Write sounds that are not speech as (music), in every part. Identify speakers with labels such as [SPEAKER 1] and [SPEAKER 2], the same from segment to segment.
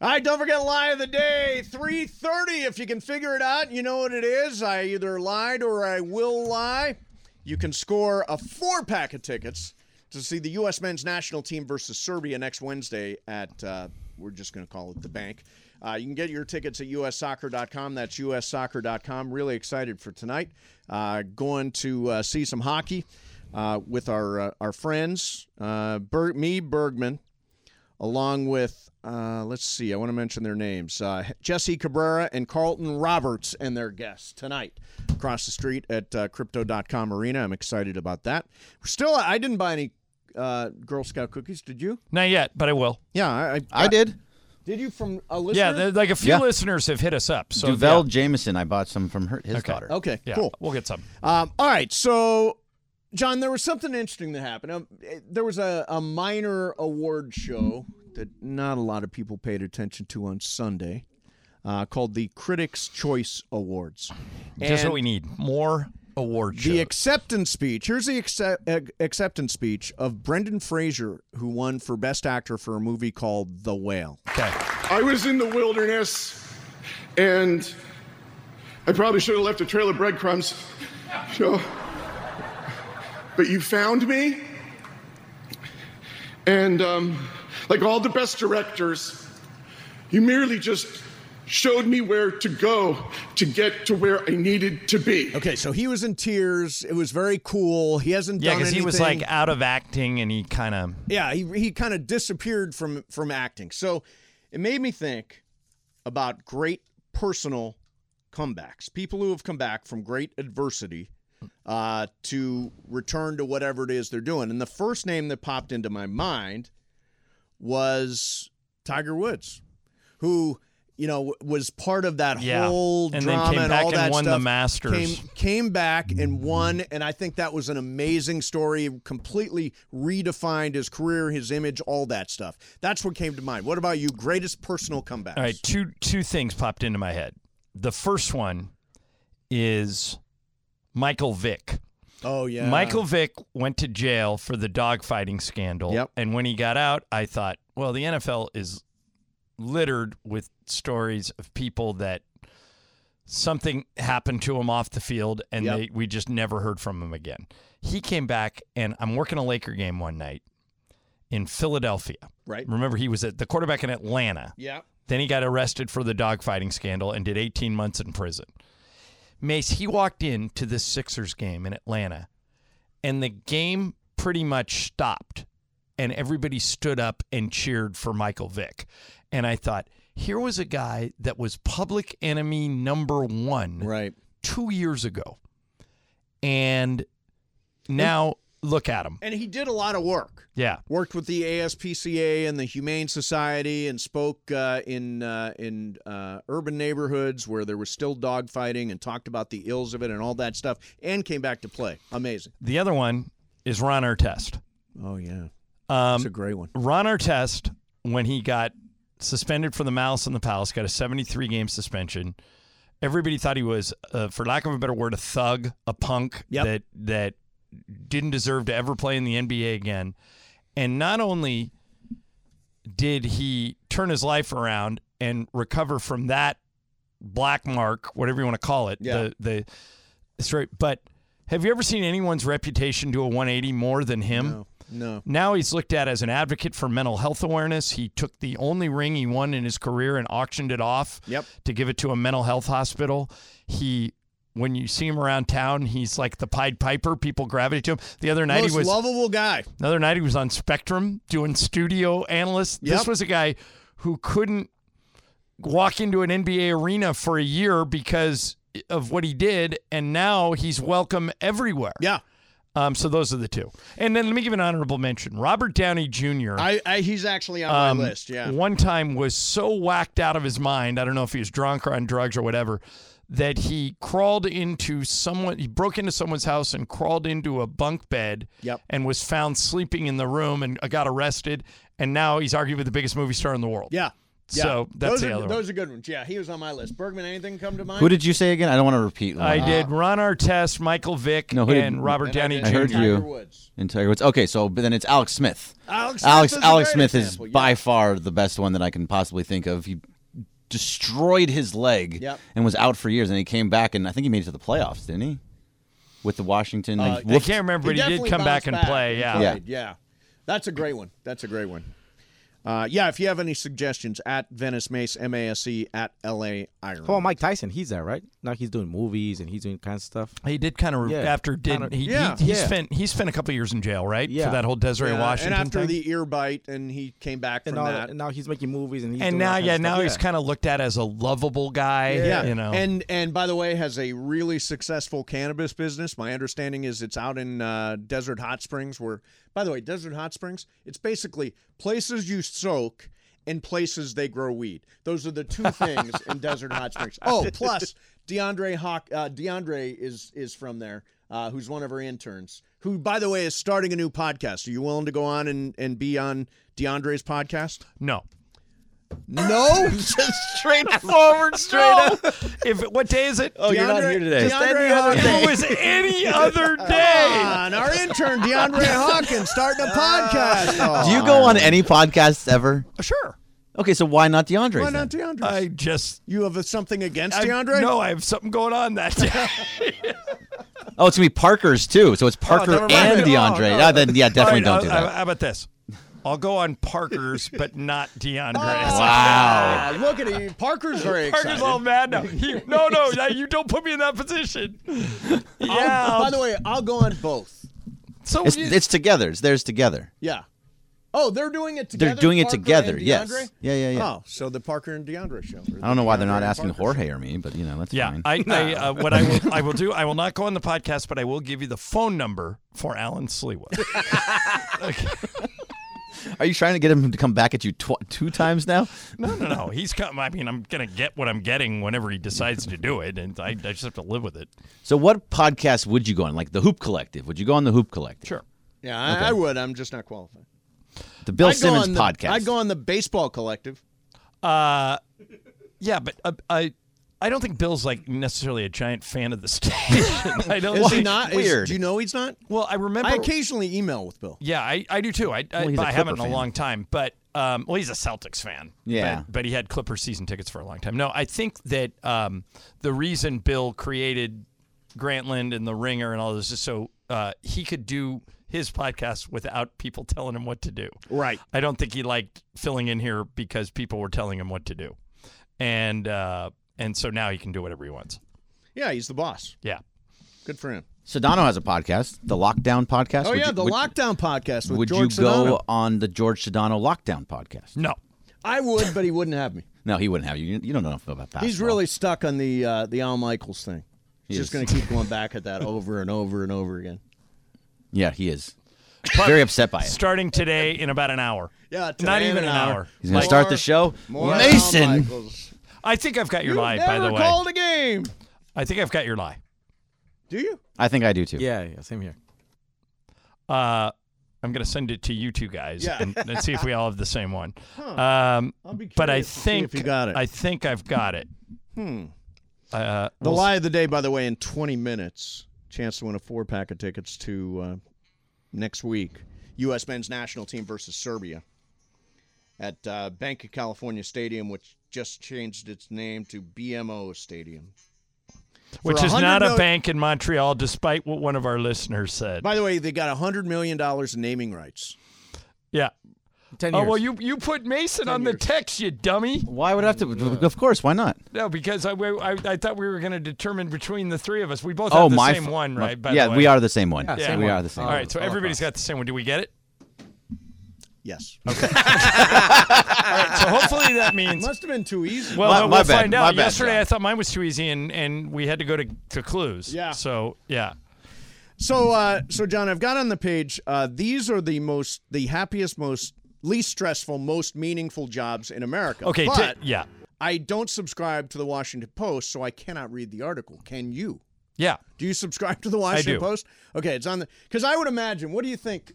[SPEAKER 1] All right, don't forget lie of the day, 3:30 if you can figure it out. You know what it is. I either lied or I will lie. You can score a four pack of tickets to see the U.S. men's national team versus Serbia next Wednesday at, uh, we're just going to call it the bank. Uh, you can get your tickets at ussoccer.com. That's ussoccer.com. Really excited for tonight. Uh, going to uh, see some hockey uh, with our uh, our friends, uh, Ber- me, Bergman, along with, uh, let's see, I want to mention their names uh, Jesse Cabrera and Carlton Roberts and their guests tonight across the street at uh, crypto.com arena. I'm excited about that. Still, I didn't buy any uh, Girl Scout cookies, did you?
[SPEAKER 2] Not yet, but I will.
[SPEAKER 1] Yeah, I, I,
[SPEAKER 3] I did.
[SPEAKER 1] Did you from a listener?
[SPEAKER 2] Yeah, th- like a few
[SPEAKER 3] Yeah.
[SPEAKER 2] listeners have hit us up. So
[SPEAKER 3] Duvel
[SPEAKER 2] yeah,
[SPEAKER 3] Jameson, I bought some from her, his
[SPEAKER 2] Okay.
[SPEAKER 3] daughter.
[SPEAKER 1] Okay,
[SPEAKER 2] yeah,
[SPEAKER 1] cool.
[SPEAKER 2] we'll get some.
[SPEAKER 1] Um, all right, so John, there was something interesting that happened. Um, eh, there was a, a minor award show that not a lot of people paid attention to on Sunday, uh, called the Critics' Choice Awards.
[SPEAKER 2] Oh, Just
[SPEAKER 1] And
[SPEAKER 2] what we need. More award shows.
[SPEAKER 1] The acceptance speech. Here's the accept, ac- acceptance speech of Brendan Fraser, who won for Best Actor for a movie called The Whale.
[SPEAKER 2] okay.
[SPEAKER 4] I was in the wilderness, and I probably should have left a trail of breadcrumbs. So, but you found me, and um, like all the best directors, you merely just showed me where to go to get to where I needed to be.
[SPEAKER 1] Okay, so he was in tears. It was very cool. He hasn't
[SPEAKER 2] Yeah,
[SPEAKER 1] done
[SPEAKER 2] because
[SPEAKER 1] anything.
[SPEAKER 2] he was like out of acting and he kind of.
[SPEAKER 1] Yeah, he he kind of disappeared from from acting. So it made me think about great personal comebacks. People who have come back from great adversity uh, to return to whatever it is they're doing. And the first name that popped into my mind was Tiger Woods, who you know was part of that
[SPEAKER 2] Yeah.
[SPEAKER 1] whole
[SPEAKER 2] And then
[SPEAKER 1] drama
[SPEAKER 2] came
[SPEAKER 1] and
[SPEAKER 2] back
[SPEAKER 1] all
[SPEAKER 2] and
[SPEAKER 1] that
[SPEAKER 2] won the
[SPEAKER 1] stuff.
[SPEAKER 2] Masters.
[SPEAKER 1] Came- came back and won and i think that was an amazing story completely redefined his career his image all that stuff that's what came to mind what about you greatest personal comebacks
[SPEAKER 2] All right, two two things popped into my head. The first one is Michael Vick.
[SPEAKER 1] oh yeah
[SPEAKER 2] Michael Vick went to jail for the dogfighting scandal.
[SPEAKER 1] Yep.
[SPEAKER 2] And when he got out, I thought, well, the NFL is littered with stories of people that something happened to him off the field and
[SPEAKER 1] Yep.
[SPEAKER 2] they, we just never heard from him again. He came back, and I'm working a Laker game one night in Philadelphia.
[SPEAKER 1] right
[SPEAKER 2] Remember, he was at the quarterback in Atlanta.
[SPEAKER 1] yeah
[SPEAKER 2] Then he got arrested for the dogfighting scandal and did 18 months in prison. Mace, he walked into this Sixers game in Atlanta, and the game pretty much stopped, and everybody stood up and cheered for Michael Vick. And I thought, here was a guy that was public enemy number one
[SPEAKER 1] right
[SPEAKER 2] two years ago, and now look at him.
[SPEAKER 1] and he did a lot of work
[SPEAKER 2] Yeah.
[SPEAKER 1] worked with the ASPCA and the Humane Society and spoke uh, in uh, in uh, urban neighborhoods where there was still dogfighting and talked about the ills of it and all that stuff and came back to play amazing
[SPEAKER 2] The other one is Ron Artest.
[SPEAKER 1] oh yeah
[SPEAKER 2] Um,
[SPEAKER 1] it's a great one
[SPEAKER 2] Ron Artest, when he got suspended for the Mouse in the Palace, got a 73 game suspension. Everybody thought he was, uh, for lack of a better word, a thug, a punk
[SPEAKER 1] Yep.
[SPEAKER 2] that that didn't deserve to ever play in the NBA again. And not only did he turn his life around and recover from that black mark, whatever you want to call it,
[SPEAKER 1] Yeah.
[SPEAKER 2] the the story, but have you ever seen anyone's reputation do a 180 more than him?
[SPEAKER 1] no no
[SPEAKER 2] Now he's looked at as an advocate for mental health awareness. He took the only ring he won in his career and auctioned it off
[SPEAKER 1] Yep.
[SPEAKER 2] to give it to a mental health hospital. He when you see him around town, he's like the Pied Piper. People gravitate to him. The other night
[SPEAKER 1] Most
[SPEAKER 2] he was
[SPEAKER 1] lovable guy.
[SPEAKER 2] the other night he was on Spectrum doing studio analyst. This
[SPEAKER 1] Yep.
[SPEAKER 2] was a guy who couldn't walk into an NBA arena for a year because of what he did, and now he's welcome everywhere.
[SPEAKER 1] Yeah,
[SPEAKER 2] Um, so those are the two. And then let me give an honorable mention. Robert Downey Jr.
[SPEAKER 1] I, I he's actually on
[SPEAKER 2] um,
[SPEAKER 1] my list. Yeah,
[SPEAKER 2] One time was so whacked out of his mind. I don't know if he was drunk or on drugs or whatever, that he crawled into someone. He broke into someone's house and crawled into a bunk bed.
[SPEAKER 1] Yep.
[SPEAKER 2] And was uh, found sleeping in the room and got arrested. And now he's arguably the biggest movie star in the world.
[SPEAKER 1] yeah, Yeah.
[SPEAKER 2] So that's
[SPEAKER 1] those
[SPEAKER 2] the
[SPEAKER 1] are,
[SPEAKER 2] other one.
[SPEAKER 1] Those are good ones. Yeah, he was on my list. Bergman, anything come to mind?
[SPEAKER 3] Who did you say again? I don't want to repeat.
[SPEAKER 2] I
[SPEAKER 3] one.
[SPEAKER 2] did Ron Artest, Michael Vick,
[SPEAKER 3] No, who did-
[SPEAKER 2] and Robert
[SPEAKER 1] And I
[SPEAKER 2] Downey
[SPEAKER 1] did
[SPEAKER 2] Jr.
[SPEAKER 3] I heard
[SPEAKER 1] Tiger
[SPEAKER 3] you.
[SPEAKER 1] Woods.
[SPEAKER 3] In Tiger Woods. Okay, so but then it's Alex Smith.
[SPEAKER 1] Alex
[SPEAKER 3] Alex
[SPEAKER 1] Smith is a
[SPEAKER 3] Alex
[SPEAKER 1] great
[SPEAKER 3] Smith
[SPEAKER 1] example,
[SPEAKER 3] is
[SPEAKER 1] yeah.
[SPEAKER 3] by far the best one that I can possibly think of. He destroyed his leg
[SPEAKER 1] Yep.
[SPEAKER 3] and was out for years, and he came back, and I think he made it to the playoffs, didn't he? With the Washington, like,
[SPEAKER 2] I
[SPEAKER 3] whooped-
[SPEAKER 2] can't remember, but he, did
[SPEAKER 1] definitely
[SPEAKER 2] come back
[SPEAKER 1] bounced
[SPEAKER 2] and play. Yeah.
[SPEAKER 3] Yeah.
[SPEAKER 1] played, yeah. That's a great one. That's a great one. Uh, yeah, if you have any suggestions, at Venice Mace, M A S E, at L A Iron.
[SPEAKER 5] Oh, Mike Tyson, he's there, right? Now he's doing movies and he's doing kinds of stuff.
[SPEAKER 2] He did kind of
[SPEAKER 5] Yeah.
[SPEAKER 2] after did
[SPEAKER 5] Kinda-
[SPEAKER 2] he,
[SPEAKER 1] Yeah.
[SPEAKER 2] he, he
[SPEAKER 5] Yeah.
[SPEAKER 2] spent he spent a couple years in jail right
[SPEAKER 5] Yeah.
[SPEAKER 2] for that whole Desiree
[SPEAKER 1] Yeah,
[SPEAKER 2] Washington
[SPEAKER 1] and after
[SPEAKER 2] thing.
[SPEAKER 1] the ear bite, and he came back
[SPEAKER 5] And,
[SPEAKER 1] from
[SPEAKER 5] all,
[SPEAKER 1] that.
[SPEAKER 5] and now he's making movies and he's
[SPEAKER 2] and
[SPEAKER 5] doing
[SPEAKER 2] now
[SPEAKER 5] all kinds
[SPEAKER 2] yeah
[SPEAKER 5] of
[SPEAKER 2] now
[SPEAKER 5] stuff.
[SPEAKER 2] he's kind of looked at as a lovable guy.
[SPEAKER 1] yeah,
[SPEAKER 2] You know.
[SPEAKER 1] and and by the way, has a really successful cannabis business. My understanding is it's out in uh, Desert Hot Springs. Where, by the way, Desert Hot Springs, it's basically places you soak and places they grow weed. Those are the
[SPEAKER 2] (laughs)
[SPEAKER 1] two things in Desert Hot Springs. Oh, plus DeAndre Hawk, uh, DeAndre is is from there. Uh, who's one of our interns? Who, by the way, is starting a new podcast? Are you willing to go on and, and be on DeAndre's podcast?
[SPEAKER 2] no.
[SPEAKER 1] No,
[SPEAKER 3] just straight up.
[SPEAKER 2] Forward straight up. If what day is it?
[SPEAKER 3] Oh, you're not
[SPEAKER 1] DeAndre-
[SPEAKER 3] here today.
[SPEAKER 1] DeAndre Hawkins-
[SPEAKER 2] If it was any other
[SPEAKER 1] Come (laughs)
[SPEAKER 2] day.
[SPEAKER 1] on, our intern
[SPEAKER 2] (laughs)
[SPEAKER 1] DeAndre Hawkins starting a podcast.
[SPEAKER 2] Ah,
[SPEAKER 1] Oh,
[SPEAKER 3] Do you go on any podcasts ever?
[SPEAKER 2] Sure.
[SPEAKER 3] Okay, so why not DeAndre?
[SPEAKER 1] Why not DeAndre?
[SPEAKER 2] I just
[SPEAKER 1] you have something against
[SPEAKER 2] I-
[SPEAKER 1] DeAndre?
[SPEAKER 2] no, I have something going on that day.
[SPEAKER 3] Oh, it's gonna be Parker's too. So it's Parker
[SPEAKER 2] never
[SPEAKER 3] and
[SPEAKER 2] mind. Oh,
[SPEAKER 3] DeAndre.
[SPEAKER 2] no.
[SPEAKER 3] Yeah, then yeah, definitely
[SPEAKER 2] (laughs) All
[SPEAKER 3] don't
[SPEAKER 2] right,
[SPEAKER 3] do
[SPEAKER 2] uh,
[SPEAKER 3] that.
[SPEAKER 2] uh, How about this? I'll go on Parker's, but not (laughs)
[SPEAKER 3] (laughs)
[SPEAKER 2] DeAndre's.
[SPEAKER 3] wow.
[SPEAKER 1] Ah, look at him. Parker's very
[SPEAKER 2] Parker's
[SPEAKER 1] excited.
[SPEAKER 2] all mad now. He- no, no,
[SPEAKER 3] (laughs)
[SPEAKER 2] no, you don't put me in that position.
[SPEAKER 3] Oh,
[SPEAKER 2] Yeah.
[SPEAKER 1] Oh, By the way, I'll go on both.
[SPEAKER 2] so
[SPEAKER 3] It's,
[SPEAKER 2] you-
[SPEAKER 3] it's together. It's theirs together.
[SPEAKER 1] Yeah. Oh, they're doing it together.
[SPEAKER 3] doing it
[SPEAKER 1] Parker
[SPEAKER 3] together,
[SPEAKER 1] and
[SPEAKER 3] yes.
[SPEAKER 1] DeAndre?
[SPEAKER 3] Yeah, yeah, yeah.
[SPEAKER 1] Oh, so the Parker and DeAndre show.
[SPEAKER 3] I don't know why they're not asking
[SPEAKER 1] Jorge.
[SPEAKER 3] Jorge or me, but you know that's
[SPEAKER 2] yeah,
[SPEAKER 3] fine.
[SPEAKER 2] I, I uh, what I will, I will do. I will not go on the podcast, but I will give you the phone number for Alan (laughs) Sleewa.
[SPEAKER 3] Are you trying to get him to come back at you tw- two times now?
[SPEAKER 2] No, no, no. He's come. I mean, I'm gonna get what I'm getting whenever he decides to do it, and I, I just have to live with it.
[SPEAKER 3] So, what podcast would you go on? Like the Hoop Collective? Would you go on the Hoop Collective?
[SPEAKER 2] Sure.
[SPEAKER 1] Yeah, I, I would. I'm just not qualified.
[SPEAKER 3] The Bill
[SPEAKER 1] I'd go
[SPEAKER 3] Simmons
[SPEAKER 1] on the-
[SPEAKER 3] podcast.
[SPEAKER 1] I'd go on the Baseball Collective.
[SPEAKER 2] Yeah, but uh, I, I don't think Bill's like necessarily a giant fan of the station. (laughs) I don't.
[SPEAKER 1] Is he
[SPEAKER 2] think-
[SPEAKER 1] not? Is-
[SPEAKER 3] Weird.
[SPEAKER 1] do you know he's not?
[SPEAKER 2] Well, I remember.
[SPEAKER 1] I occasionally email with Bill.
[SPEAKER 2] yeah, I, I do too. I, I,
[SPEAKER 3] Well, he's
[SPEAKER 2] but
[SPEAKER 3] a
[SPEAKER 2] I haven't in
[SPEAKER 3] Clipper
[SPEAKER 2] a
[SPEAKER 3] fan.
[SPEAKER 2] long time. But um, well, he's a Celtics fan.
[SPEAKER 3] Yeah.
[SPEAKER 2] But, but he had Clipper season tickets for a long time. No, I think that um, the reason Bill created Grantland and The Ringer and all this is so uh, he could do his podcast without people telling him what to do.
[SPEAKER 1] Right.
[SPEAKER 2] I don't think he liked filling in here because people were telling him what to do, and uh, and so now he can do whatever he wants.
[SPEAKER 1] Yeah, he's the boss.
[SPEAKER 2] Yeah.
[SPEAKER 1] Good for him.
[SPEAKER 3] Sedano has a podcast, the Lockdown Podcast.
[SPEAKER 1] Oh
[SPEAKER 3] Would
[SPEAKER 1] yeah,
[SPEAKER 3] you-
[SPEAKER 1] the
[SPEAKER 3] would,
[SPEAKER 1] Lockdown Podcast with
[SPEAKER 3] Would
[SPEAKER 1] George
[SPEAKER 3] you go
[SPEAKER 1] Sedano.
[SPEAKER 3] (laughs) on the George Sedano Lockdown Podcast?
[SPEAKER 2] No.
[SPEAKER 1] I would, but he wouldn't have (laughs) me.
[SPEAKER 3] No, he wouldn't have you. You- You don't know enough about basketball.
[SPEAKER 1] He's really stuck on the uh, the Al Michaels thing. He's just
[SPEAKER 3] is.
[SPEAKER 1] going to keep going back at that over and over and over again.
[SPEAKER 3] yeah, he is. Very upset by it.
[SPEAKER 2] Starting today in about an hour.
[SPEAKER 1] (laughs) Yeah,
[SPEAKER 2] not
[SPEAKER 1] today in
[SPEAKER 2] even
[SPEAKER 1] an
[SPEAKER 2] an
[SPEAKER 1] hour.
[SPEAKER 2] hour.
[SPEAKER 3] He's gonna
[SPEAKER 2] Like,
[SPEAKER 3] start the show.
[SPEAKER 1] More Al
[SPEAKER 3] Mason,
[SPEAKER 1] Michaels.
[SPEAKER 2] I think I've got your
[SPEAKER 1] You
[SPEAKER 2] lie.
[SPEAKER 1] never
[SPEAKER 2] By the way,
[SPEAKER 1] called a game.
[SPEAKER 2] I think I've got your lie.
[SPEAKER 1] Do you?
[SPEAKER 3] I think I do too.
[SPEAKER 5] yeah, yeah, same here.
[SPEAKER 2] Uh, I'm gonna send it to you two guys
[SPEAKER 1] Yeah.
[SPEAKER 2] and, and see if we all have the same
[SPEAKER 1] (laughs)
[SPEAKER 2] one. Um,
[SPEAKER 1] I'll be
[SPEAKER 2] but I
[SPEAKER 1] curious to see
[SPEAKER 2] think
[SPEAKER 1] if you got it.
[SPEAKER 2] I think I've got
[SPEAKER 1] (laughs)
[SPEAKER 2] it. Hmm. Uh,
[SPEAKER 1] The lie of the day, by the way, in 20 minutes, chance to win a four pack of tickets to uh, next week, U.S. men's national team versus Serbia at uh, Bank of California Stadium, which just changed its name to BMO Stadium.
[SPEAKER 2] which
[SPEAKER 1] for
[SPEAKER 2] is not
[SPEAKER 1] 100
[SPEAKER 2] a
[SPEAKER 1] mil-
[SPEAKER 2] bank in Montreal, despite what one of our listeners said.
[SPEAKER 1] By the way, they got $100 million in naming rights.
[SPEAKER 2] yeah.
[SPEAKER 5] Ten
[SPEAKER 2] Oh
[SPEAKER 5] years.
[SPEAKER 2] well, you you put Mason on the text, you dummy.
[SPEAKER 3] Why would I have to? Of course, why not?
[SPEAKER 2] No, because I I, I thought we were going to determine between the three of us. We both
[SPEAKER 3] oh,
[SPEAKER 2] have the
[SPEAKER 3] my
[SPEAKER 2] same
[SPEAKER 3] f-
[SPEAKER 2] one,
[SPEAKER 3] my-
[SPEAKER 2] right? by
[SPEAKER 3] yeah,
[SPEAKER 2] the way.
[SPEAKER 3] we are the same one.
[SPEAKER 5] Yeah, same
[SPEAKER 3] we
[SPEAKER 5] one.
[SPEAKER 3] are the same.
[SPEAKER 2] All
[SPEAKER 3] one.
[SPEAKER 2] right, so everybody's
[SPEAKER 1] Oh,
[SPEAKER 2] got the same one. Do we get
[SPEAKER 1] (laughs)
[SPEAKER 2] it?
[SPEAKER 1] Yes.
[SPEAKER 2] So hopefully that means.
[SPEAKER 1] Must have been too easy.
[SPEAKER 2] Well,
[SPEAKER 3] My-
[SPEAKER 2] no,
[SPEAKER 3] my
[SPEAKER 2] we'll
[SPEAKER 3] bad,
[SPEAKER 2] find
[SPEAKER 3] my
[SPEAKER 2] out.
[SPEAKER 3] bad,
[SPEAKER 2] Yesterday,
[SPEAKER 3] John.
[SPEAKER 2] I thought mine was too easy, and, and we had to go to, to clues.
[SPEAKER 1] Yeah.
[SPEAKER 2] So yeah,
[SPEAKER 1] So, uh, so John, I've got on the page. Uh, these are the most, the happiest, most least stressful, most meaningful jobs in America.
[SPEAKER 2] okay, t-
[SPEAKER 1] but
[SPEAKER 2] yeah,
[SPEAKER 1] I don't subscribe to the Washington Post, so I cannot read the article. Can you?
[SPEAKER 2] yeah.
[SPEAKER 1] Do you subscribe to the Washington
[SPEAKER 2] do.
[SPEAKER 1] Post? Okay, it's on the because I would imagine. What do you think?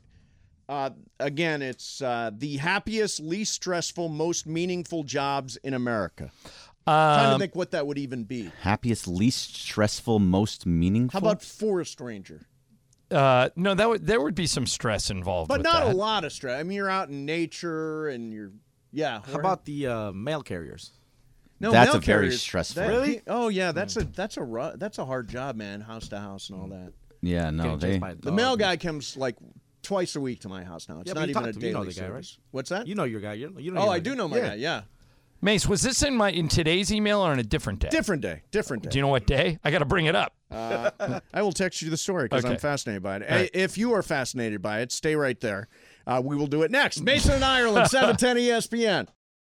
[SPEAKER 1] Uh, again, it's uh, the happiest, least stressful, most meaningful jobs in America. Trying
[SPEAKER 3] Um,
[SPEAKER 1] to think what that would even be.
[SPEAKER 3] Happiest, least stressful, most
[SPEAKER 1] How
[SPEAKER 3] meaningful.
[SPEAKER 1] about forest ranger?
[SPEAKER 2] Uh, no, that would there would be some stress involved,
[SPEAKER 1] But
[SPEAKER 2] with
[SPEAKER 1] not
[SPEAKER 2] that.
[SPEAKER 1] a lot of stress. I mean, you're out in nature and you're, yeah.
[SPEAKER 5] How about the uh, mail carriers?
[SPEAKER 1] no,
[SPEAKER 3] That's
[SPEAKER 1] mail
[SPEAKER 3] a very
[SPEAKER 1] carriers.
[SPEAKER 3] stressful- Hmm.
[SPEAKER 1] That-
[SPEAKER 5] Really?
[SPEAKER 1] Oh yeah, that's a that's a ru- that's a hard job, man. House to house and all that.
[SPEAKER 3] Yeah, no,
[SPEAKER 5] Getting chased
[SPEAKER 3] they.
[SPEAKER 5] by a
[SPEAKER 1] The
[SPEAKER 5] dog.
[SPEAKER 1] mail guy comes like twice a week to my house now. It's
[SPEAKER 5] Yeah, but
[SPEAKER 1] not
[SPEAKER 5] you
[SPEAKER 1] even
[SPEAKER 5] talk
[SPEAKER 1] a
[SPEAKER 5] to him. You know
[SPEAKER 1] daily
[SPEAKER 5] the guy, right?
[SPEAKER 1] service. What's that?
[SPEAKER 5] You know your guy. You know, you know
[SPEAKER 1] oh,
[SPEAKER 5] your
[SPEAKER 1] I do know my
[SPEAKER 5] yeah.
[SPEAKER 1] guy.
[SPEAKER 5] (laughs)
[SPEAKER 1] Yeah,
[SPEAKER 2] Mace, was this in my in today's email or on a different day?
[SPEAKER 1] different day, different day.
[SPEAKER 2] Do you know what day? I got to bring it up.
[SPEAKER 1] I will text you the story because I'm
[SPEAKER 2] Okay.
[SPEAKER 1] fascinated by it.
[SPEAKER 2] right.
[SPEAKER 1] If you are fascinated by it, stay right there. Uh, we will do it next. Mason and Ireland, E 710 ESPN.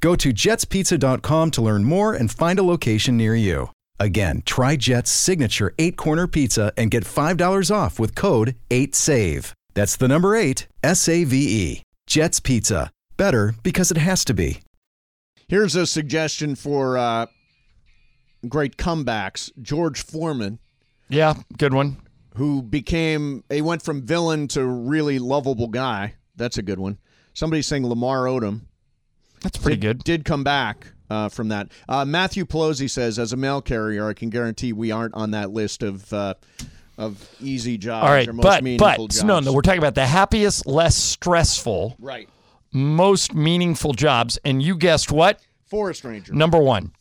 [SPEAKER 6] Go to jetspizza.com to learn more and find a location near you. Again, try Jet's signature eight corner pizza and get $5 off with code 8SAVE. That's the number eight, S A V E. Jet's Pizza. Better because it has to be.
[SPEAKER 1] (laughs) Here's a suggestion for uh, great comebacks. George Foreman,
[SPEAKER 2] Yeah, good one.
[SPEAKER 1] who became, he went from villain to really lovable guy. That's a good one. Somebody's saying Lamar Odom.
[SPEAKER 2] That's pretty good.
[SPEAKER 1] Did come back uh, from that. Uh, Matthew Pelosi says, as a mail carrier, I can guarantee we aren't on that list of uh, of easy jobs.
[SPEAKER 2] All right,
[SPEAKER 1] or most
[SPEAKER 2] but but
[SPEAKER 1] meaningful jobs.
[SPEAKER 2] no, no, we're talking about the happiest, less stressful,
[SPEAKER 1] right.
[SPEAKER 2] most meaningful jobs, and you guessed what?
[SPEAKER 1] Forest ranger.
[SPEAKER 2] Number one.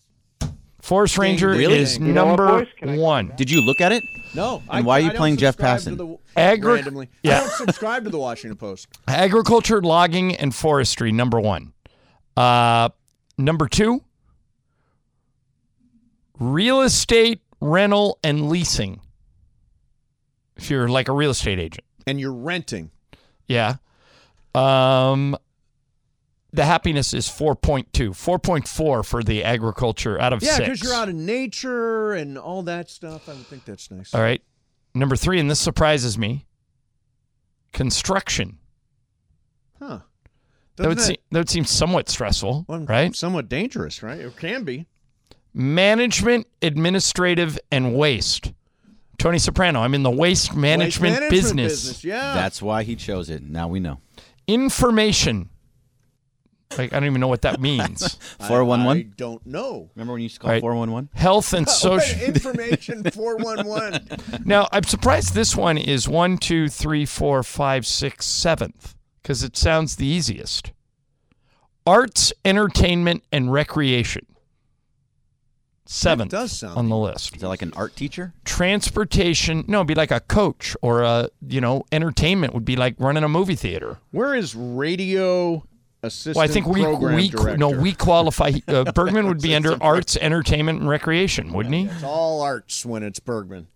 [SPEAKER 2] Forest Ranger
[SPEAKER 3] Really?
[SPEAKER 2] is number one.
[SPEAKER 3] Did you look at it?
[SPEAKER 1] No.
[SPEAKER 3] And why are you
[SPEAKER 1] don't
[SPEAKER 3] playing Jeff
[SPEAKER 1] subscribe to
[SPEAKER 3] Passan?
[SPEAKER 1] the-
[SPEAKER 2] Agri-
[SPEAKER 1] randomly. I
[SPEAKER 2] Yeah.
[SPEAKER 1] don't subscribe to the Washington Post.
[SPEAKER 2] Agriculture, logging, and forestry, number one. Uh, number two, real estate, rental, and leasing. If you're like a real estate agent.
[SPEAKER 1] And you're renting.
[SPEAKER 2] Yeah. Um the happiness is 4.2, 4.4 for the agriculture out of
[SPEAKER 1] Yeah,
[SPEAKER 2] 6.
[SPEAKER 1] because you're out in nature and all that stuff. I would think that's nice.
[SPEAKER 2] All right. Number 3 and this surprises me. Construction.
[SPEAKER 1] Huh.
[SPEAKER 2] that would
[SPEAKER 1] Doesn't
[SPEAKER 2] seem that would seem somewhat stressful,
[SPEAKER 1] well,
[SPEAKER 2] right?
[SPEAKER 1] Somewhat dangerous, right? It can be.
[SPEAKER 2] Management, administrative and waste. Tony Soprano, I'm in the waste management,
[SPEAKER 1] Waste management
[SPEAKER 2] business.
[SPEAKER 1] Yeah.
[SPEAKER 3] That's why he chose it. Now we know.
[SPEAKER 2] Information. Like I don't even know what that
[SPEAKER 1] (laughs)
[SPEAKER 2] means.
[SPEAKER 1] I-
[SPEAKER 3] 411.
[SPEAKER 1] I don't know.
[SPEAKER 3] Remember when you used to
[SPEAKER 2] All
[SPEAKER 3] call
[SPEAKER 2] right.
[SPEAKER 3] 411?
[SPEAKER 2] Health and social
[SPEAKER 1] Open Oh,
[SPEAKER 2] (laughs)
[SPEAKER 1] information 411.
[SPEAKER 2] Now, I'm surprised this one is one, two, three, four, five, six, seventh, because it sounds the easiest. Arts, entertainment, and recreation. Seventh
[SPEAKER 1] That does sound
[SPEAKER 2] on the list.
[SPEAKER 3] Is that like an art teacher?
[SPEAKER 2] Transportation, no, it'd be like a coach or a, you know, entertainment would be like running a movie theater.
[SPEAKER 1] Where is radio assistant
[SPEAKER 2] well, I think we,
[SPEAKER 1] program
[SPEAKER 2] we
[SPEAKER 1] director?
[SPEAKER 2] no,
[SPEAKER 1] (laughs)
[SPEAKER 2] we qualify. Uh, Bergman would be under arts, entertainment, and recreation, wouldn't he?
[SPEAKER 1] It's all arts when it's Bergman.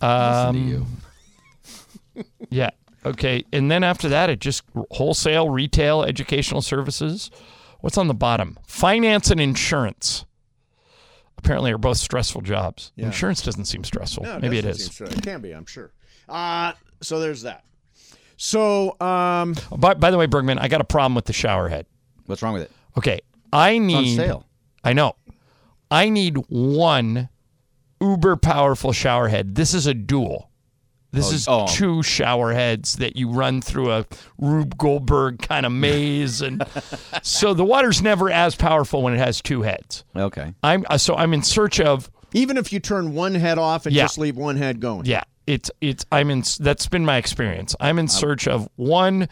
[SPEAKER 2] Um,
[SPEAKER 3] Listen to you.
[SPEAKER 2] Yeah. Okay. And then after that, it just wholesale, retail, educational services. What's on the bottom? Finance and insurance. Apparently, are both stressful jobs. Insurance doesn't seem stressful.
[SPEAKER 1] No,
[SPEAKER 2] Maybe it
[SPEAKER 1] doesn't
[SPEAKER 2] is.
[SPEAKER 1] seem so. It can be, I'm sure. Uh, so there's that. So um,
[SPEAKER 2] By, by the way, Bergman, I got a problem with the shower head.
[SPEAKER 3] What's wrong with it?
[SPEAKER 2] Okay, I
[SPEAKER 3] on
[SPEAKER 2] need.
[SPEAKER 3] sale.
[SPEAKER 2] I know. I need one uber powerful shower head. This is a dual. This is
[SPEAKER 3] oh.
[SPEAKER 2] two shower heads that you run through a Rube Goldberg kind of
[SPEAKER 3] (laughs)
[SPEAKER 2] maze, and so the water's never as powerful when it has two heads.
[SPEAKER 3] Okay.
[SPEAKER 2] I'm uh, so I'm in search of
[SPEAKER 1] even if you turn one head off and
[SPEAKER 2] Yeah.
[SPEAKER 1] just leave one head going,
[SPEAKER 2] yeah. It's it's I'm in that's been my experience. I'm in search of one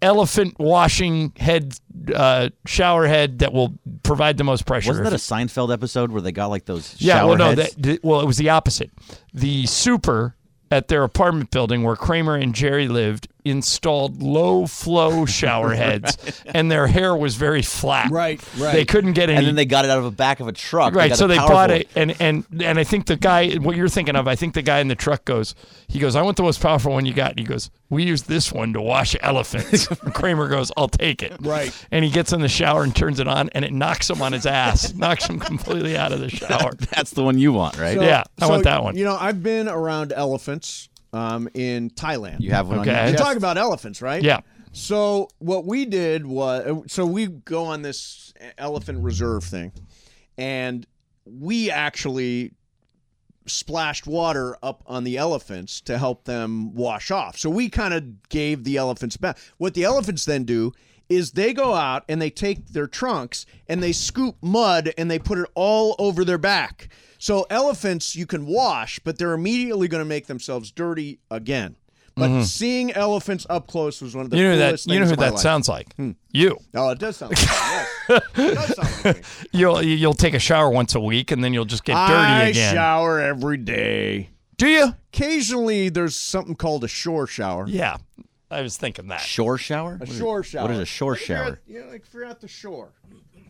[SPEAKER 2] elephant washing head uh, shower head that will provide the most pressure.
[SPEAKER 3] Wasn't that a
[SPEAKER 2] If-
[SPEAKER 3] Seinfeld episode where they got like those
[SPEAKER 2] yeah,
[SPEAKER 3] shower
[SPEAKER 2] well, no,
[SPEAKER 3] heads?
[SPEAKER 2] that, th- well, it was the opposite. The super at their apartment building where Kramer and Jerry lived installed
[SPEAKER 3] (laughs)
[SPEAKER 2] low flow shower heads, and their hair was very flat.
[SPEAKER 7] Right, right.
[SPEAKER 2] They couldn't get any.
[SPEAKER 3] and then they got it out of the back of a truck.
[SPEAKER 2] Right,
[SPEAKER 3] got
[SPEAKER 2] so
[SPEAKER 3] a
[SPEAKER 2] they
[SPEAKER 3] powerful-
[SPEAKER 2] bought it, and and and I think the guy, what you're thinking of, I think the guy in the truck goes, he goes, I want the most powerful one you got. And he goes, we use this one to wash
[SPEAKER 3] (laughs)
[SPEAKER 2] elephants. And Kramer goes, I'll take it.
[SPEAKER 7] Right.
[SPEAKER 2] and he gets in the shower and turns it on, and it knocks him on his ass, knocks him (laughs) completely out of
[SPEAKER 3] (laughs)
[SPEAKER 2] the shower.
[SPEAKER 3] That's the one you want, right?
[SPEAKER 1] So-
[SPEAKER 2] Yeah, I want
[SPEAKER 1] so,
[SPEAKER 2] that one.
[SPEAKER 1] You know, I've been around elephants um, in Thailand.
[SPEAKER 3] You have one.
[SPEAKER 2] Okay.
[SPEAKER 3] On
[SPEAKER 1] You're
[SPEAKER 3] your
[SPEAKER 2] Yes.
[SPEAKER 1] talking about elephants, right?
[SPEAKER 2] Yeah.
[SPEAKER 1] So what we did was, so we go on this elephant reserve thing, and we actually splashed water up on the elephants to help them wash off. So we kind of gave the elephants back. What the elephants then do is they go out and they take their trunks and they scoop mud and they put it all over their back. So elephants you can wash, but they're immediately going to make themselves dirty again. But seeing elephants up close was one of the
[SPEAKER 2] Mm-hmm. you know who that
[SPEAKER 1] coolest
[SPEAKER 2] you know
[SPEAKER 1] things
[SPEAKER 2] who
[SPEAKER 1] of my
[SPEAKER 2] that
[SPEAKER 1] life.
[SPEAKER 2] sounds like. You.
[SPEAKER 1] Oh, it does sound like me. Yes. It does sound like me.
[SPEAKER 2] You'll you'll take a shower once a week, and then you'll just get dirty
[SPEAKER 1] I
[SPEAKER 2] again.
[SPEAKER 1] shower every day.
[SPEAKER 2] Do you?
[SPEAKER 1] Occasionally, there's something called a shore shower.
[SPEAKER 2] Yeah, I was thinking that.
[SPEAKER 3] Shore shower?
[SPEAKER 1] A shore shower.
[SPEAKER 3] What is a shore
[SPEAKER 1] Like if you're at-
[SPEAKER 3] shower?
[SPEAKER 1] Yeah, like if you're at the shore,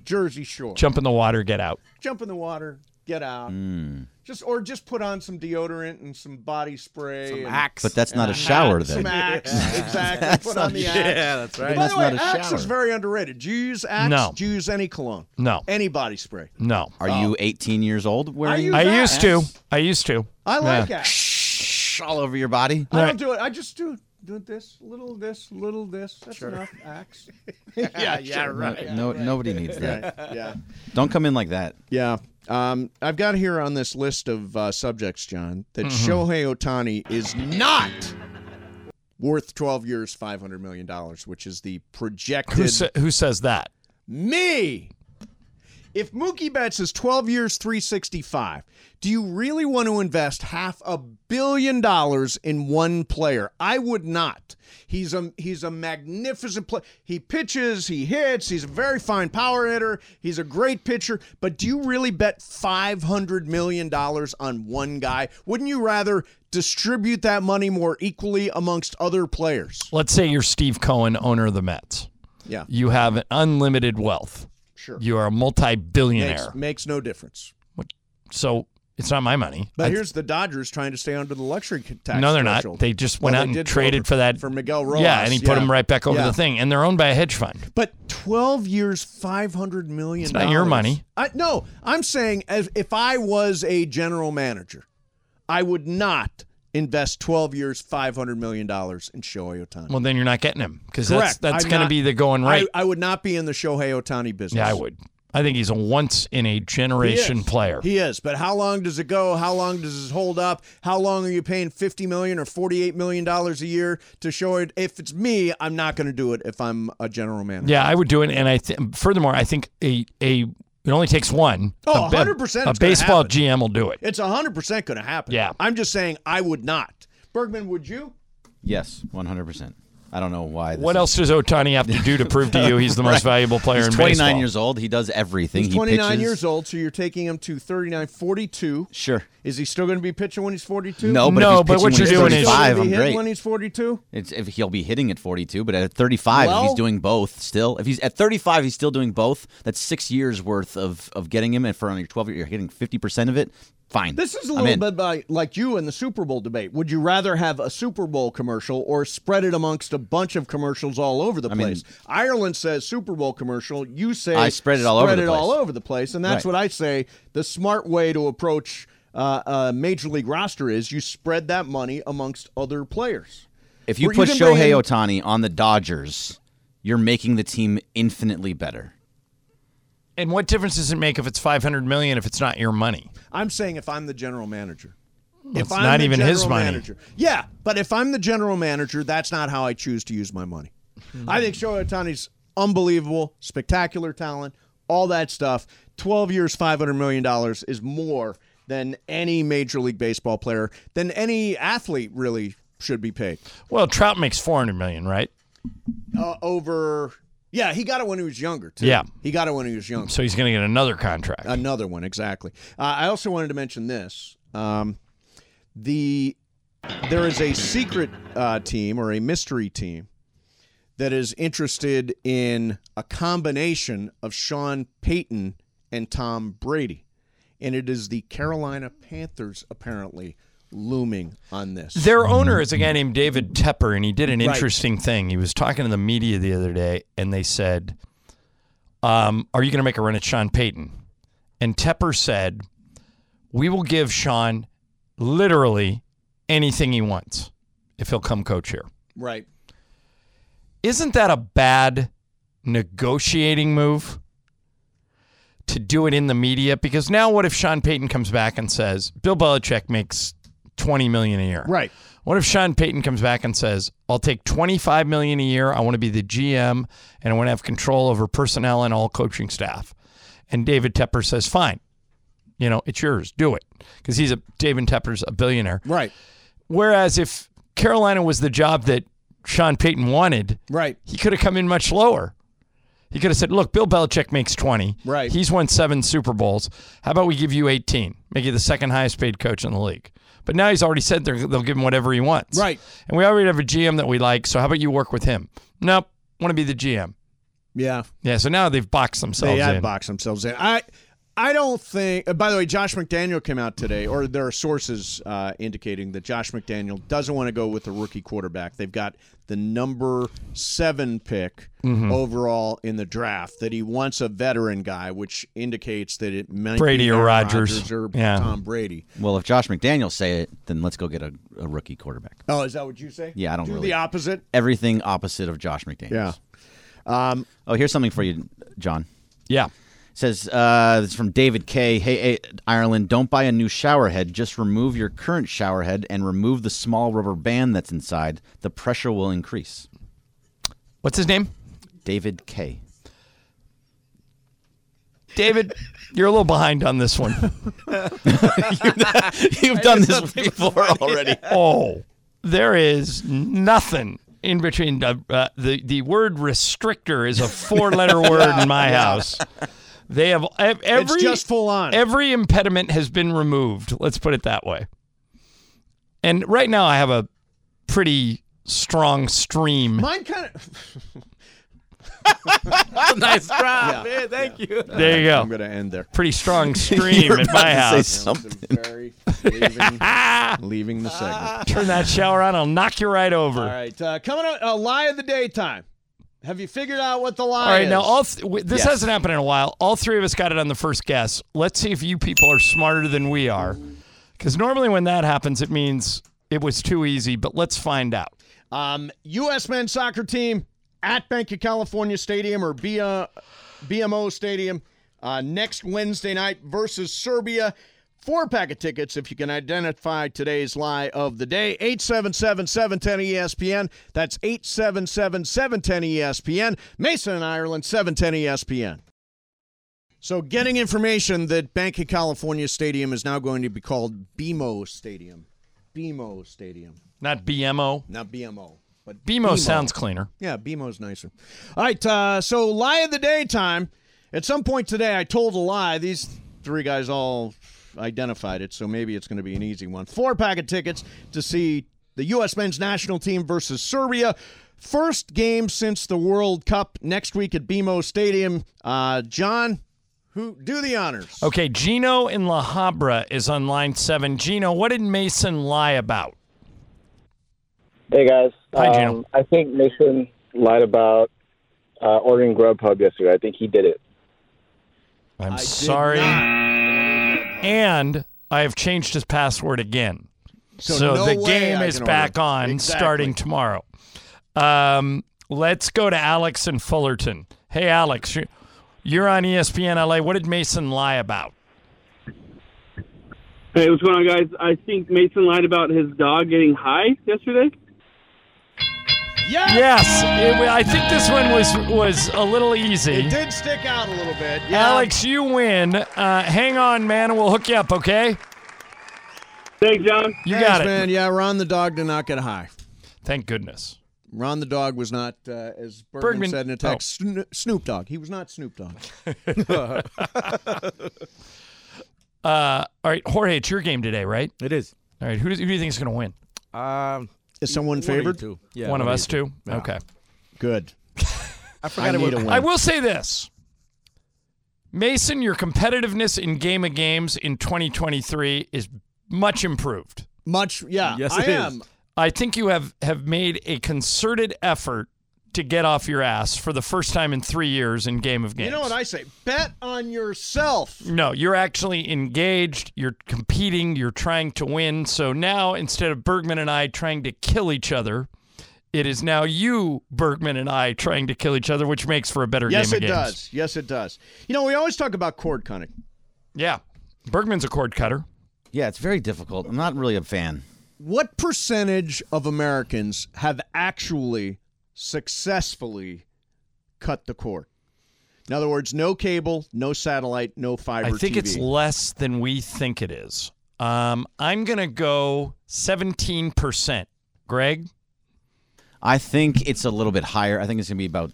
[SPEAKER 1] Jersey Shore. Jump,
[SPEAKER 2] Jump in the water, get out.
[SPEAKER 1] in the water, get out.
[SPEAKER 3] Mm.
[SPEAKER 1] Just or just put on some deodorant and some body spray. Some axe.
[SPEAKER 3] But that's not a shower
[SPEAKER 1] Some
[SPEAKER 3] then. (laughs)
[SPEAKER 1] axe. exactly. put on the axe.
[SPEAKER 3] that's right.
[SPEAKER 1] By
[SPEAKER 3] That's
[SPEAKER 1] the way,
[SPEAKER 3] not a
[SPEAKER 1] axe
[SPEAKER 3] shower.
[SPEAKER 1] is very underrated. Do you use axe?
[SPEAKER 2] No.
[SPEAKER 1] Do you use any cologne?
[SPEAKER 2] No,
[SPEAKER 1] Any body spray?
[SPEAKER 2] no.
[SPEAKER 3] Are
[SPEAKER 1] Oh.
[SPEAKER 3] you 18 years old wearing
[SPEAKER 1] use-
[SPEAKER 2] I
[SPEAKER 1] that?
[SPEAKER 2] used to. I used to.
[SPEAKER 1] I like axe.
[SPEAKER 3] shh all over your body?
[SPEAKER 1] I
[SPEAKER 2] Right.
[SPEAKER 1] don't do it. I just do do this, little this, little this. That's enough. Axe. (laughs) yeah, yeah, (laughs) right.
[SPEAKER 3] No, nobody needs
[SPEAKER 1] (laughs)
[SPEAKER 3] that.
[SPEAKER 1] Yeah.
[SPEAKER 3] Don't come in like that.
[SPEAKER 1] Yeah. Um, I've got here on this list of uh, subjects, John, that
[SPEAKER 2] Mm-hmm.
[SPEAKER 1] Shohei Otani is not worth 12 years, $500 million, which is the
[SPEAKER 2] Who,
[SPEAKER 1] projected.
[SPEAKER 2] sa- who says that?
[SPEAKER 1] me! If Mookie Betts is 12 years, 365, do you really want to invest half a billion dollars in one player? I would not. He's a he's a magnificent player. He pitches, he hits, he's a very fine power hitter, he's a great pitcher, but do you really bet 500 million dollars on one guy? Wouldn't you rather distribute that money more equally amongst other players?
[SPEAKER 2] Let's say you're Steve Cohen, owner of the Mets.
[SPEAKER 1] Yeah.
[SPEAKER 2] You have an unlimited wealth.
[SPEAKER 1] Sure.
[SPEAKER 2] You are a multi-billionaire.
[SPEAKER 1] Makes, makes no difference.
[SPEAKER 2] So it's not my money.
[SPEAKER 1] But here's the Dodgers trying to stay under the luxury c- tax.
[SPEAKER 2] no, they're not.
[SPEAKER 1] threshold.
[SPEAKER 2] They just went
[SPEAKER 1] Well,
[SPEAKER 2] out
[SPEAKER 1] they
[SPEAKER 2] and
[SPEAKER 1] did
[SPEAKER 2] traded
[SPEAKER 1] over-
[SPEAKER 2] for that
[SPEAKER 1] for Miguel Rojas.
[SPEAKER 2] Yeah, and he put them right back over
[SPEAKER 1] Yeah.
[SPEAKER 2] the thing. And they're owned by a hedge fund.
[SPEAKER 1] But 12 years, 500 million.
[SPEAKER 2] It's not your money.
[SPEAKER 1] I, no, I'm saying as if I was a general manager, I would not invest 12 years, 500 million dollars in Shohei Otani.
[SPEAKER 2] Well, then you're not getting him because that's
[SPEAKER 1] Correct.
[SPEAKER 2] that's
[SPEAKER 1] I'm
[SPEAKER 2] going to
[SPEAKER 1] not-
[SPEAKER 2] be the going rate.
[SPEAKER 1] I, I would not be in the Shohei Otani business.
[SPEAKER 2] yeah, I would. I think he's a once in a generation player.
[SPEAKER 1] He is, but how long does it go? How long does this hold up? How long are you paying fifty million or forty-eight million dollars a year to show it? If it's me, I'm not going to do it. If I'm a general manager,
[SPEAKER 2] Yeah, I would do it. And I th- furthermore, I think a a it only takes one.
[SPEAKER 1] Oh,
[SPEAKER 2] a, ba-
[SPEAKER 1] 100%
[SPEAKER 2] A
[SPEAKER 1] it's gonna
[SPEAKER 2] baseball
[SPEAKER 1] happen.
[SPEAKER 2] GM will do it.
[SPEAKER 1] it's hundred percent going to happen.
[SPEAKER 2] Yeah.
[SPEAKER 1] I'm just saying I would not. Bergman, would you?
[SPEAKER 3] Yes, 100%. I don't know why. This
[SPEAKER 2] What else does Otani have to do to prove to you
[SPEAKER 1] (laughs)
[SPEAKER 2] he's the most valuable player
[SPEAKER 3] He's
[SPEAKER 2] in
[SPEAKER 3] 29
[SPEAKER 2] baseball?
[SPEAKER 3] years old. He does everything.
[SPEAKER 1] He's
[SPEAKER 3] he
[SPEAKER 1] 29
[SPEAKER 3] pitches.
[SPEAKER 1] years old, so you're taking him to 39, 42.
[SPEAKER 3] Sure.
[SPEAKER 1] Is he still going to be pitching when he's 42?
[SPEAKER 3] No, but,
[SPEAKER 2] No,
[SPEAKER 3] if
[SPEAKER 2] but
[SPEAKER 3] he's
[SPEAKER 2] what
[SPEAKER 3] pitching
[SPEAKER 2] you're
[SPEAKER 3] when
[SPEAKER 2] doing
[SPEAKER 3] he's
[SPEAKER 2] is-
[SPEAKER 3] 35,
[SPEAKER 1] Will he
[SPEAKER 3] I'm
[SPEAKER 1] hit
[SPEAKER 3] great.
[SPEAKER 1] When he's 42,
[SPEAKER 3] It's if he'll be hitting at 42, but at 35, if
[SPEAKER 1] Well-
[SPEAKER 3] he's doing both still. If he's at 35, he's still doing both. That's six years worth of of getting him. And for only 12, you're hitting 50 percent of it. Fine.
[SPEAKER 1] this is a
[SPEAKER 3] I'm
[SPEAKER 1] little
[SPEAKER 3] in.
[SPEAKER 1] bit by, like you in the Super Bowl debate. Would you rather have a Super Bowl commercial or spread it amongst a bunch of commercials all over the place? Ireland says Super Bowl commercial. You say
[SPEAKER 3] I spread it all over the
[SPEAKER 1] it
[SPEAKER 3] place.
[SPEAKER 1] all over the place, and that's
[SPEAKER 3] Right.
[SPEAKER 1] what I say. The smart way to approach uh, a major league roster is you spread that money amongst other players.
[SPEAKER 3] If you
[SPEAKER 1] Well, you
[SPEAKER 3] put
[SPEAKER 1] can bring
[SPEAKER 3] Shohei
[SPEAKER 1] in-
[SPEAKER 3] Otani on the Dodgers, you're making the team infinitely better.
[SPEAKER 2] And what difference does it make if it's 500 million if it's not your money?
[SPEAKER 1] I'm saying if I'm the general manager.
[SPEAKER 2] it's not even his
[SPEAKER 1] general
[SPEAKER 2] money.
[SPEAKER 1] Manager. Yeah, but if I'm the general manager, that's not how I choose to use my money.
[SPEAKER 2] Hmm.
[SPEAKER 1] I think Shohei Otani's unbelievable, spectacular talent, all that stuff. 12 years, $500 million is more than any Major League Baseball player, than any athlete really should be paid.
[SPEAKER 2] Well, Trout makes 400 million, right?
[SPEAKER 1] uh, over. Yeah, he got it when he was younger too.
[SPEAKER 2] Yeah.
[SPEAKER 1] he got it when he was younger.
[SPEAKER 2] So he's going to get another contract.
[SPEAKER 1] Another one, exactly. Uh, I also wanted to mention this. Um, the there is a secret uh, team or a mystery team that is interested in a combination of Sean Payton and Tom Brady, and it is the Carolina Panthers apparently looming on this.
[SPEAKER 2] Their owner is a guy named David Tepper, and he did an interesting thing. He was talking to the media the other day, and they said, um, Are you going to make a run at Sean Payton? And Tepper said, We will give Sean literally anything he wants if he'll come coach here.
[SPEAKER 1] right.
[SPEAKER 2] Isn't that a bad negotiating move to do it in the media? Because now, what if Sean Payton comes back and says, Bill Belichick makes 20 million a year?
[SPEAKER 1] Right.
[SPEAKER 2] What if Sean Payton comes back and says, "I'll take 25 million a year. I want to be the GM and I want to have control over personnel and all coaching staff." And David Tepper says, "Fine. You know, it's yours. Do it." Cuz he's a David Tepper's a billionaire.
[SPEAKER 1] Right.
[SPEAKER 2] Whereas if Carolina was the job that Sean Payton wanted,
[SPEAKER 1] Right.
[SPEAKER 2] he could have come in much lower. He could have said, "Look, Bill Belichick makes 20.
[SPEAKER 1] Right.
[SPEAKER 2] He's won 7 Super Bowls. How about we give you 18? Make you the second highest paid coach in the league." But now he's already said they're- they'll give him whatever he wants.
[SPEAKER 1] Right.
[SPEAKER 2] And we already have a GM that we like, so how about you work with him? Nope, want to be the GM.
[SPEAKER 1] Yeah.
[SPEAKER 2] Yeah, so now they've boxed themselves
[SPEAKER 1] They
[SPEAKER 2] in.
[SPEAKER 1] ad box themselves in. I I don't think. uh, by the way, Josh McDaniel came out today, or there are sources uh, indicating that Josh McDaniel doesn't want to go with the rookie quarterback. They've got the number seven pick
[SPEAKER 2] Mm-hmm.
[SPEAKER 1] overall in the draft. That he wants a veteran guy, which indicates that it might
[SPEAKER 2] Brady
[SPEAKER 1] be
[SPEAKER 2] or
[SPEAKER 1] Aaron
[SPEAKER 2] Rodgers.
[SPEAKER 1] Rodgers or
[SPEAKER 2] Yeah.
[SPEAKER 1] Tom Brady.
[SPEAKER 3] Well, if Josh McDaniels say it, then let's go get a, a rookie quarterback.
[SPEAKER 1] Oh, is that what you say?
[SPEAKER 3] Yeah, I don't
[SPEAKER 1] Do
[SPEAKER 3] really-
[SPEAKER 1] the opposite.
[SPEAKER 3] Everything opposite of Josh McDaniels.
[SPEAKER 1] Yeah.
[SPEAKER 3] Oh, here's something for you, John.
[SPEAKER 2] yeah.
[SPEAKER 3] It says uh, it's from David K. Hey, eh, Ireland, don't buy a new shower head. Just remove your current shower head and remove the small rubber band that's inside. The pressure will increase.
[SPEAKER 2] What's his name?
[SPEAKER 3] David K.
[SPEAKER 2] David, you're a little behind on
[SPEAKER 3] (laughs)
[SPEAKER 2] this one.
[SPEAKER 3] You've done this before already.
[SPEAKER 2] (laughs) oh, there is nothing in between the uh, the, the word restrictor is a four
[SPEAKER 3] (laughs)
[SPEAKER 2] letter word in my house. They have ev- every
[SPEAKER 1] just full on.
[SPEAKER 2] Every impediment has been removed. Let's put it that way. And right now, I have a pretty strong stream.
[SPEAKER 1] Mine kind of.
[SPEAKER 5] nice drop, man. Thank you.
[SPEAKER 2] there you go.
[SPEAKER 1] (sighs) I'm going to end there.
[SPEAKER 3] (laughs)
[SPEAKER 2] pretty strong stream at my house.
[SPEAKER 3] Something.
[SPEAKER 1] Very leaving, leaving the segment.
[SPEAKER 2] (laughs) Turn that shower on, I'll knock you right over.
[SPEAKER 1] (laughs)
[SPEAKER 2] All
[SPEAKER 1] All
[SPEAKER 2] right,
[SPEAKER 1] right, uh, coming up, uh, lie of the daytime. Have you figured out what the lie is?
[SPEAKER 2] now all th- w- this hasn't happened in a while. All three of us got it on the first guess. Let's see if you people are smarter than we are, because normally when that happens, it means it was too easy. But let's find out.
[SPEAKER 1] um, U.S. men's soccer team at Bank of California Stadium or B- uh, BMO Stadium uh, next Wednesday night versus Serbia. Four pack of tickets if you can identify today's lie of the day. 877 710 ESPN. That's 877 710 ESPN. Mason in Ireland, E 710 ESPN. So, getting information that Bank of California Stadium is now going to be called BMO Stadium. BMO Stadium,
[SPEAKER 2] Not BMO.
[SPEAKER 1] not BMO. But
[SPEAKER 2] BMO sounds cleaner.
[SPEAKER 1] yeah, BMO's nicer. All right, uh, so lie of the day time. At some point today, I told a lie. These three guys all identified it, so maybe it's going to be an easy one. Four pack of tickets to see the U.S. men's national team versus Serbia. First game since the World Cup next week at BMO Stadium. Uh, John, who do the honors?
[SPEAKER 2] Okay, Gino in La Habra is on line seven. Gino, what did Mason lie about?
[SPEAKER 7] Hey guys. Um,
[SPEAKER 2] Hi, Gino.
[SPEAKER 7] I think Mason lied about uh, ordering Grubhub yesterday. I think he did it.
[SPEAKER 2] I'm
[SPEAKER 1] I did
[SPEAKER 2] sorry.
[SPEAKER 1] not.
[SPEAKER 2] and I have changed his password again. So,
[SPEAKER 1] no
[SPEAKER 2] the
[SPEAKER 1] way
[SPEAKER 2] game
[SPEAKER 1] I
[SPEAKER 2] is
[SPEAKER 1] can
[SPEAKER 2] back
[SPEAKER 1] order.
[SPEAKER 2] on
[SPEAKER 1] Exactly.
[SPEAKER 2] starting tomorrow. Um, let's go to Alex in Fullerton. Hey, Alex, you- you're on E ESPN LA. What did Mason lie about?
[SPEAKER 8] Hey, what's going on, guys? I think Mason lied about his dog getting high yesterday.
[SPEAKER 1] Yes!
[SPEAKER 2] Yes, it, wa- I think this one was was a little easy.
[SPEAKER 1] It did stick out a little bit. Yeah.
[SPEAKER 2] Alex, you win. Uh, hang on, man. We'll hook you up, okay?
[SPEAKER 8] Thanks, John.
[SPEAKER 2] You
[SPEAKER 1] Thanks,
[SPEAKER 2] got it.
[SPEAKER 1] man. Yeah, Ron the dog did not get high.
[SPEAKER 2] Thank goodness.
[SPEAKER 1] Ron the dog was not, uh, as Bergman,
[SPEAKER 2] Bergman-
[SPEAKER 1] said in a text, Sno- Snoop Dogg. He was not Snoop Dogg.
[SPEAKER 2] Uh, all right, Jorge, it's your game today, right?
[SPEAKER 5] It is.
[SPEAKER 2] All right, who, does, who do you think is going to win?
[SPEAKER 5] Um,
[SPEAKER 1] Is someone
[SPEAKER 5] one of you
[SPEAKER 1] favored?
[SPEAKER 5] two. Yeah,
[SPEAKER 2] One of
[SPEAKER 5] you
[SPEAKER 2] us
[SPEAKER 5] two.
[SPEAKER 2] two. Okay.
[SPEAKER 1] Good.
[SPEAKER 5] I forgot
[SPEAKER 1] I
[SPEAKER 5] it
[SPEAKER 1] need
[SPEAKER 5] was.
[SPEAKER 1] a win.
[SPEAKER 2] I will say this. Mason, your competitiveness in Game of Games in 2023 is much improved.
[SPEAKER 1] Much, yeah.
[SPEAKER 5] Yes,
[SPEAKER 1] I
[SPEAKER 5] it is.
[SPEAKER 1] am.
[SPEAKER 2] I think you have, have made a concerted effort to get off your ass for the first time in three years in Game of Games.
[SPEAKER 1] You know what I say? Bet on yourself.
[SPEAKER 2] No, you're actually engaged. You're competing. You're trying to win. So now, instead of Bergman and I trying to kill each other, it is now you, Bergman and I, trying to kill each other, which makes for a better
[SPEAKER 1] Yes,
[SPEAKER 2] game
[SPEAKER 1] it
[SPEAKER 2] of games.
[SPEAKER 1] does. Yes, it does. You know, we always talk about cord cutting.
[SPEAKER 2] Yeah, Bergman's a cord cutter.
[SPEAKER 3] Yeah, it's very difficult. I'm not really a fan.
[SPEAKER 1] What percentage of Americans have actually successfully cut the cord? In other words, no cable, no satellite, no fiber
[SPEAKER 2] I think
[SPEAKER 1] TV.
[SPEAKER 2] it's less than we think it is. Um, I'm gonna go 17 percent. Greg,
[SPEAKER 3] I think it's a little bit higher. I think it's going to be about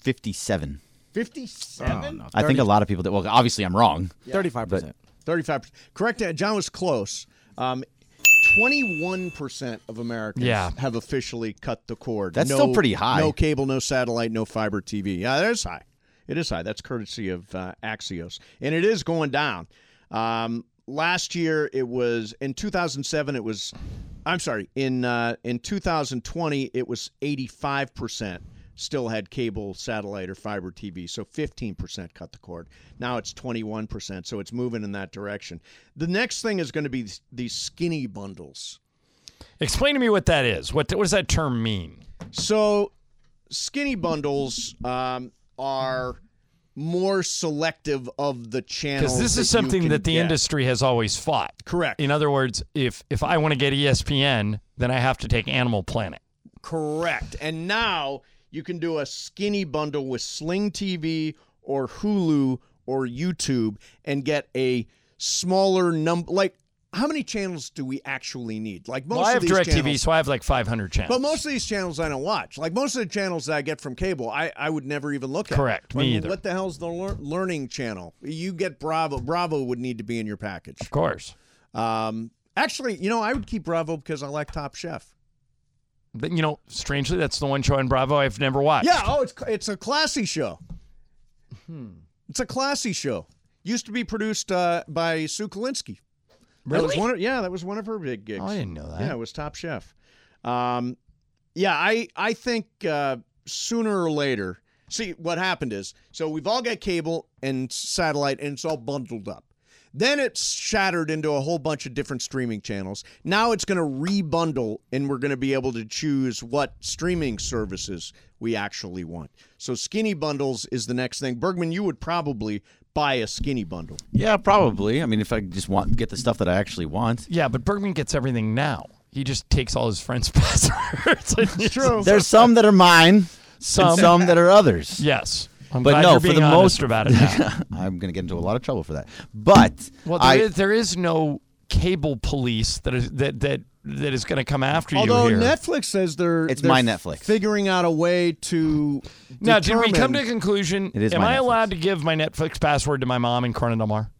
[SPEAKER 3] 57.
[SPEAKER 2] Oh,
[SPEAKER 1] 57?
[SPEAKER 3] I think a lot of people that well obviously I'm wrong.
[SPEAKER 5] Thirty-five percent.
[SPEAKER 1] 35%. Correct. uh, John was close. Um, 21% of Americans
[SPEAKER 2] Yeah.
[SPEAKER 1] have officially cut the cord.
[SPEAKER 3] That's
[SPEAKER 1] no,
[SPEAKER 3] still pretty high.
[SPEAKER 1] No cable, no satellite, no fiber TV. Yeah, that is high. It is high. That's courtesy of uh, Axios. And it is going down. Um, last year, it was, in 2007, it was, I'm sorry, in, uh, in 2020, it was 85% still had cable, satellite, or fiber TV. So 15% cut the cord. Now it's 21%. So it's moving in that direction. The next thing is going to be these- these skinny bundles.
[SPEAKER 2] explain to me what that is. What what does that term mean?
[SPEAKER 1] So, skinny bundles um, are more selective of the channels.
[SPEAKER 2] Because this
[SPEAKER 1] that
[SPEAKER 2] is
[SPEAKER 1] you
[SPEAKER 2] something
[SPEAKER 1] can
[SPEAKER 2] that the
[SPEAKER 1] get.
[SPEAKER 2] industry has always fought.
[SPEAKER 1] Correct.
[SPEAKER 2] In other words, if if I want to get E ESPN, then I have to take Animal Planet.
[SPEAKER 1] Correct. And now you can do a skinny bundle with Sling TV or Hulu or YouTube and get a smaller number. Like, how many channels do we actually need? Like most
[SPEAKER 2] Well, I
[SPEAKER 1] of
[SPEAKER 2] have
[SPEAKER 1] these
[SPEAKER 2] DirecTV,
[SPEAKER 1] channels-
[SPEAKER 2] so I have like 500 channels.
[SPEAKER 1] But most of these channels I don't watch. Like most of the channels that I get from cable, I, I would never even look at.
[SPEAKER 2] Correct, me
[SPEAKER 1] Like,
[SPEAKER 2] either.
[SPEAKER 1] What the hell's the lear- learning channel? You get Bravo. Bravo would need to be in your package.
[SPEAKER 2] of course.
[SPEAKER 1] Um, actually, you know, I would keep Bravo because I like Top Chef.
[SPEAKER 2] But, you know, strangely, that's the one show on Bravo I've never watched.
[SPEAKER 1] Yeah. Oh, it's it's a classy show.
[SPEAKER 2] Hmm.
[SPEAKER 1] It's a classy show. Used to be produced uh, by Sue Kalinsky. That was
[SPEAKER 2] Really?
[SPEAKER 1] one of- yeah, that was one of her big gigs.
[SPEAKER 2] Oh, I didn't know that.
[SPEAKER 1] Yeah, it was Top Chef. Um, yeah, I I think uh, sooner or later. See what happened is so we've all got cable and satellite, and it's all bundled up. Then it's shattered into a whole bunch of different streaming channels. Now it's going to rebundle, and we're going to be able to choose what streaming services we actually want. So skinny bundles is the next thing. Bergman, you would probably buy a skinny bundle.
[SPEAKER 3] Yeah, probably. I mean, if I just want get the stuff that I actually want.
[SPEAKER 2] Yeah, but Bergman gets everything now. He just takes all his friends' (laughs) passwords. It's true.
[SPEAKER 3] There's some that are mine, some
[SPEAKER 2] Some.
[SPEAKER 3] some that are others.
[SPEAKER 2] Yes. I'm
[SPEAKER 3] But
[SPEAKER 2] glad
[SPEAKER 3] no,
[SPEAKER 2] you're
[SPEAKER 3] for
[SPEAKER 2] being
[SPEAKER 3] the
[SPEAKER 2] honest
[SPEAKER 3] most-
[SPEAKER 2] about it now.
[SPEAKER 3] I'm going to get into a lot of trouble for that. But
[SPEAKER 2] well,
[SPEAKER 3] (laughs)
[SPEAKER 2] there
[SPEAKER 3] I
[SPEAKER 2] is- there is no cable police that is that that that is going to come after
[SPEAKER 1] Although
[SPEAKER 2] you here.
[SPEAKER 1] Netflix says they're
[SPEAKER 3] It's
[SPEAKER 1] they're
[SPEAKER 3] my Netflix.
[SPEAKER 1] figuring out a way to
[SPEAKER 2] now, did
[SPEAKER 1] determine-
[SPEAKER 2] we come to a conclusion?
[SPEAKER 3] It is
[SPEAKER 2] Am
[SPEAKER 3] my
[SPEAKER 2] I
[SPEAKER 3] Netflix.
[SPEAKER 2] allowed to give my Netflix password to my mom in Corona Del Mar?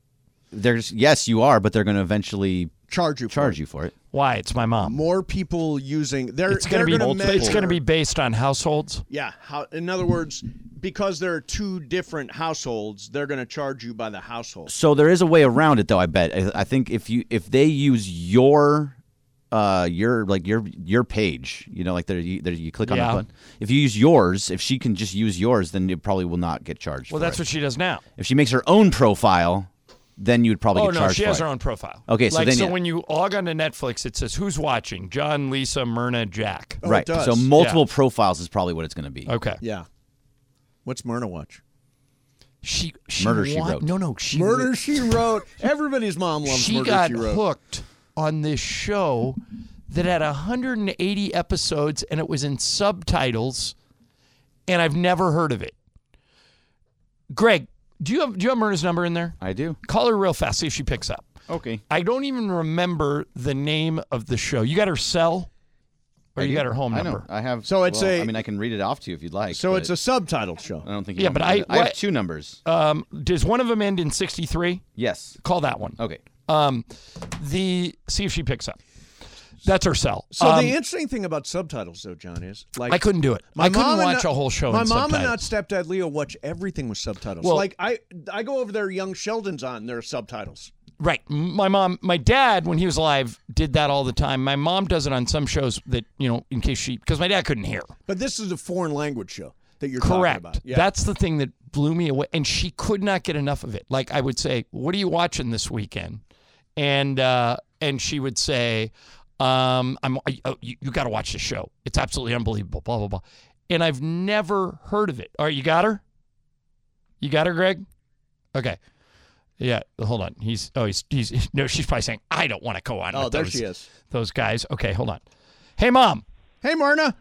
[SPEAKER 3] there's yes, you are, but they're going to eventually
[SPEAKER 1] charge you for
[SPEAKER 3] charge
[SPEAKER 1] it.
[SPEAKER 3] you for it.
[SPEAKER 2] Why? It's my mom.
[SPEAKER 1] more people using they're
[SPEAKER 2] it's going to
[SPEAKER 1] they're
[SPEAKER 2] be
[SPEAKER 1] gonna measure-
[SPEAKER 2] it's going to be based on households.
[SPEAKER 1] yeah how in other words because there are two different households they're going to charge you by the household
[SPEAKER 3] So there is a way around it, though. I bet. I, I think if you if they use your uh your like your your page, you know, like there you, there you click on
[SPEAKER 2] Yeah.
[SPEAKER 3] that button. If you use yours, if she can just use yours, then it probably will not get charged.
[SPEAKER 2] Well,
[SPEAKER 3] for
[SPEAKER 2] that's
[SPEAKER 3] it.
[SPEAKER 2] what she does now.
[SPEAKER 3] if she makes her own profile, then you'd probably
[SPEAKER 2] Oh
[SPEAKER 3] get
[SPEAKER 2] no,
[SPEAKER 3] charged
[SPEAKER 2] she
[SPEAKER 3] for
[SPEAKER 2] has
[SPEAKER 3] it.
[SPEAKER 2] her own profile.
[SPEAKER 3] Okay, so
[SPEAKER 2] like,
[SPEAKER 3] then
[SPEAKER 2] so
[SPEAKER 3] yeah.
[SPEAKER 2] when you log on to Netflix, it says who's watching: John, Lisa, Myrna, Jack.
[SPEAKER 1] Oh, it
[SPEAKER 3] right.
[SPEAKER 1] does.
[SPEAKER 3] So multiple profiles is probably what it's going to be.
[SPEAKER 2] Okay.
[SPEAKER 1] yeah what's myrna watch
[SPEAKER 2] She, she
[SPEAKER 3] Murder, She
[SPEAKER 2] wa-
[SPEAKER 3] Wrote.
[SPEAKER 2] No, no, she
[SPEAKER 1] murder she wrote everybody's mom loves
[SPEAKER 2] she
[SPEAKER 1] murder
[SPEAKER 2] got
[SPEAKER 1] she wrote
[SPEAKER 2] hooked on this show that had 180 episodes and it was in subtitles, and I've never heard of it. Greg, do you have do you have Myrna's number in there?
[SPEAKER 3] I do.
[SPEAKER 2] Call her real fast, see if she picks up.
[SPEAKER 3] Okay.
[SPEAKER 2] I don't even remember the name of the show. You got her cell? Or
[SPEAKER 3] I
[SPEAKER 2] you
[SPEAKER 3] do.
[SPEAKER 2] got her home
[SPEAKER 3] I
[SPEAKER 2] number.
[SPEAKER 3] Know. I have.
[SPEAKER 1] So it's
[SPEAKER 3] well,
[SPEAKER 1] a-
[SPEAKER 3] I mean, I can read it off to you if you'd like.
[SPEAKER 1] So
[SPEAKER 3] but
[SPEAKER 1] it's a subtitled show.
[SPEAKER 3] I don't think. You
[SPEAKER 2] Yeah,
[SPEAKER 3] want
[SPEAKER 2] but
[SPEAKER 3] me
[SPEAKER 2] I-
[SPEAKER 3] to- I have
[SPEAKER 2] what-
[SPEAKER 3] two numbers.
[SPEAKER 2] Um, does one of them end in 63?
[SPEAKER 3] yes.
[SPEAKER 2] Call that one.
[SPEAKER 3] Okay.
[SPEAKER 2] Um, the see if she picks up. That's her cell.
[SPEAKER 1] So
[SPEAKER 2] Um,
[SPEAKER 1] the interesting thing about subtitles, though, John, is like
[SPEAKER 2] I couldn't do it. I couldn't
[SPEAKER 1] mom and
[SPEAKER 2] watch
[SPEAKER 1] not-
[SPEAKER 2] a whole show.
[SPEAKER 1] My
[SPEAKER 2] in
[SPEAKER 1] mom and
[SPEAKER 2] subtitles.
[SPEAKER 1] not stepdad Leo watch everything with subtitles.
[SPEAKER 2] Well-
[SPEAKER 1] like I, I go over there. Young Sheldon's on. There are subtitles.
[SPEAKER 2] Right. M- My mom, my dad, when he was alive, did that all the time. My mom does it on some shows that, you know, in case she, because my dad couldn't hear.
[SPEAKER 1] But this is a foreign language show that you're
[SPEAKER 2] Correct.
[SPEAKER 1] talking about. Yeah.
[SPEAKER 2] That's the thing that blew me away. And she could not get enough of it. Like I would say, What are you watching this weekend? And, uh, and she would say, um, I'm, I, oh, you, you got to watch this show. It's absolutely unbelievable, blah, blah, blah. And I've never heard of it. All right. You got her? You got her, Greg? Okay. Yeah, hold on. He's oh he's he's (laughs) no, she's probably saying, I don't want to go on.
[SPEAKER 1] Oh,
[SPEAKER 2] with
[SPEAKER 1] there
[SPEAKER 2] those,
[SPEAKER 1] she is.
[SPEAKER 2] Those guys. Okay, hold on. Hey mom.
[SPEAKER 1] hey, Marna.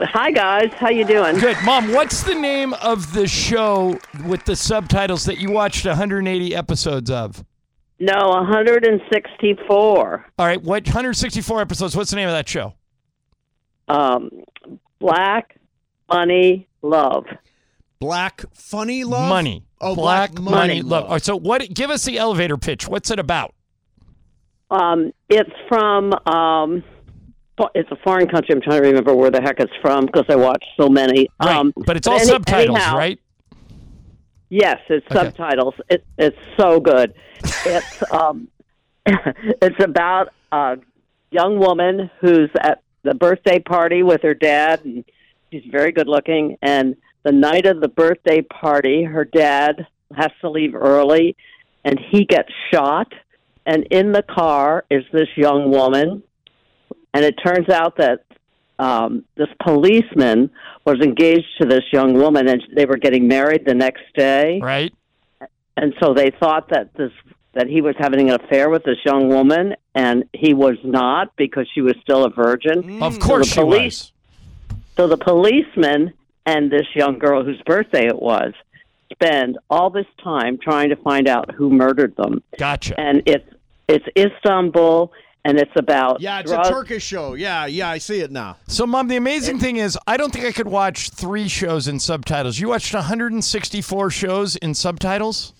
[SPEAKER 9] Hi guys, how you doing?
[SPEAKER 2] Good. Mom, what's the name of the show with the subtitles that you watched 180 episodes of?
[SPEAKER 9] No, 164.
[SPEAKER 2] All right, what 164 episodes, what's the name of that show?
[SPEAKER 9] Um, black money love.
[SPEAKER 1] Black funny love.
[SPEAKER 2] Money.
[SPEAKER 1] Oh,
[SPEAKER 2] Black, Money, Love. All
[SPEAKER 1] love.
[SPEAKER 2] right, so what give us the elevator pitch. What's it about?
[SPEAKER 9] Um, it's from um, fo- it's a foreign country. I'm trying to remember where the heck it's from because I watch so many.
[SPEAKER 2] Right.
[SPEAKER 9] Um,
[SPEAKER 2] but it's all
[SPEAKER 9] any-
[SPEAKER 2] subtitles,
[SPEAKER 9] anyhow,
[SPEAKER 2] right?
[SPEAKER 9] Yes, it's
[SPEAKER 2] Okay.
[SPEAKER 9] subtitles. It, it's so good. It's um, (laughs) it's about a young woman who's at the birthday party with her dad, and she's very good looking. And the night of the birthday party, her dad has to leave early, and he gets shot. And in the car is this young woman, and it turns out that um, this policeman was engaged to this young woman, and they were getting married the next day
[SPEAKER 2] Right?
[SPEAKER 9] and so they thought that this that he was having an affair with this young woman and he was not because she was still a virgin
[SPEAKER 1] Mm.
[SPEAKER 2] Of course she
[SPEAKER 9] police-
[SPEAKER 2] was.
[SPEAKER 9] so the policeman and this young girl whose birthday it was spend all this time trying to find out who murdered them
[SPEAKER 2] Gotcha.
[SPEAKER 9] and it's it's istanbul and it's about
[SPEAKER 1] Yeah, it's
[SPEAKER 9] drugs.
[SPEAKER 1] a Turkish show. Yeah, yeah, I see it now.
[SPEAKER 2] So, Mom, the amazing thing is, I don't think I could watch three shows in subtitles. You watched 164 shows in subtitles?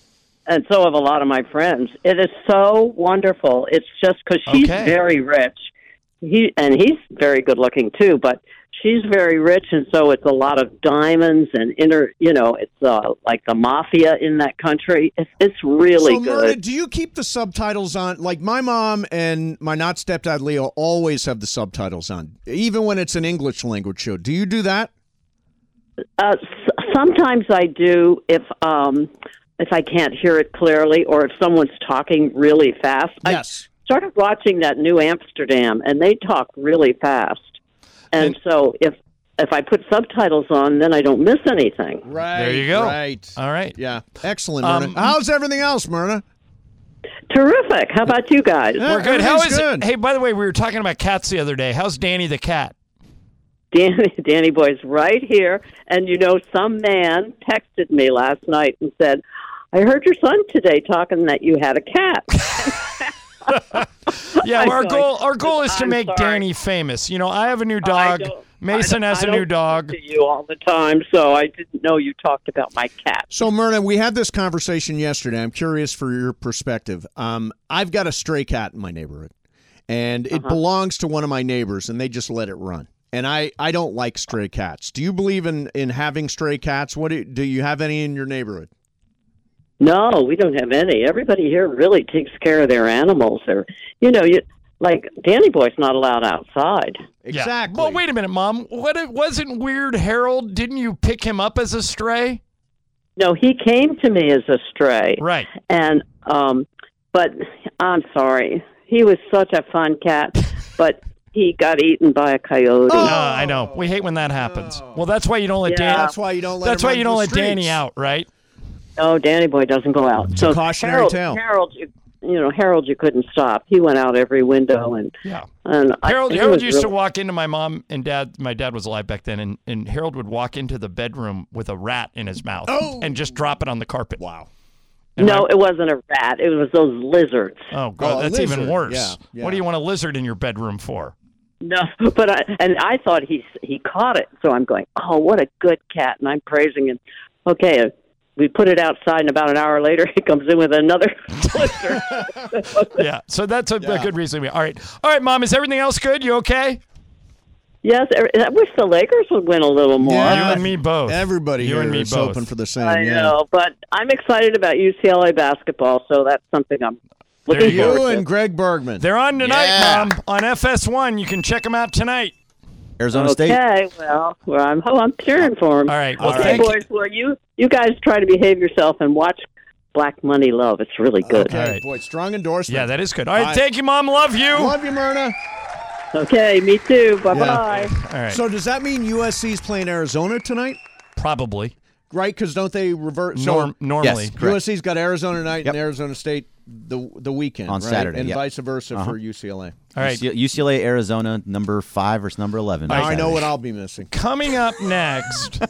[SPEAKER 9] and so have a lot of my friends. It is so wonderful. It's just because she's
[SPEAKER 2] Okay.
[SPEAKER 9] very rich, he and he's very good looking too. But she's very rich, and so it's a lot of diamonds and inner. You know, it's uh, like the mafia in that country. It's, it's really
[SPEAKER 1] so, Marna,
[SPEAKER 9] good.
[SPEAKER 1] do you keep the subtitles on? Like my mom and my not stepdad Leo always have the subtitles on, even when it's an English language show. Do you do that?
[SPEAKER 9] Uh, s- sometimes I do if um, if I can't hear it clearly, or if someone's talking really fast. I
[SPEAKER 1] Yes.
[SPEAKER 9] started watching that new Amsterdam, and they talk really fast. And, so if if I put subtitles on, then I don't miss anything.
[SPEAKER 1] right.
[SPEAKER 2] There you go.
[SPEAKER 1] Right.
[SPEAKER 2] All right.
[SPEAKER 1] Yeah. Excellent, Myrna.
[SPEAKER 2] Um,
[SPEAKER 1] How's everything else, Myrna?
[SPEAKER 9] Terrific. How about you guys?
[SPEAKER 2] We're good. How
[SPEAKER 1] Eh, Everything's
[SPEAKER 2] is
[SPEAKER 1] good.
[SPEAKER 2] it? Hey, by the way, we were talking about cats the other day. How's Danny the cat?
[SPEAKER 9] Danny Danny Boy's right here, and you know some man texted me last night and said, "I heard your son today talking that you had a cat."
[SPEAKER 2] Yeah,
[SPEAKER 9] I'm
[SPEAKER 2] our
[SPEAKER 9] sorry.
[SPEAKER 2] goal our goal is to
[SPEAKER 9] I'm
[SPEAKER 2] make
[SPEAKER 9] sorry. Oh,
[SPEAKER 2] Danny famous. You know, I have a new
[SPEAKER 9] I
[SPEAKER 2] dog.
[SPEAKER 9] don't-
[SPEAKER 2] Mason
[SPEAKER 9] I don't-
[SPEAKER 2] has
[SPEAKER 9] I
[SPEAKER 2] a new
[SPEAKER 9] don't
[SPEAKER 2] dog.
[SPEAKER 9] talk To you all the time, so I didn't know you talked about my cat.
[SPEAKER 1] So, Myrna, we had this conversation yesterday. I'm curious for your perspective. Um, I've got a stray cat in my neighborhood, and it
[SPEAKER 2] Uh-huh.
[SPEAKER 1] belongs to one of my neighbors, and they just let it run. And I, I don't like stray cats. Do you believe in, in having stray cats? What do, do you have any in your neighborhood?
[SPEAKER 9] No, we don't have any. Everybody here really takes care of their animals. Or, you know, you like Danny Boy's not allowed outside.
[SPEAKER 2] Yeah.
[SPEAKER 1] Exactly.
[SPEAKER 2] Well, wait a minute, Mom. What it wasn't weird Harold? Didn't you pick him up as a stray?
[SPEAKER 9] No, he came to me as a stray,
[SPEAKER 2] Right.
[SPEAKER 9] and um, but I'm sorry, he was such a fun cat, but he got eaten by a coyote.
[SPEAKER 2] No, I know. We hate when that happens.
[SPEAKER 1] Oh.
[SPEAKER 2] Well, that's why you don't let
[SPEAKER 9] Yeah.
[SPEAKER 2] Danny.
[SPEAKER 1] That's why you don't let.
[SPEAKER 2] That's
[SPEAKER 1] him
[SPEAKER 2] why
[SPEAKER 1] run
[SPEAKER 2] you
[SPEAKER 1] to
[SPEAKER 2] don't
[SPEAKER 1] the
[SPEAKER 2] let Danny
[SPEAKER 1] streets.
[SPEAKER 2] out, right?
[SPEAKER 9] No, Danny Boy doesn't go out. so
[SPEAKER 1] cautionary
[SPEAKER 9] Harold,
[SPEAKER 1] tale.
[SPEAKER 9] Harold, you, you know, Harold, you couldn't stop. He went out every window, and
[SPEAKER 2] Yeah.
[SPEAKER 9] and I-
[SPEAKER 2] Harold,
[SPEAKER 9] he
[SPEAKER 2] Harold
[SPEAKER 9] was
[SPEAKER 2] used to
[SPEAKER 9] really-
[SPEAKER 2] walk into my mom and dad. My dad was alive back then, and, and Harold would walk into the bedroom with a rat in his mouth
[SPEAKER 1] Oh.
[SPEAKER 2] and just drop it on the carpet.
[SPEAKER 1] Wow.
[SPEAKER 2] And
[SPEAKER 9] No, it wasn't a rat. It was those lizards.
[SPEAKER 2] Oh god,
[SPEAKER 1] Oh, a
[SPEAKER 2] that's even
[SPEAKER 1] lizard.
[SPEAKER 2] worse.
[SPEAKER 1] Yeah,
[SPEAKER 2] What do
[SPEAKER 1] yeah.
[SPEAKER 2] you want a lizard in your bedroom for?
[SPEAKER 9] No, (laughs) but I and I thought he he caught it, so I'm going, oh, what a good cat, and I'm praising him. Okay, uh, we put it outside, and about an hour later, (laughs) he comes in with another. (laughs)
[SPEAKER 2] yeah. So that's a, a good reason. We, all right. All right, mom. Is everything else good? You okay?
[SPEAKER 9] yes, er- I wish the Lakers would win a little more.
[SPEAKER 2] You and me both.
[SPEAKER 1] Everybody
[SPEAKER 2] You
[SPEAKER 1] here
[SPEAKER 2] and me
[SPEAKER 1] is
[SPEAKER 2] both.
[SPEAKER 1] hoping for the same.
[SPEAKER 9] I
[SPEAKER 1] yeah.
[SPEAKER 9] know, but I'm excited about UCLA basketball, so that's something I'm looking
[SPEAKER 1] you
[SPEAKER 9] forward to.
[SPEAKER 1] and Greg Bergman.
[SPEAKER 2] They're on tonight,
[SPEAKER 9] Yeah.
[SPEAKER 2] mom. On FS1. You can check them out tonight.
[SPEAKER 3] Arizona State.
[SPEAKER 9] Okay, well, well I'm oh, I'm cheering for him. All
[SPEAKER 2] right,
[SPEAKER 3] well,
[SPEAKER 9] okay,
[SPEAKER 3] thank you.
[SPEAKER 9] boys, well you you guys try to behave yourself and watch Black Money Love. It's
[SPEAKER 10] Uh,
[SPEAKER 9] really good.
[SPEAKER 1] Okay, boy, strong endorsement.
[SPEAKER 2] Yeah, that is good. All right. Thank you, mom. Love you.
[SPEAKER 1] Love you, Myrna.
[SPEAKER 9] Okay, me too. Bye bye.
[SPEAKER 2] All right.
[SPEAKER 1] So does that mean USC's playing Arizona tonight?
[SPEAKER 2] Probably.
[SPEAKER 1] Right, because don't they revert? so-
[SPEAKER 2] Norm- normally. Yes, correct.
[SPEAKER 1] USC's got Arizona tonight and Arizona State the the weekend
[SPEAKER 3] On
[SPEAKER 1] right?
[SPEAKER 3] Saturday,
[SPEAKER 1] and
[SPEAKER 3] yep.
[SPEAKER 1] vice versa
[SPEAKER 3] Uh-huh.
[SPEAKER 1] for UCLA.
[SPEAKER 2] All right.
[SPEAKER 3] UCLA, Arizona, number five versus number 11.
[SPEAKER 1] Now I know
[SPEAKER 3] Saturday.
[SPEAKER 1] what I'll be missing.
[SPEAKER 2] Coming up next,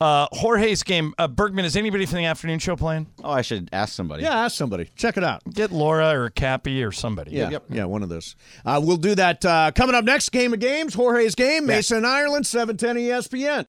[SPEAKER 2] uh, Jorge's game. Uh, Bergman, is anybody from the afternoon show playing?
[SPEAKER 3] Oh, I should ask somebody.
[SPEAKER 1] Yeah, ask somebody. Check it out.
[SPEAKER 2] Get Laura or Cappy or somebody.
[SPEAKER 1] Yeah, yeah, one of those. Uh, we'll do that uh, coming up next. Game of games, Jorge's game, Mason Ireland, seven ten E ESPN.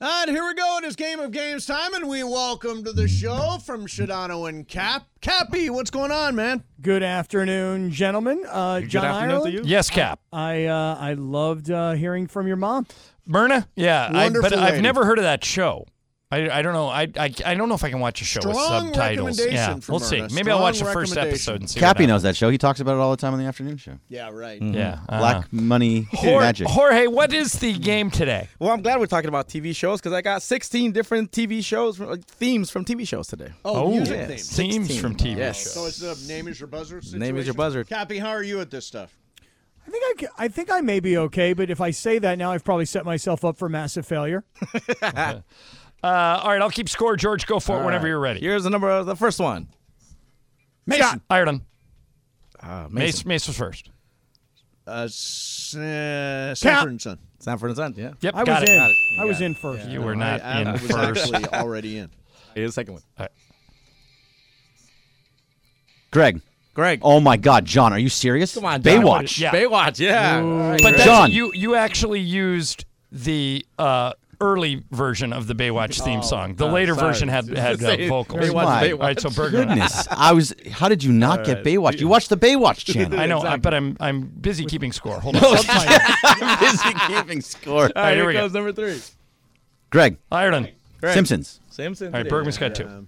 [SPEAKER 1] And here we go. It is game of games time, and we welcome to the show from Shadano and Cap. Cappy, what's going on, man?
[SPEAKER 10] Good afternoon, gentlemen. Uh, John
[SPEAKER 1] afternoon to
[SPEAKER 10] Ireland?
[SPEAKER 1] you.
[SPEAKER 2] Yes, Cap.
[SPEAKER 10] I uh, I loved uh, hearing from your mom.
[SPEAKER 2] Myrna? Yeah, I, but
[SPEAKER 10] Wonderful
[SPEAKER 2] I've
[SPEAKER 10] lady.
[SPEAKER 2] never heard of that show. I, I don't know. I, I I don't know if I can watch a show with
[SPEAKER 10] Strong
[SPEAKER 2] subtitles.
[SPEAKER 10] recommendation
[SPEAKER 2] Yeah,
[SPEAKER 10] from
[SPEAKER 2] we'll see.
[SPEAKER 10] Myrna.
[SPEAKER 2] Maybe I'll watch the
[SPEAKER 10] Strong
[SPEAKER 2] first episode and see. what
[SPEAKER 3] Cappy
[SPEAKER 2] happens.
[SPEAKER 3] knows that show. He talks about it all the time on the afternoon show.
[SPEAKER 1] Yeah, right.
[SPEAKER 3] Mhm.
[SPEAKER 2] Yeah, I
[SPEAKER 3] Black money
[SPEAKER 2] Jor-
[SPEAKER 3] magic.
[SPEAKER 2] Jorge, what is the game today?
[SPEAKER 5] Well, I'm glad we're talking about TV shows because I got 16 different TV shows, uh, themes from TV shows today.
[SPEAKER 1] Oh, music themes.
[SPEAKER 2] Themes from TV
[SPEAKER 5] Yes.
[SPEAKER 1] So it's a name is your buzzer. Situation.
[SPEAKER 5] Name is your buzzer.
[SPEAKER 1] Cappy, how are you at this stuff?
[SPEAKER 10] I think I, ca- I think I may be okay, but if I say that now, I've probably set myself up for massive failure.
[SPEAKER 2] Uh, all right, I'll keep score. George, go for it whenever you're ready.
[SPEAKER 5] Here's the number of the first one.
[SPEAKER 2] Mason, Ireland.
[SPEAKER 5] Uh,
[SPEAKER 2] Mace,
[SPEAKER 5] Mason.
[SPEAKER 2] Mace was first.
[SPEAKER 1] Uh, s- uh,
[SPEAKER 10] Cap.
[SPEAKER 1] Sanford and Son.
[SPEAKER 5] Sanford and Son, yeah.
[SPEAKER 2] Yep,
[SPEAKER 10] I
[SPEAKER 2] got
[SPEAKER 10] was
[SPEAKER 2] it.
[SPEAKER 10] in.
[SPEAKER 2] Got it.
[SPEAKER 10] I was in first.
[SPEAKER 2] You were
[SPEAKER 1] I-
[SPEAKER 2] not
[SPEAKER 1] I,
[SPEAKER 2] in
[SPEAKER 1] was
[SPEAKER 2] first.
[SPEAKER 1] actually already in.
[SPEAKER 5] Oh, Here's the second one.
[SPEAKER 3] Greg.
[SPEAKER 5] Greg.
[SPEAKER 3] Oh my God, John, are you serious? Come
[SPEAKER 5] on, John.
[SPEAKER 3] Baywatch.
[SPEAKER 2] Yeah.
[SPEAKER 5] Baywatch, yeah.
[SPEAKER 2] But that's,
[SPEAKER 3] John.
[SPEAKER 2] you you actually used the uh, early version of the Baywatch theme song. The
[SPEAKER 5] I'm
[SPEAKER 2] later
[SPEAKER 5] sorry.
[SPEAKER 2] version had had uh,
[SPEAKER 5] Say
[SPEAKER 2] vocals.
[SPEAKER 5] Baywatch,
[SPEAKER 3] My
[SPEAKER 5] Baywatch.
[SPEAKER 2] All right, so Bergman.
[SPEAKER 3] goodness, I was. How did you not
[SPEAKER 5] All
[SPEAKER 3] get
[SPEAKER 5] right.
[SPEAKER 3] Baywatch? You watched the Baywatch channel.
[SPEAKER 2] (laughs) I know, I- but I'm I'm busy keeping score. Hold on. (laughs)
[SPEAKER 3] I'm busy keeping score.
[SPEAKER 5] All right,
[SPEAKER 2] here
[SPEAKER 5] here
[SPEAKER 2] we go.
[SPEAKER 5] goes number three.
[SPEAKER 3] Greg,
[SPEAKER 2] Ireland.
[SPEAKER 5] Greg.
[SPEAKER 3] Simpsons.
[SPEAKER 5] Simpsons.
[SPEAKER 2] All right, Bergman's got two.
[SPEAKER 5] All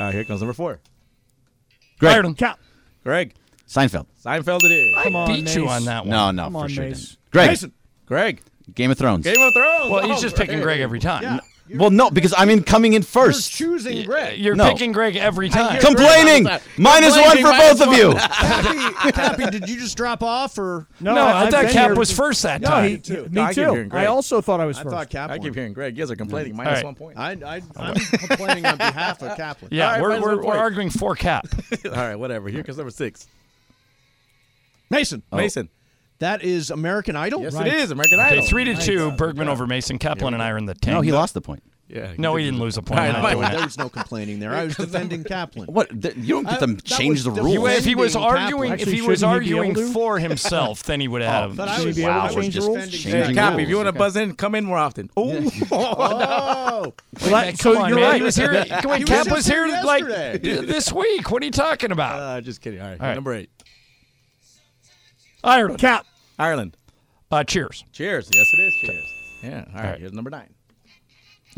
[SPEAKER 5] right, here comes number four.
[SPEAKER 3] Greg,
[SPEAKER 2] Ireland.
[SPEAKER 10] Cap.
[SPEAKER 5] Greg.
[SPEAKER 3] Seinfeld.
[SPEAKER 5] Seinfeld it is.
[SPEAKER 2] I
[SPEAKER 10] on,
[SPEAKER 2] beat you
[SPEAKER 10] Mace.
[SPEAKER 2] on that one.
[SPEAKER 3] No, no,
[SPEAKER 10] Come
[SPEAKER 3] for
[SPEAKER 10] on,
[SPEAKER 3] sure.
[SPEAKER 10] Mace.
[SPEAKER 3] didn't. Greg,
[SPEAKER 5] Greg.
[SPEAKER 3] Game of Thrones.
[SPEAKER 5] Game of Thrones.
[SPEAKER 2] Well, he's
[SPEAKER 5] Oh,
[SPEAKER 2] just picking Greg every time.
[SPEAKER 3] well, no, because I'm in coming in
[SPEAKER 1] You're
[SPEAKER 3] first.
[SPEAKER 1] choosing Greg.
[SPEAKER 2] You're
[SPEAKER 3] No.
[SPEAKER 2] picking Greg every time.
[SPEAKER 3] Complaining.
[SPEAKER 5] Greg.
[SPEAKER 3] Minus one
[SPEAKER 5] Complaining,
[SPEAKER 3] for
[SPEAKER 5] minus
[SPEAKER 3] both of
[SPEAKER 5] one.
[SPEAKER 3] you.
[SPEAKER 1] (laughs) Cappy, Cappy, did you just drop off or?
[SPEAKER 10] No,
[SPEAKER 2] no, I,
[SPEAKER 10] I've
[SPEAKER 2] thought
[SPEAKER 10] been
[SPEAKER 2] Cap
[SPEAKER 10] here-
[SPEAKER 2] was first that
[SPEAKER 10] No,
[SPEAKER 2] time.
[SPEAKER 10] he,
[SPEAKER 1] too.
[SPEAKER 10] me
[SPEAKER 5] No, I keep
[SPEAKER 10] too.
[SPEAKER 5] hearing Greg.
[SPEAKER 10] I also thought I was
[SPEAKER 1] I
[SPEAKER 10] first.
[SPEAKER 1] thought Cap.
[SPEAKER 5] I
[SPEAKER 1] won.
[SPEAKER 5] keep hearing Greg. You guys are complaining.
[SPEAKER 2] All
[SPEAKER 5] Minus
[SPEAKER 2] right.
[SPEAKER 5] one point.
[SPEAKER 1] I, I, I'm complaining on behalf of Kaplan.
[SPEAKER 2] yeah,
[SPEAKER 5] All right,
[SPEAKER 2] we're,
[SPEAKER 5] minus
[SPEAKER 2] we're,
[SPEAKER 5] one
[SPEAKER 2] we're
[SPEAKER 5] point.
[SPEAKER 2] arguing for Cap.
[SPEAKER 5] (laughs) All right, whatever. Here comes number six.
[SPEAKER 1] Mason,
[SPEAKER 5] Mason.
[SPEAKER 1] that is American Idol.
[SPEAKER 5] Oh. Yes,
[SPEAKER 1] Oh. Right.
[SPEAKER 5] it is. American
[SPEAKER 2] Okay,
[SPEAKER 5] Idol.
[SPEAKER 2] three to two. Bergman over Mason, Kaplan, and Iron the tank.
[SPEAKER 3] No, he lost the point.
[SPEAKER 5] Yeah.
[SPEAKER 2] No, he didn't lose a point.
[SPEAKER 5] All right,
[SPEAKER 2] I'm not
[SPEAKER 5] fine.
[SPEAKER 2] doing that.
[SPEAKER 1] There was no complaining there. I was defending Kaplan.
[SPEAKER 3] What? Th- you don't get
[SPEAKER 1] I-
[SPEAKER 3] to
[SPEAKER 1] that
[SPEAKER 3] change
[SPEAKER 1] was
[SPEAKER 3] the
[SPEAKER 1] the
[SPEAKER 3] rules.
[SPEAKER 2] You- if he was
[SPEAKER 1] Defending
[SPEAKER 2] arguing, if
[SPEAKER 10] Actually,
[SPEAKER 2] he was
[SPEAKER 10] shouldn't he be
[SPEAKER 2] arguing
[SPEAKER 10] able to?
[SPEAKER 2] for himself, then he would have.
[SPEAKER 1] but I
[SPEAKER 2] him.
[SPEAKER 1] was-
[SPEAKER 10] be able
[SPEAKER 3] wow,
[SPEAKER 10] to
[SPEAKER 3] we're
[SPEAKER 10] change
[SPEAKER 3] just
[SPEAKER 10] rules?
[SPEAKER 5] Yeah,
[SPEAKER 3] changing
[SPEAKER 5] Copy.
[SPEAKER 3] rules.
[SPEAKER 5] If you want to buzz in, come in more often. Oh,
[SPEAKER 1] Oh,
[SPEAKER 10] Well, that-
[SPEAKER 2] Come
[SPEAKER 10] so
[SPEAKER 2] on,
[SPEAKER 10] you're
[SPEAKER 2] man.
[SPEAKER 10] right.
[SPEAKER 2] He was here. Come on,
[SPEAKER 1] He was
[SPEAKER 2] Cap
[SPEAKER 1] just
[SPEAKER 2] was here
[SPEAKER 1] here
[SPEAKER 2] like
[SPEAKER 1] yesterday.
[SPEAKER 2] this week. What are you talking
[SPEAKER 5] (laughs)
[SPEAKER 2] about?
[SPEAKER 5] uh, just kidding. All right,
[SPEAKER 2] All right.
[SPEAKER 5] number eight,
[SPEAKER 2] Ireland.
[SPEAKER 10] Cap.
[SPEAKER 5] Ireland.
[SPEAKER 2] Uh, cheers.
[SPEAKER 5] Cheers. Yes, it is. Cheers. Yeah. All right.
[SPEAKER 2] right.
[SPEAKER 5] Here's number nine.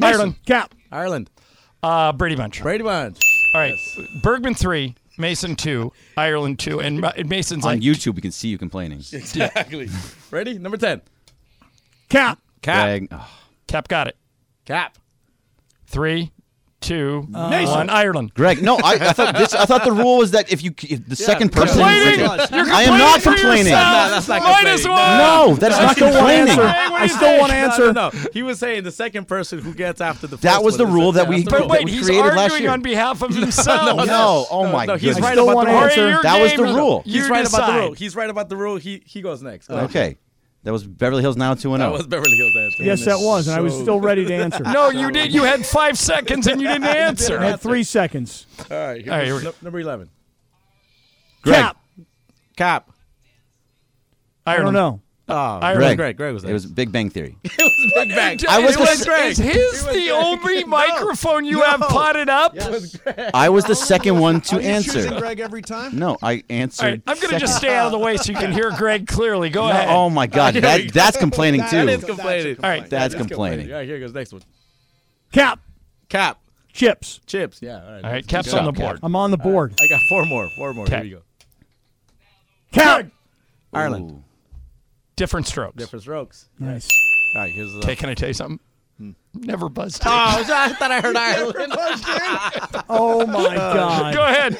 [SPEAKER 2] Ireland.
[SPEAKER 10] Cap.
[SPEAKER 5] Ireland.
[SPEAKER 2] Uh, Brady Bunch.
[SPEAKER 5] Brady Bunch.
[SPEAKER 2] All right. Bergman three, Mason two, Ireland two, and Ma- Mason's
[SPEAKER 3] on
[SPEAKER 2] like
[SPEAKER 3] YouTube, we can see you complaining.
[SPEAKER 5] Exactly. Ready? Number ten.
[SPEAKER 10] Cap.
[SPEAKER 5] Cap.
[SPEAKER 3] Greg, ugh.
[SPEAKER 2] Cap got it.
[SPEAKER 5] Cap.
[SPEAKER 2] Three, two, one. Ireland.
[SPEAKER 3] Greg, no, I, I thought this. I thought the rule was that if you if the second person,
[SPEAKER 2] Complaining. You're
[SPEAKER 3] I am not complaining.
[SPEAKER 5] No, that's not
[SPEAKER 2] Minus
[SPEAKER 5] complaining.
[SPEAKER 2] one.
[SPEAKER 3] No, that is not complaining.
[SPEAKER 2] What do
[SPEAKER 10] I
[SPEAKER 2] you
[SPEAKER 10] still
[SPEAKER 2] think?
[SPEAKER 10] want to
[SPEAKER 5] No,
[SPEAKER 10] answer.
[SPEAKER 5] no, no. He was saying the second person who gets after the.
[SPEAKER 3] That
[SPEAKER 5] first
[SPEAKER 3] was
[SPEAKER 5] one
[SPEAKER 3] the
[SPEAKER 5] is
[SPEAKER 3] rule
[SPEAKER 5] the-
[SPEAKER 3] that we-
[SPEAKER 5] that's the
[SPEAKER 2] But
[SPEAKER 5] rule.
[SPEAKER 2] (laughs) wait,
[SPEAKER 3] we
[SPEAKER 2] he's
[SPEAKER 3] created last
[SPEAKER 2] arguing
[SPEAKER 3] year.
[SPEAKER 2] on
[SPEAKER 3] (laughs)
[SPEAKER 2] behalf of himself.
[SPEAKER 3] No, oh my
[SPEAKER 5] no, he's
[SPEAKER 3] goodness.
[SPEAKER 5] right
[SPEAKER 10] Still
[SPEAKER 5] about
[SPEAKER 10] want
[SPEAKER 5] the
[SPEAKER 10] to
[SPEAKER 5] rule.
[SPEAKER 10] answer.
[SPEAKER 3] That was the rule.
[SPEAKER 5] He's right about the rule.
[SPEAKER 2] decide.
[SPEAKER 5] He's right about the rule. He he goes next. Go ahead.
[SPEAKER 3] Okay, that was Beverly Hills now two and oh.
[SPEAKER 5] That
[SPEAKER 3] zero.
[SPEAKER 5] was Beverly Hills answer.
[SPEAKER 10] Yes, that was, and I was still ready to answer.
[SPEAKER 2] No, you did. You had five seconds and
[SPEAKER 3] (laughs)
[SPEAKER 2] you didn't answer.
[SPEAKER 10] I had three seconds.
[SPEAKER 5] All right. Here
[SPEAKER 2] All right,
[SPEAKER 5] goes
[SPEAKER 2] here we
[SPEAKER 5] nu- number eleven.
[SPEAKER 3] Greg.
[SPEAKER 10] Cap.
[SPEAKER 5] Cap.
[SPEAKER 10] I don't know.
[SPEAKER 5] Oh,
[SPEAKER 3] Greg.
[SPEAKER 5] Greg. Greg was there. (laughs)
[SPEAKER 3] It was Big Bang Theory.
[SPEAKER 5] Big Bang.
[SPEAKER 2] (laughs) I was
[SPEAKER 5] the
[SPEAKER 2] the, is his
[SPEAKER 3] (laughs)
[SPEAKER 2] the only microphone you have potted up?
[SPEAKER 3] I was the second one to
[SPEAKER 1] Are you
[SPEAKER 3] answer.
[SPEAKER 1] choosing Greg every time?
[SPEAKER 3] No, I answered.
[SPEAKER 2] All right, I'm going to just
[SPEAKER 3] second.
[SPEAKER 2] stay out of the way so you can hear Greg clearly. Go
[SPEAKER 3] No,
[SPEAKER 2] ahead.
[SPEAKER 3] oh my God, that- that's complaining too.
[SPEAKER 5] complaining.
[SPEAKER 2] All right.
[SPEAKER 3] That's complaining.
[SPEAKER 5] All right, here goes next one.
[SPEAKER 10] Cap.
[SPEAKER 5] Cap.
[SPEAKER 10] Chips.
[SPEAKER 5] Chips. Yeah. All right.
[SPEAKER 2] All right, Cap's on the board.
[SPEAKER 10] I'm on the board.
[SPEAKER 5] I got four more. Four more.
[SPEAKER 2] Okay.
[SPEAKER 5] Here we go.
[SPEAKER 10] Cap.
[SPEAKER 5] Ireland.
[SPEAKER 2] Different strokes.
[SPEAKER 5] Different strokes.
[SPEAKER 10] Nice.
[SPEAKER 5] All right. Here's the.
[SPEAKER 2] (laughs) Okay, can I tell you something?
[SPEAKER 3] Hmm.
[SPEAKER 2] Never buzzed.
[SPEAKER 5] (laughs) Oh,
[SPEAKER 3] Ah.
[SPEAKER 5] I, was- I thought I heard Ireland. (laughs)
[SPEAKER 10] Oh my God.
[SPEAKER 2] (laughs)
[SPEAKER 3] (laughs)
[SPEAKER 2] Go ahead.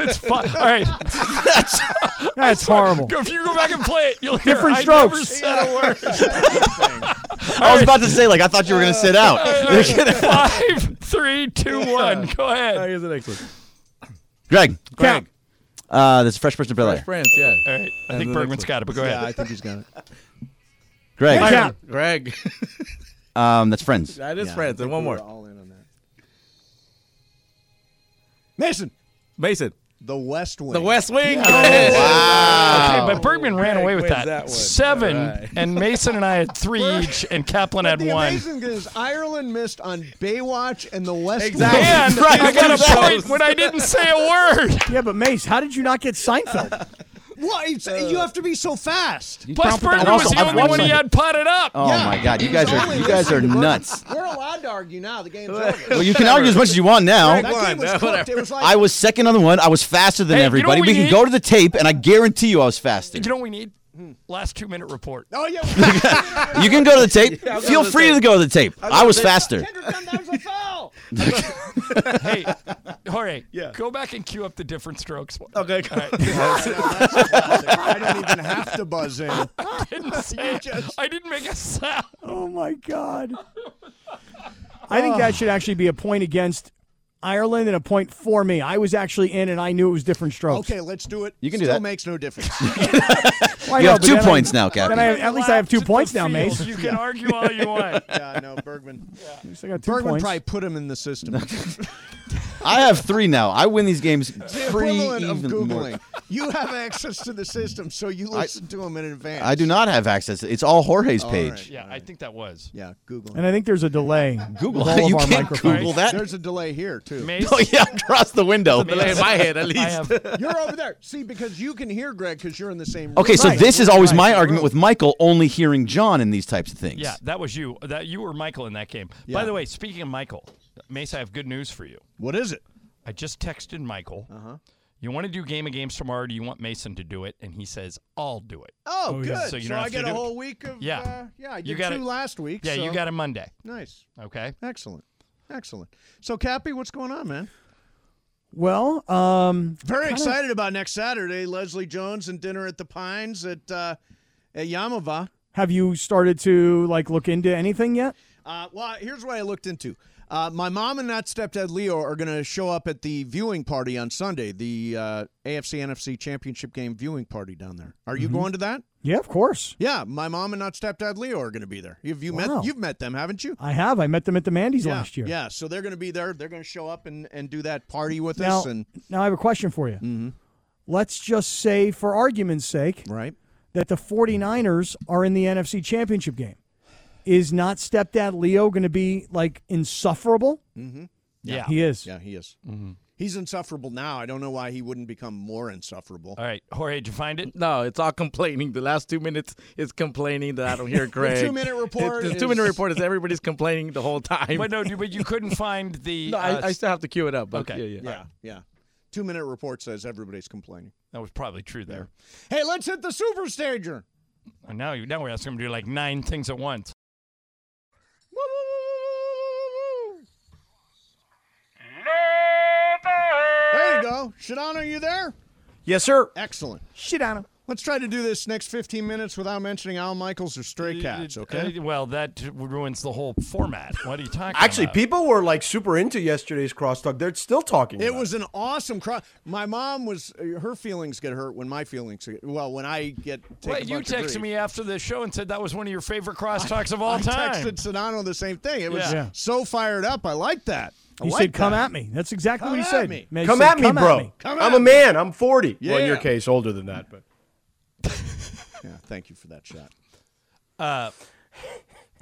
[SPEAKER 2] it's fun. All right. (laughs)
[SPEAKER 10] That's horrible.
[SPEAKER 2] If you go back and play it, you'll hear
[SPEAKER 10] Different
[SPEAKER 2] I
[SPEAKER 10] strokes.
[SPEAKER 2] never said a word.
[SPEAKER 3] I was about to say, like, I thought you were going to sit out.
[SPEAKER 2] Five, three, two, one. Go
[SPEAKER 5] All right,
[SPEAKER 2] ahead.
[SPEAKER 5] here's the next one.
[SPEAKER 3] Greg,
[SPEAKER 10] Cap.
[SPEAKER 3] uh, this is Fresh Prince of Bel Air.
[SPEAKER 5] France. Yeah.
[SPEAKER 2] All right. I
[SPEAKER 5] the
[SPEAKER 2] think
[SPEAKER 5] next
[SPEAKER 2] Bergman's
[SPEAKER 5] one.
[SPEAKER 2] got it, but go ahead.
[SPEAKER 1] Yeah, I think he's got it.
[SPEAKER 3] Greg,
[SPEAKER 10] Cap.
[SPEAKER 5] Greg. (laughs)
[SPEAKER 3] um, that's Friends.
[SPEAKER 5] That is France. And one
[SPEAKER 1] We're
[SPEAKER 5] more.
[SPEAKER 1] all in on that. Mason,
[SPEAKER 5] Mason.
[SPEAKER 1] the West Wing.
[SPEAKER 5] The West Wing. (laughs)
[SPEAKER 2] Okay, but Bergman ran away with
[SPEAKER 5] wins
[SPEAKER 2] that.
[SPEAKER 5] that one.
[SPEAKER 2] Seven,
[SPEAKER 5] All right.
[SPEAKER 2] and Mason and I had three each, and Kaplan
[SPEAKER 1] But
[SPEAKER 2] had
[SPEAKER 1] the
[SPEAKER 2] one.
[SPEAKER 1] amazing thing is Ireland missed on Baywatch and the West
[SPEAKER 5] Exactly.
[SPEAKER 1] Wing.
[SPEAKER 2] And
[SPEAKER 5] Right,
[SPEAKER 2] I got a
[SPEAKER 5] exactly.
[SPEAKER 2] point when I didn't say a word.
[SPEAKER 10] Yeah, but Mace, how did you not get
[SPEAKER 5] Uh,
[SPEAKER 10] Seinfeld?
[SPEAKER 1] What? It's- you have to be so fast.
[SPEAKER 2] Plus, Bergman
[SPEAKER 3] also,
[SPEAKER 2] was the
[SPEAKER 3] I've
[SPEAKER 2] only one
[SPEAKER 3] watched
[SPEAKER 2] he
[SPEAKER 3] it.
[SPEAKER 2] had potted up.
[SPEAKER 3] Oh
[SPEAKER 1] Yeah.
[SPEAKER 3] my God, you guys are you guys are nuts.
[SPEAKER 1] We're allowed to argue now. The game's over.
[SPEAKER 3] Well, you can argue as much as you want
[SPEAKER 1] That
[SPEAKER 3] now.
[SPEAKER 1] game was
[SPEAKER 5] no,
[SPEAKER 1] cooked. It was like
[SPEAKER 3] I was second on the one. I was faster than
[SPEAKER 2] Hey, you know
[SPEAKER 3] everybody.
[SPEAKER 2] what
[SPEAKER 3] we
[SPEAKER 2] we
[SPEAKER 3] can
[SPEAKER 2] need?
[SPEAKER 3] go to the tape, and I guarantee you, I was faster.
[SPEAKER 2] You know what we need? Last two minute report.
[SPEAKER 1] Oh yeah,
[SPEAKER 3] You can go to the tape. Feel free to go to the tape. I was faster.
[SPEAKER 1] Kendrick, come down, it's a foul.
[SPEAKER 2] Hey, Jorge,
[SPEAKER 5] Yeah.
[SPEAKER 2] go back and cue up the different strokes. one.
[SPEAKER 5] Okay.
[SPEAKER 1] (laughs)
[SPEAKER 2] All right.
[SPEAKER 1] I don't even have to buzz in.
[SPEAKER 2] I didn't say it. I didn't make a sound.
[SPEAKER 10] Oh my God. I think that should actually be a point against Ireland and a point for me. I was actually in and I knew it was different strokes.
[SPEAKER 1] Okay, let's do it.
[SPEAKER 3] You can do
[SPEAKER 1] Still
[SPEAKER 3] that.
[SPEAKER 1] makes no difference.
[SPEAKER 10] Well, I
[SPEAKER 3] You
[SPEAKER 10] know,
[SPEAKER 3] have
[SPEAKER 10] but
[SPEAKER 3] two
[SPEAKER 10] then I-
[SPEAKER 3] points now,
[SPEAKER 10] Then I
[SPEAKER 3] Captain.
[SPEAKER 10] have, at least I have two
[SPEAKER 2] Laps
[SPEAKER 10] points
[SPEAKER 2] the
[SPEAKER 10] now,
[SPEAKER 2] field.
[SPEAKER 10] Mace.
[SPEAKER 2] You can argue all you want.
[SPEAKER 1] yeah, no, Bergman.
[SPEAKER 10] At least I got two
[SPEAKER 1] Bergman
[SPEAKER 10] points.
[SPEAKER 1] probably put him in the system.
[SPEAKER 3] I have three now. I win these games
[SPEAKER 1] the
[SPEAKER 3] pretty
[SPEAKER 1] equivalent of
[SPEAKER 3] even
[SPEAKER 1] Googling.
[SPEAKER 3] more.
[SPEAKER 1] You have access to the system, so you listen to him in advance.
[SPEAKER 3] I do not have access. It's all Jorge's
[SPEAKER 1] right.
[SPEAKER 3] page.
[SPEAKER 2] Yeah, I think that was.
[SPEAKER 1] Yeah, Googling.
[SPEAKER 10] and I think there's a delay.
[SPEAKER 3] Google.
[SPEAKER 10] with all
[SPEAKER 3] (laughs) you
[SPEAKER 10] of our
[SPEAKER 3] can't
[SPEAKER 10] microphones.
[SPEAKER 3] Google that.
[SPEAKER 1] There's a delay here too.
[SPEAKER 2] Mace,
[SPEAKER 3] (laughs) Oh yeah, across the window.
[SPEAKER 5] Delay in my head, at least.
[SPEAKER 2] I have
[SPEAKER 1] You're over there. See, because you can hear Greg because you're in the same room.
[SPEAKER 3] Okay, so
[SPEAKER 10] Right.
[SPEAKER 3] this is always my
[SPEAKER 10] Right.
[SPEAKER 3] argument with Michael, only hearing John in these types of things.
[SPEAKER 2] Yeah, that was you. That you were Michael in that game. By the way, speaking of Michael, Mace, I have good news for you.
[SPEAKER 1] What is it?
[SPEAKER 2] I just texted Michael. Uh-huh. You want to do game of games tomorrow? Do you want Mason to do it? And he says, "I'll do it."
[SPEAKER 1] Oh, good.
[SPEAKER 2] yeah. So
[SPEAKER 1] So,
[SPEAKER 2] you don't
[SPEAKER 1] I
[SPEAKER 2] have to
[SPEAKER 1] get a
[SPEAKER 2] do it.
[SPEAKER 1] whole week of.
[SPEAKER 2] Yeah.
[SPEAKER 1] Uh, yeah, I did
[SPEAKER 2] You got
[SPEAKER 1] two
[SPEAKER 2] it.
[SPEAKER 1] last week.
[SPEAKER 2] Yeah, you
[SPEAKER 1] so-
[SPEAKER 2] got a Monday.
[SPEAKER 1] Nice.
[SPEAKER 2] Okay.
[SPEAKER 1] Excellent. Excellent. So, Cappy, what's going on, man?
[SPEAKER 10] Well, um,
[SPEAKER 1] Very excited about next Saturday. Leslie Jones and dinner at the Pines at uh, at Yamava.
[SPEAKER 10] have you started to like look into anything yet?
[SPEAKER 1] Uh, well, here's what I looked into. Uh, my mom and that stepdad Leo are going to show up at the viewing party on Sunday, the uh, AFC NFC Championship game viewing party down there. Are you going to that?
[SPEAKER 10] Mm-hmm. Yeah, of course.
[SPEAKER 1] Yeah, my mom and not stepdad Leo are going to be there. Have you
[SPEAKER 10] Wow.
[SPEAKER 1] met? You've met them, haven't you?
[SPEAKER 10] I have. I met them at the Mandy's
[SPEAKER 1] yeah,
[SPEAKER 10] last year.
[SPEAKER 1] yeah. So they're going to be there. They're going to show up and, and do that party with
[SPEAKER 10] Now,
[SPEAKER 1] us and
[SPEAKER 10] now I have a question for you.
[SPEAKER 11] Mm-hmm.
[SPEAKER 10] Let's just say, for argument's sake,
[SPEAKER 1] right.
[SPEAKER 10] that the 49ers are in the NFC Championship game. Is not stepdad Leo going to be like insufferable?
[SPEAKER 2] Yeah.
[SPEAKER 10] He is.
[SPEAKER 1] Yeah, he is. He's insufferable now. I don't know why he wouldn't become more insufferable.
[SPEAKER 2] All right, Jorge, did you
[SPEAKER 5] (laughs)
[SPEAKER 2] find it?
[SPEAKER 5] No, it's all complaining. The last two minutes is complaining that I don't hear Greg.
[SPEAKER 1] two-minute report
[SPEAKER 5] It, the
[SPEAKER 1] is-
[SPEAKER 5] two minute report is everybody's complaining the whole time.
[SPEAKER 2] But no, you- but you couldn't find
[SPEAKER 5] (laughs)
[SPEAKER 2] the.
[SPEAKER 5] No,
[SPEAKER 2] uh,
[SPEAKER 5] I, I still have to queue it up. But
[SPEAKER 2] Okay.
[SPEAKER 5] Yeah, yeah.
[SPEAKER 1] yeah, yeah. Two minute report says everybody's complaining.
[SPEAKER 2] that was probably true there.
[SPEAKER 1] Hey, let's hit the super stager.
[SPEAKER 2] And now, you- now we're asking him to do like nine things at once.
[SPEAKER 1] There you go. Shadon, are you there?
[SPEAKER 5] Yes, sir.
[SPEAKER 1] Excellent.
[SPEAKER 10] Shit on him.
[SPEAKER 1] Let's try to do this next 15 minutes without mentioning Al Michaels or Stray Cats, okay?
[SPEAKER 2] Uh, well, that ruins the whole format. What are you talking
[SPEAKER 11] Actually,
[SPEAKER 2] about?
[SPEAKER 11] people were like super into yesterday's crosstalk. They're still talking.
[SPEAKER 1] It
[SPEAKER 11] about
[SPEAKER 1] was an awesome cross. My mom was, her feelings get hurt when my feelings get, well, when I get taken
[SPEAKER 2] Well, you texted me after the show and said that was one of your favorite (laughs) crosstalks of all time.
[SPEAKER 1] texted Sedano the same thing. It was
[SPEAKER 2] Yeah. Yeah.
[SPEAKER 1] so fired up. I like that. I
[SPEAKER 10] He
[SPEAKER 1] like
[SPEAKER 10] said, "Come
[SPEAKER 1] that.
[SPEAKER 10] at me." That's exactly
[SPEAKER 1] Come
[SPEAKER 10] what he
[SPEAKER 1] at
[SPEAKER 10] said.
[SPEAKER 1] me.
[SPEAKER 10] Mace
[SPEAKER 11] Come
[SPEAKER 10] said,
[SPEAKER 11] at me, bro.
[SPEAKER 10] me."
[SPEAKER 1] Come
[SPEAKER 11] I'm
[SPEAKER 1] at
[SPEAKER 11] a
[SPEAKER 1] me.
[SPEAKER 11] man. I'm 40. Well, in
[SPEAKER 1] Yeah.
[SPEAKER 11] your case, older than that, but
[SPEAKER 1] Yeah, thank you for that shot.
[SPEAKER 2] Uh,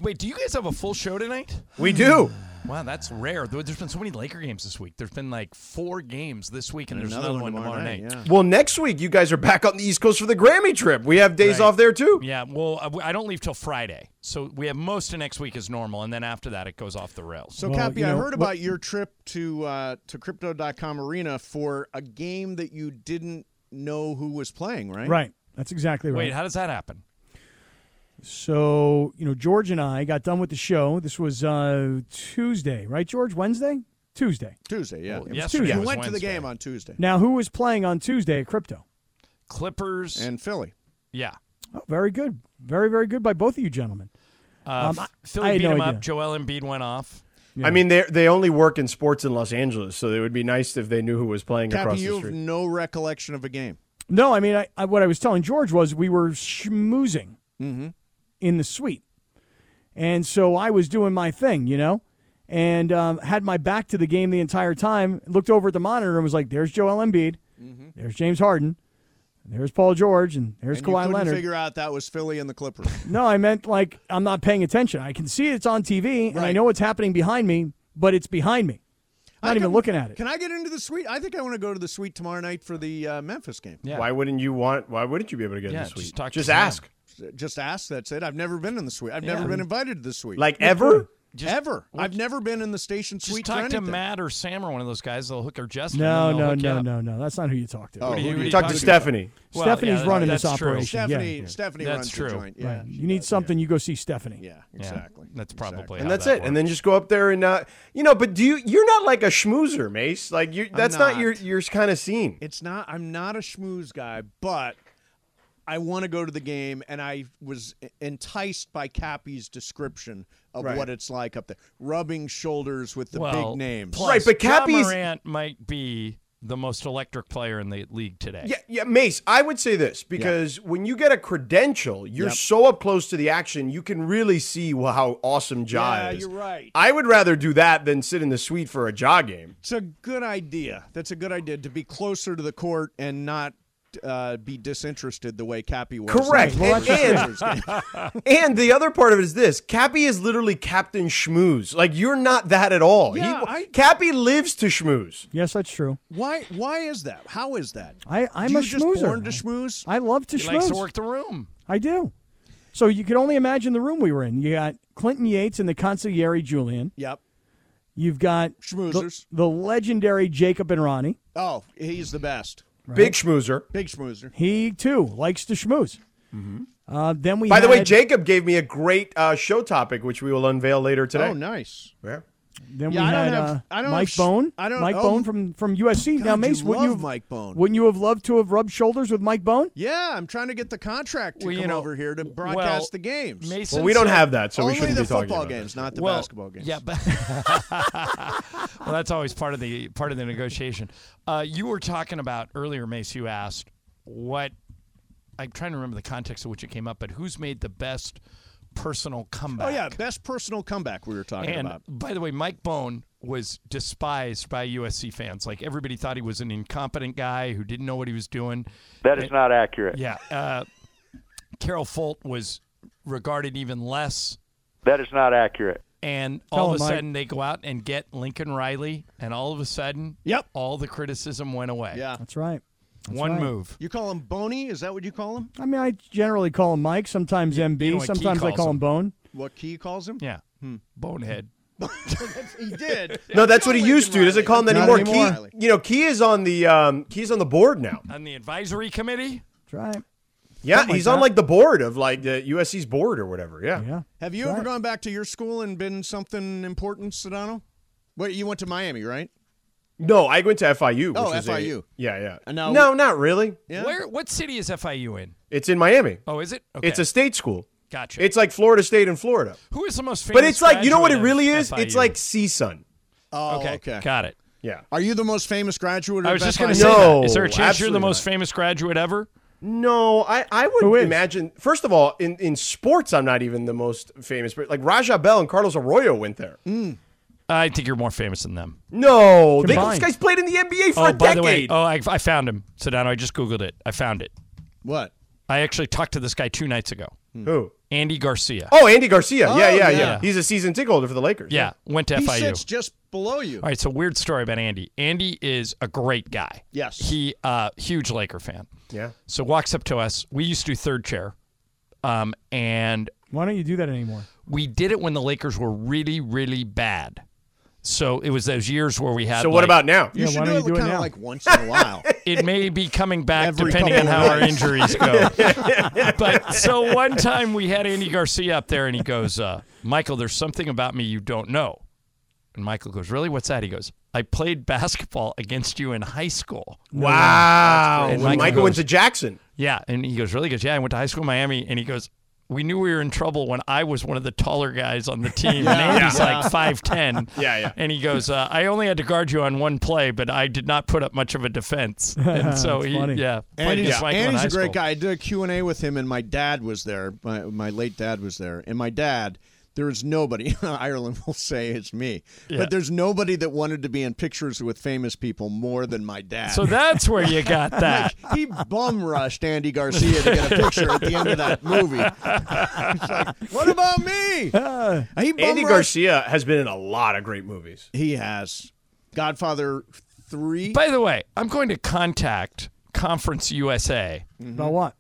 [SPEAKER 2] wait, do you guys have a full show tonight?
[SPEAKER 1] We do.
[SPEAKER 2] Wow, that's rare. There- There's been so many Laker games this week. There's been like four games this week, and,
[SPEAKER 1] And
[SPEAKER 2] there's
[SPEAKER 1] another
[SPEAKER 2] another,
[SPEAKER 1] one
[SPEAKER 2] one tomorrow,
[SPEAKER 1] tomorrow
[SPEAKER 2] night.
[SPEAKER 1] night,
[SPEAKER 11] Well, next week you guys are back on the East Coast for the Grammy trip. We have days
[SPEAKER 2] Right.
[SPEAKER 11] off there too.
[SPEAKER 2] Yeah, well, I- I don't leave till Friday, so we have most of next week as normal, and then after that it goes off the rails.
[SPEAKER 1] So, Cappy, I heard about your trip to uh, to Crypto.com Arena for a game that you didn't know who was playing, right?
[SPEAKER 10] Right. That's exactly right.
[SPEAKER 2] Wait, how does that happen?
[SPEAKER 10] So, you know, George and I got done with the show. This was uh, Tuesday, right, George? Wednesday? Tuesday.
[SPEAKER 1] Tuesday, yeah. It was
[SPEAKER 2] yesterday
[SPEAKER 1] Tuesday.
[SPEAKER 2] was
[SPEAKER 1] You went to the
[SPEAKER 2] Wednesday.
[SPEAKER 1] game on Tuesday.
[SPEAKER 10] Now, who was playing on Tuesday at Crypto?
[SPEAKER 2] Clippers
[SPEAKER 1] and Philly.
[SPEAKER 2] Yeah,
[SPEAKER 10] Oh, very good. Very, very good by both of you gentlemen.
[SPEAKER 2] uh,
[SPEAKER 10] Um, I- I
[SPEAKER 2] Philly
[SPEAKER 10] had
[SPEAKER 2] beat
[SPEAKER 10] no
[SPEAKER 2] him
[SPEAKER 10] idea.
[SPEAKER 2] up. Joel Embiid went off.
[SPEAKER 11] I mean, they they only work in sports in Los Angeles, so it would be nice if they knew who was playing
[SPEAKER 1] Cappy,
[SPEAKER 11] across the
[SPEAKER 1] you have
[SPEAKER 11] street.
[SPEAKER 1] no recollection of a game.
[SPEAKER 10] No, I mean, I, I, what I was telling George was we were schmoozing
[SPEAKER 1] Mhm.
[SPEAKER 10] in the suite. And so I was doing my thing, you know, and um, had my back to the game the entire time. Looked over at the monitor and was like, there's Joel Embiid. There's James Harden. There's Paul George. And there's
[SPEAKER 1] Mm-hmm. and you
[SPEAKER 10] Kawhi
[SPEAKER 1] couldn't
[SPEAKER 10] Leonard.
[SPEAKER 1] figure out that was Philly and the Clippers.
[SPEAKER 10] (laughs) No, I meant like I'm not paying attention. I can see it's on TV and I know what's happening behind me, but it's behind me. I'm not
[SPEAKER 1] I
[SPEAKER 10] even
[SPEAKER 1] can-
[SPEAKER 10] looking at it.
[SPEAKER 1] Can I get into the suite? I think I want to go to the suite tomorrow night for the uh, Memphis game.
[SPEAKER 11] Why wouldn't you want? Why wouldn't you be able to get in
[SPEAKER 1] Yeah,
[SPEAKER 11] the suite?
[SPEAKER 1] just talk to
[SPEAKER 11] just
[SPEAKER 1] Sam.
[SPEAKER 11] ask.
[SPEAKER 1] Just ask. That's it. I've never been in the suite. I've
[SPEAKER 2] Yeah.
[SPEAKER 1] never been invited to the suite.
[SPEAKER 11] Like, ever?
[SPEAKER 2] Just-
[SPEAKER 1] ever. I've never been in the station
[SPEAKER 2] Just
[SPEAKER 1] suite.
[SPEAKER 2] talk
[SPEAKER 1] for
[SPEAKER 2] to
[SPEAKER 1] anything.
[SPEAKER 2] Matt or Sam or one of those guys. They'll hook or Justin.
[SPEAKER 10] No,
[SPEAKER 2] and they'll
[SPEAKER 10] no,
[SPEAKER 2] hook you
[SPEAKER 10] no,
[SPEAKER 2] up.
[SPEAKER 10] no, no. That's not who you talk to.
[SPEAKER 2] Oh, What do who you- do
[SPEAKER 11] you talk to Stephanie.
[SPEAKER 2] Well,
[SPEAKER 10] Stephanie's
[SPEAKER 2] yeah,
[SPEAKER 10] running
[SPEAKER 2] that's
[SPEAKER 10] this
[SPEAKER 2] true.
[SPEAKER 10] operation.
[SPEAKER 1] Stephanie-
[SPEAKER 10] yeah.
[SPEAKER 1] Stephanie
[SPEAKER 2] That's
[SPEAKER 1] runs the
[SPEAKER 2] true.
[SPEAKER 1] joint. Yeah,
[SPEAKER 10] Right. You need something, you go see Stephanie.
[SPEAKER 1] Yeah,
[SPEAKER 2] exactly. That's probably
[SPEAKER 11] and
[SPEAKER 2] how
[SPEAKER 11] that's
[SPEAKER 2] that
[SPEAKER 11] it. And then just go up there and uh, you know. But do you? You're not like a schmoozer, Mace. Like you.
[SPEAKER 1] I'm
[SPEAKER 11] That's not.
[SPEAKER 1] not.
[SPEAKER 11] your your kind of scene.
[SPEAKER 1] It's not. I'm not a schmooze guy, but I want to go to the game, and I was e, enticed by Cappy's description of
[SPEAKER 11] Right.
[SPEAKER 1] what it's like up there, rubbing shoulders with the
[SPEAKER 2] well,
[SPEAKER 1] big names.
[SPEAKER 2] plus, Ja Morant might be the most electric player in the league today.
[SPEAKER 11] Yeah, yeah, Mace. I would say this because when you get a credential, you're
[SPEAKER 2] Yep.
[SPEAKER 11] so up close to the action, you can really see wh- how awesome Ja
[SPEAKER 1] Yeah,
[SPEAKER 11] is.
[SPEAKER 1] you're right.
[SPEAKER 11] I would rather do that than sit in the suite for a Ja game.
[SPEAKER 1] It's a good idea. That's a good idea to be closer to the court and not uh, be disinterested the way Cappy was.
[SPEAKER 11] Correct.
[SPEAKER 1] Well,
[SPEAKER 11] And,
[SPEAKER 1] that's-
[SPEAKER 11] and, and the other part of it is this Cappy is literally Captain Schmooze. Like, you're not that at all. He-
[SPEAKER 1] Yeah, I-
[SPEAKER 11] Cappy lives to schmooze.
[SPEAKER 10] Yes, that's true.
[SPEAKER 1] why? Why is that? How is that?
[SPEAKER 10] I, I'm
[SPEAKER 1] you
[SPEAKER 10] a
[SPEAKER 1] just
[SPEAKER 10] schmoozer.
[SPEAKER 1] born to schmooze?
[SPEAKER 10] I love to
[SPEAKER 2] he
[SPEAKER 10] schmooze.
[SPEAKER 2] likes to work the room.
[SPEAKER 10] I do. So you could only imagine the room we were in. You got Clinton Yates and the consigliere Julian.
[SPEAKER 1] Yep.
[SPEAKER 10] You've got
[SPEAKER 1] Schmoozers.
[SPEAKER 10] the, the legendary Jacob and Ronnie.
[SPEAKER 1] Oh, he's the best.
[SPEAKER 11] Big schmoozer.
[SPEAKER 1] Big schmoozer.
[SPEAKER 10] He too likes to schmooze.
[SPEAKER 1] Mm-hmm.
[SPEAKER 10] Uh, then we.
[SPEAKER 11] By the way,
[SPEAKER 10] had-
[SPEAKER 11] Jacob gave me a great uh, show topic, which we will unveil later today.
[SPEAKER 1] Oh, nice.
[SPEAKER 11] Where?
[SPEAKER 10] Then
[SPEAKER 1] Yeah,
[SPEAKER 10] we
[SPEAKER 1] I don't
[SPEAKER 10] had
[SPEAKER 1] have-
[SPEAKER 10] uh,
[SPEAKER 1] I don't
[SPEAKER 10] Mike
[SPEAKER 1] have sh-
[SPEAKER 10] Bone.
[SPEAKER 1] I don't-
[SPEAKER 10] Mike
[SPEAKER 1] oh.
[SPEAKER 10] Bone from from USC. now,
[SPEAKER 1] God,
[SPEAKER 10] Mace,
[SPEAKER 1] you
[SPEAKER 10] wouldn't you
[SPEAKER 1] love
[SPEAKER 10] have,
[SPEAKER 1] Mike Bone.
[SPEAKER 10] Wouldn't you have loved to have rubbed shoulders with Mike Bone?
[SPEAKER 1] Yeah, I'm trying to get the contract to
[SPEAKER 2] Well, you
[SPEAKER 1] come
[SPEAKER 2] know,
[SPEAKER 1] over here to
[SPEAKER 2] well,
[SPEAKER 1] broadcast the games.
[SPEAKER 2] Mason
[SPEAKER 11] Well, we don't
[SPEAKER 2] said-
[SPEAKER 11] have that, so we
[SPEAKER 1] Only
[SPEAKER 11] shouldn't
[SPEAKER 1] the
[SPEAKER 11] be talking
[SPEAKER 1] football
[SPEAKER 11] about
[SPEAKER 1] games, not the
[SPEAKER 2] Well,
[SPEAKER 1] basketball games.
[SPEAKER 2] Yeah, but (laughs) well, that's always part of the part of the negotiation. Uh, you were talking about earlier, Mace. You asked what I'm trying to remember the context of which it came up, but who's made the best personal comeback?
[SPEAKER 1] Oh yeah, best personal comeback we were talking
[SPEAKER 2] And
[SPEAKER 1] about.
[SPEAKER 2] by the way, Mike Bone was despised by USC fans. Like everybody thought he was an incompetent guy who didn't know what he was doing.
[SPEAKER 12] That is
[SPEAKER 2] And-
[SPEAKER 12] not accurate.
[SPEAKER 2] Yeah. Uh, Carol Folt was regarded even less
[SPEAKER 12] That is not accurate.
[SPEAKER 2] and
[SPEAKER 12] Tell
[SPEAKER 2] all
[SPEAKER 12] him,
[SPEAKER 2] of a
[SPEAKER 12] Mike.
[SPEAKER 2] sudden they go out and get Lincoln Riley, and all of a sudden,
[SPEAKER 1] yep,
[SPEAKER 2] all the criticism went away.
[SPEAKER 1] Yeah,
[SPEAKER 10] that's right. That's
[SPEAKER 2] One
[SPEAKER 10] right.
[SPEAKER 2] move.
[SPEAKER 1] You call him Boney? Is that what you call him?
[SPEAKER 10] I mean, I generally call him Mike. Sometimes MB.
[SPEAKER 1] know what Key
[SPEAKER 10] sometimes I
[SPEAKER 1] calls
[SPEAKER 10] call him,
[SPEAKER 1] him.
[SPEAKER 10] Bone.
[SPEAKER 1] What Key calls him?
[SPEAKER 2] Yeah, bonehead.
[SPEAKER 1] (laughs) he did.
[SPEAKER 11] No, that's what he used to. He doesn't call him that
[SPEAKER 2] Not
[SPEAKER 11] anymore.
[SPEAKER 2] anymore.
[SPEAKER 11] Key, you know, Key is on the um, Key's on the board now.
[SPEAKER 2] On the advisory committee,
[SPEAKER 10] Try.
[SPEAKER 11] Yeah,
[SPEAKER 2] Something
[SPEAKER 11] he's
[SPEAKER 2] like
[SPEAKER 11] on
[SPEAKER 2] that.
[SPEAKER 11] like the board of like the USC's board or whatever. Yeah.
[SPEAKER 10] Yeah.
[SPEAKER 1] Have you ever gone back to your school and been something important, Sedano? Wait, you went to Miami, right?
[SPEAKER 11] No, I went to FIU.
[SPEAKER 1] Oh,
[SPEAKER 11] which is a-
[SPEAKER 1] FIU.
[SPEAKER 11] yeah, yeah.
[SPEAKER 1] And now-
[SPEAKER 11] no, not really.
[SPEAKER 2] Where? What city is FIU in?
[SPEAKER 11] It's in Miami.
[SPEAKER 2] Oh, is it?
[SPEAKER 11] It's a state school.
[SPEAKER 2] Gotcha.
[SPEAKER 11] It's like Florida State in Florida.
[SPEAKER 2] Who is the most famous?
[SPEAKER 11] But it's like you know what it
[SPEAKER 2] graduate
[SPEAKER 11] really
[SPEAKER 2] of
[SPEAKER 11] is. It's
[SPEAKER 2] FIU?
[SPEAKER 11] like CSUN.
[SPEAKER 1] Oh, okay.
[SPEAKER 2] got it.
[SPEAKER 11] Yeah.
[SPEAKER 1] Are you the most famous graduate?
[SPEAKER 2] I
[SPEAKER 1] of
[SPEAKER 2] was just
[SPEAKER 1] FIU?
[SPEAKER 2] going to say, that. is there a
[SPEAKER 11] No,
[SPEAKER 2] chance you're the
[SPEAKER 11] absolutely
[SPEAKER 2] most famous graduate ever?
[SPEAKER 11] No, I, I would imagine. First of all, in, in sports, I'm not even the most famous. But like Raja Bell and Carlos Arroyo went there.
[SPEAKER 2] I think you're more famous than them.
[SPEAKER 11] No, they, this
[SPEAKER 2] Combined.
[SPEAKER 11] guy's played in the NBA for
[SPEAKER 2] oh,
[SPEAKER 11] a
[SPEAKER 2] by the way,
[SPEAKER 11] decade.
[SPEAKER 2] oh, I, I found him, Sedano. I just googled it. I found it.
[SPEAKER 1] What?
[SPEAKER 2] I actually talked to this guy two nights ago.
[SPEAKER 11] Who?
[SPEAKER 2] Andy Garcia.
[SPEAKER 11] Oh, Andy Garcia.
[SPEAKER 2] Oh,
[SPEAKER 11] yeah, yeah, yeah,
[SPEAKER 2] yeah.
[SPEAKER 11] He's a season ticket holder for the Lakers.
[SPEAKER 2] Yeah, went to
[SPEAKER 11] He
[SPEAKER 2] FIU.
[SPEAKER 11] sits
[SPEAKER 1] just below you.
[SPEAKER 2] All right, so weird story about Andy. Andy is a great guy.
[SPEAKER 1] Yes.
[SPEAKER 2] He uh huge Laker fan.
[SPEAKER 11] Yeah.
[SPEAKER 2] So walks up to us. We used to do third chair. Um and
[SPEAKER 10] Why don't you do that anymore?
[SPEAKER 2] we did it when the Lakers were really, really bad. So it was those years where we had.
[SPEAKER 11] So what
[SPEAKER 2] like-
[SPEAKER 11] about now?
[SPEAKER 1] You should do it kind of like once in a
[SPEAKER 2] (laughs)
[SPEAKER 1] while.
[SPEAKER 2] it may be coming back
[SPEAKER 1] Every
[SPEAKER 2] depending on
[SPEAKER 1] couple
[SPEAKER 2] how our
[SPEAKER 1] weeks.
[SPEAKER 2] injuries go. but so one time we had Andy Garcia up there and he goes, uh, Michael, there's something about me you don't know. And Michael goes, Really? What's that? He goes, I played basketball against you in high school.
[SPEAKER 11] Wow.
[SPEAKER 2] And
[SPEAKER 11] When Michael,
[SPEAKER 2] goes-
[SPEAKER 11] went to Jackson.
[SPEAKER 2] Yeah. And he goes, Really? He goes, Yeah, I went to high school in Miami. And he goes, we knew we were in trouble when I was one of the taller guys on
[SPEAKER 11] (laughs)
[SPEAKER 2] the team.
[SPEAKER 11] Yeah.
[SPEAKER 2] And Andy's
[SPEAKER 11] Yeah. (laughs)
[SPEAKER 2] like 5'10.
[SPEAKER 11] Yeah, yeah.
[SPEAKER 2] And he goes, uh, I only had to guard you on one play, but I did not put up much of
[SPEAKER 1] (laughs)
[SPEAKER 2] a defense. And so
[SPEAKER 1] That's
[SPEAKER 2] he,
[SPEAKER 1] funny.
[SPEAKER 2] yeah. played
[SPEAKER 1] Andy's,
[SPEAKER 2] against Michael in
[SPEAKER 1] Andy's
[SPEAKER 2] high
[SPEAKER 1] a great
[SPEAKER 2] school.
[SPEAKER 1] guy. I did a Q&A with him, and my dad was there. My, my late dad was there. And my dad, there is nobody, (laughs) Ireland will say it's me,
[SPEAKER 2] Yeah.
[SPEAKER 1] but there's nobody that wanted to be in pictures with famous people more than my dad.
[SPEAKER 2] So that's where you got
[SPEAKER 11] (laughs)
[SPEAKER 2] that.
[SPEAKER 1] Like, he bum rushed Andy Garcia to get a picture at the end of that movie. It's like, what about me? he bum
[SPEAKER 11] Uh, Andy
[SPEAKER 1] rushed-
[SPEAKER 11] Garcia has been in a lot of great movies.
[SPEAKER 1] He has. Godfather 3.
[SPEAKER 2] By the way, I'm going to contact Conference USA.
[SPEAKER 10] About what?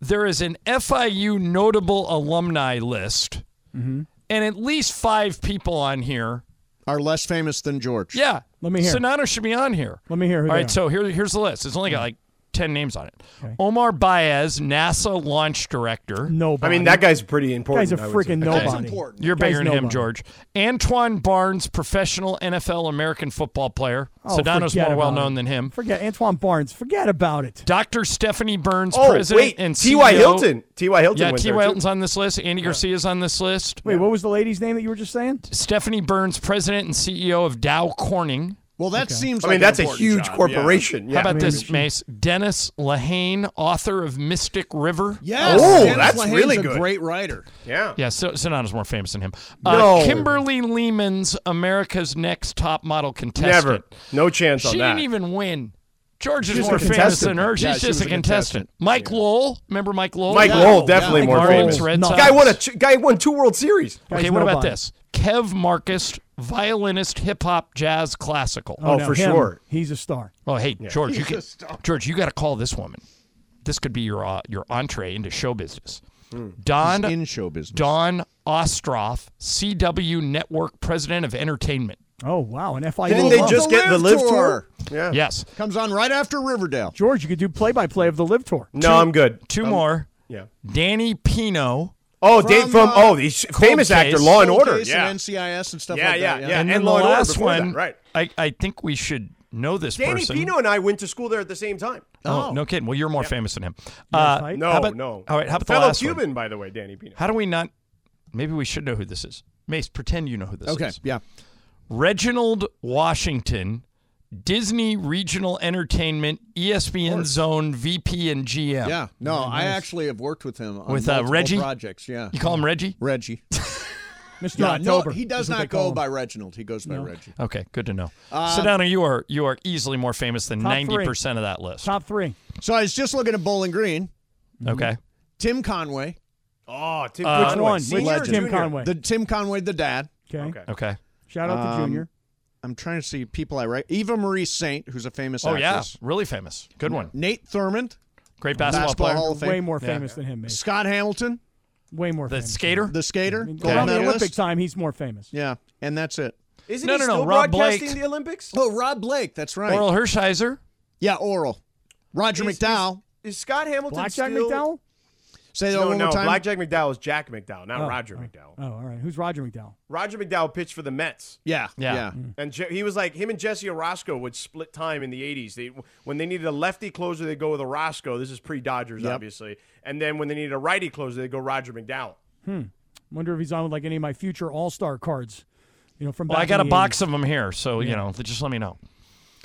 [SPEAKER 2] There is an FIU notable alumni list,
[SPEAKER 10] Mm-hmm.
[SPEAKER 2] and at least five people on here.
[SPEAKER 1] Are less famous than George.
[SPEAKER 2] Yeah.
[SPEAKER 10] Let me hear.
[SPEAKER 2] Sonata should be on here.
[SPEAKER 10] Let me hear. Who
[SPEAKER 2] All
[SPEAKER 10] they
[SPEAKER 2] right,
[SPEAKER 10] are.
[SPEAKER 2] so here, here's the list. It's only got like 10 names on it. Omar Baez, NASA launch director.
[SPEAKER 10] Nobody.
[SPEAKER 11] I mean, that guy's pretty important.
[SPEAKER 10] Guy's a
[SPEAKER 11] I would say.
[SPEAKER 10] freaking
[SPEAKER 2] Okay.
[SPEAKER 10] nobody.
[SPEAKER 2] You're
[SPEAKER 10] Guy's
[SPEAKER 2] bigger than him,
[SPEAKER 10] nobody.
[SPEAKER 2] George. Antoine Barnes, professional NFL American football player.
[SPEAKER 10] Oh,
[SPEAKER 2] Sedano's
[SPEAKER 10] forget
[SPEAKER 2] more well
[SPEAKER 10] about
[SPEAKER 2] known
[SPEAKER 10] it.
[SPEAKER 2] than him.
[SPEAKER 10] Forget Antoine Barnes. Forget about it.
[SPEAKER 2] Dr. Stephanie Burns,
[SPEAKER 11] Oh,
[SPEAKER 2] president
[SPEAKER 11] wait,
[SPEAKER 2] and CEO.
[SPEAKER 11] T.Y. Hilton. T.Y. Hilton
[SPEAKER 2] Yeah,
[SPEAKER 11] went
[SPEAKER 2] T.Y.
[SPEAKER 11] there, too.
[SPEAKER 2] Hilton's on this list. Andy Garcia's on this list.
[SPEAKER 10] Wait, what was the lady's name that you were just saying?
[SPEAKER 2] Stephanie Burns, president and CEO of Dow Corning.
[SPEAKER 1] Well, that seems
[SPEAKER 11] I mean, that's a huge corporation. Yeah.
[SPEAKER 2] How about this, Mace? Dennis Lehane, author of Mystic River.
[SPEAKER 1] Yes.
[SPEAKER 11] Oh,
[SPEAKER 1] Dennis
[SPEAKER 11] that's
[SPEAKER 1] Lehane's
[SPEAKER 11] really
[SPEAKER 1] a
[SPEAKER 11] good.
[SPEAKER 1] great writer.
[SPEAKER 11] Yeah.
[SPEAKER 2] Yeah, so Sonata's more famous than him.
[SPEAKER 11] No.
[SPEAKER 2] Uh, Kimberly Lehman's America's Next Top Model contestant.
[SPEAKER 11] Never. No chance
[SPEAKER 2] She
[SPEAKER 11] on
[SPEAKER 2] didn't
[SPEAKER 11] that.
[SPEAKER 2] even win. George
[SPEAKER 11] She
[SPEAKER 2] is
[SPEAKER 11] was
[SPEAKER 2] more
[SPEAKER 11] a
[SPEAKER 2] famous
[SPEAKER 11] contestant.
[SPEAKER 2] than her. She's
[SPEAKER 11] Yeah, she
[SPEAKER 2] just
[SPEAKER 11] was
[SPEAKER 2] a
[SPEAKER 11] a contestant.
[SPEAKER 2] contestant. Mike Lowell. Remember Mike Lowell?
[SPEAKER 11] Mike Lowell, definitely more
[SPEAKER 2] Marlins,
[SPEAKER 11] famous.
[SPEAKER 2] Red Sox.
[SPEAKER 11] Guy won a two, guy won two World Series.
[SPEAKER 2] Okay, what about this? Kev Marcus, violinist, hip hop, jazz, classical.
[SPEAKER 10] Oh, no, him. He's a star.
[SPEAKER 2] Oh, hey, George, you
[SPEAKER 10] He's
[SPEAKER 2] can,
[SPEAKER 10] a star.
[SPEAKER 2] George, you got to call this woman. This could be your uh, your entree into show business.
[SPEAKER 11] Hmm.
[SPEAKER 2] Don
[SPEAKER 1] in show business.
[SPEAKER 2] Don Ostroff, CW Network President of Entertainment.
[SPEAKER 10] Oh wow, an FIU.
[SPEAKER 11] Didn't they
[SPEAKER 10] alum.
[SPEAKER 11] just get the live tour? Yeah.
[SPEAKER 2] Yes.
[SPEAKER 1] Comes on right after Riverdale.
[SPEAKER 10] George, you could do play-by-play of the live tour.
[SPEAKER 11] No, I'm good.
[SPEAKER 2] Two
[SPEAKER 11] I'm-
[SPEAKER 2] more.
[SPEAKER 11] Yeah.
[SPEAKER 2] Danny Pino.
[SPEAKER 11] Oh, Dave from oh, the sh- famous actor, Law and Order. Yeah.
[SPEAKER 1] And NCIS and stuff
[SPEAKER 11] Yeah,
[SPEAKER 1] like
[SPEAKER 11] yeah,
[SPEAKER 1] that.
[SPEAKER 11] yeah.
[SPEAKER 2] And,
[SPEAKER 11] And
[SPEAKER 2] then the
[SPEAKER 11] Law and Order
[SPEAKER 2] last
[SPEAKER 11] before that,
[SPEAKER 2] one,
[SPEAKER 11] right.
[SPEAKER 2] I, I think we should know this
[SPEAKER 11] Danny
[SPEAKER 2] person.
[SPEAKER 11] Pino and I went to school there at the same time.
[SPEAKER 2] Oh, no kidding. Well, you're more famous than him.
[SPEAKER 11] Uh,
[SPEAKER 2] Uh,
[SPEAKER 11] no,
[SPEAKER 2] how about-
[SPEAKER 11] no.
[SPEAKER 2] All right, how about
[SPEAKER 11] fellow
[SPEAKER 2] the last
[SPEAKER 11] Cuban,
[SPEAKER 2] one?
[SPEAKER 11] by the way, Danny Pino.
[SPEAKER 2] How do we not? Maybe we should know who this is. Mace, pretend you know who this
[SPEAKER 1] Okay,
[SPEAKER 2] is.
[SPEAKER 1] yeah.
[SPEAKER 2] Reginald Washington, Disney Regional Entertainment, E ESPN Zone VP and GM.
[SPEAKER 1] Yeah. No, I actually have worked with him on
[SPEAKER 2] With, uh,
[SPEAKER 1] multiple
[SPEAKER 2] Reggie?
[SPEAKER 1] projects. Yeah.
[SPEAKER 2] You call him Reggie?
[SPEAKER 1] (laughs)
[SPEAKER 10] (laughs)
[SPEAKER 1] Reggie.
[SPEAKER 10] Mr.
[SPEAKER 1] Yeah, no,
[SPEAKER 10] October.
[SPEAKER 1] he
[SPEAKER 10] is
[SPEAKER 1] does
[SPEAKER 10] what they
[SPEAKER 1] not
[SPEAKER 10] call
[SPEAKER 1] go
[SPEAKER 10] him.
[SPEAKER 1] by Reginald. He goes by
[SPEAKER 10] No.
[SPEAKER 1] Reggie.
[SPEAKER 2] Okay, good to know.
[SPEAKER 1] Uh,
[SPEAKER 2] Sedano, you are you are easily more famous than
[SPEAKER 10] Top
[SPEAKER 2] ninety
[SPEAKER 10] three.
[SPEAKER 2] percent of that list.
[SPEAKER 10] Top three.
[SPEAKER 1] So I was just looking at Bowling Green.
[SPEAKER 2] Okay.
[SPEAKER 1] Tim Conway.
[SPEAKER 11] Oh, Tim,
[SPEAKER 2] Uh,
[SPEAKER 11] which
[SPEAKER 2] Which
[SPEAKER 11] one?
[SPEAKER 10] one?
[SPEAKER 11] Senior
[SPEAKER 10] Which
[SPEAKER 11] or
[SPEAKER 10] Tim
[SPEAKER 11] junior?
[SPEAKER 10] Conway?
[SPEAKER 1] The Tim Conway, the dad.
[SPEAKER 10] Okay.
[SPEAKER 11] Okay.
[SPEAKER 2] Okay.
[SPEAKER 10] Shout out to
[SPEAKER 1] Um,
[SPEAKER 10] Junior.
[SPEAKER 1] I'm trying to see people I write. Eva Marie Saint, who's a famous
[SPEAKER 2] Oh yeah,
[SPEAKER 1] actress.
[SPEAKER 2] really famous. Good one.
[SPEAKER 1] Nate Thurmond,
[SPEAKER 2] Great basketball, player.
[SPEAKER 1] Hall of Fame.
[SPEAKER 10] Way more
[SPEAKER 2] Yeah.
[SPEAKER 10] famous than him, man.
[SPEAKER 1] Scott Hamilton,
[SPEAKER 10] Way more
[SPEAKER 2] The
[SPEAKER 10] famous.
[SPEAKER 2] skater.
[SPEAKER 1] the skater,
[SPEAKER 10] Going
[SPEAKER 1] gold
[SPEAKER 10] on the
[SPEAKER 1] medalist.
[SPEAKER 10] Olympic time, he's more famous.
[SPEAKER 1] Yeah, and that's it.
[SPEAKER 11] Isn't
[SPEAKER 2] No,
[SPEAKER 11] he
[SPEAKER 2] no, no,
[SPEAKER 11] still
[SPEAKER 2] Rob
[SPEAKER 11] broadcasting
[SPEAKER 2] Blake.
[SPEAKER 11] the Olympics?
[SPEAKER 1] Oh, Rob Blake. That's right.
[SPEAKER 2] Oral Hershiser.
[SPEAKER 1] Yeah, Oral. Roger
[SPEAKER 11] Is- is-
[SPEAKER 1] McDowell.
[SPEAKER 11] Is Scott Hamilton
[SPEAKER 10] Blackjack
[SPEAKER 11] still?
[SPEAKER 10] McDowell?
[SPEAKER 1] Say that
[SPEAKER 11] No,
[SPEAKER 1] one
[SPEAKER 11] no,
[SPEAKER 1] more time.
[SPEAKER 11] Blackjack McDowell is Jack McDowell, not
[SPEAKER 10] Oh,
[SPEAKER 11] Roger
[SPEAKER 10] oh,
[SPEAKER 11] McDowell.
[SPEAKER 10] Oh, all right. Who's Roger McDowell?
[SPEAKER 11] Roger McDowell pitched for the Mets.
[SPEAKER 1] Yeah,
[SPEAKER 2] Yeah. Mm.
[SPEAKER 1] yeah.
[SPEAKER 11] And Je- he was like him and Jesse Orozco would split time in the '80s. They when they needed a lefty closer, they would go with Orozco. This is pre-Dodgers,
[SPEAKER 1] Yep.
[SPEAKER 11] obviously. And then when they needed a righty closer, they would go Roger McDowell.
[SPEAKER 10] Wonder if he's on with like any of my future All Star cards. You know, from
[SPEAKER 2] Well,
[SPEAKER 10] back
[SPEAKER 2] I got a
[SPEAKER 10] in the
[SPEAKER 2] box of them here, so you know, just let me know.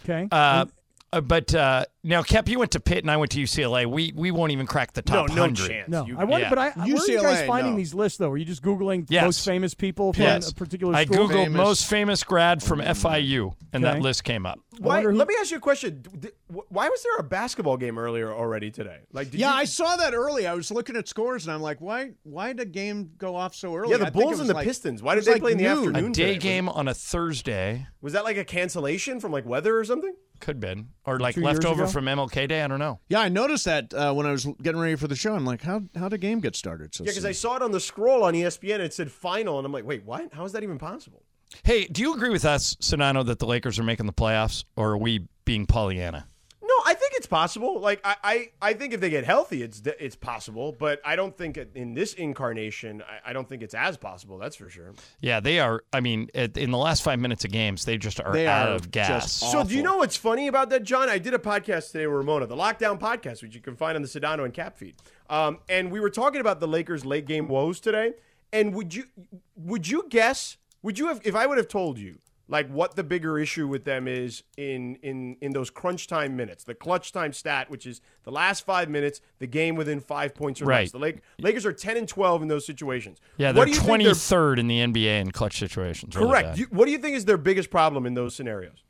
[SPEAKER 10] 80s. Okay.
[SPEAKER 2] Uh, Uh, but uh, now, Kep, you went to Pitt and I went to UCLA. We we won't even crack the top
[SPEAKER 10] No, no
[SPEAKER 2] 100.
[SPEAKER 10] chance. No, I wonder, but I, where are you guys
[SPEAKER 2] UCLA,
[SPEAKER 10] finding
[SPEAKER 2] no.
[SPEAKER 10] these lists though? Are you just googling
[SPEAKER 2] Yes.
[SPEAKER 10] most famous people from a particular
[SPEAKER 2] I
[SPEAKER 10] school?
[SPEAKER 2] googled most famous grad from
[SPEAKER 11] Mm.
[SPEAKER 2] FIU, and
[SPEAKER 10] Okay.
[SPEAKER 2] that list came up.
[SPEAKER 11] Why, let me ask you a question. D- d- wh- Why was there a basketball game earlier already today? Like, did
[SPEAKER 1] yeah,
[SPEAKER 11] you-
[SPEAKER 1] I saw that early. I was looking at scores, and I'm like, why? Why did the game go off so early?
[SPEAKER 11] Yeah, the
[SPEAKER 1] I think it
[SPEAKER 11] Bulls
[SPEAKER 1] was
[SPEAKER 11] and the
[SPEAKER 1] like-
[SPEAKER 11] Pistons. Why
[SPEAKER 1] it
[SPEAKER 11] did
[SPEAKER 1] was
[SPEAKER 11] they
[SPEAKER 1] like
[SPEAKER 11] play in the
[SPEAKER 1] noon.
[SPEAKER 11] afternoon?
[SPEAKER 2] a day
[SPEAKER 11] today?
[SPEAKER 2] game on a Thursday
[SPEAKER 11] Was that like a cancellation from like weather or something?
[SPEAKER 2] could been, or like leftover from MLK Day. I don't know.
[SPEAKER 1] Yeah, I noticed that uh, when I was getting ready for the show. I'm like, how how did the game get started? So
[SPEAKER 11] Yeah, because I saw it on the scroll on ESPN. And it said final, and I'm like, wait, what? How is that even possible?
[SPEAKER 2] Hey, do you agree with us, Sonano, that the Lakers are making the playoffs, or are we being Pollyanna?
[SPEAKER 11] No, I think it's possible. Like, I, I, I think if they get healthy, it's de- it's possible. But I don't think it- in this incarnation, I, I don't think it's as possible. That's for sure.
[SPEAKER 2] Yeah, they are. I mean, at, in the last five minutes of games, they just are out of gas.
[SPEAKER 11] So do you know what's funny about that, John? I did a podcast today with Ramona, the Lockdown Podcast, which you can find on the Sedano and Cap feed. Um, and we were talking about the Lakers' late game woes today. And would you would you guess? Would you have if I would have told you like what the bigger issue with them is in in in those crunch time minutes, the clutch time stat, which is the last five minutes, the game within five points or less.
[SPEAKER 2] Right.
[SPEAKER 11] The Lake, Lakers are ten and twelve in those situations.
[SPEAKER 2] Yeah,
[SPEAKER 11] What
[SPEAKER 2] they're
[SPEAKER 11] do you think their-
[SPEAKER 2] 23rd in the NBA in clutch situations. Really
[SPEAKER 11] Correct.
[SPEAKER 2] bad.
[SPEAKER 11] You, what do you think is their biggest problem in those scenarios?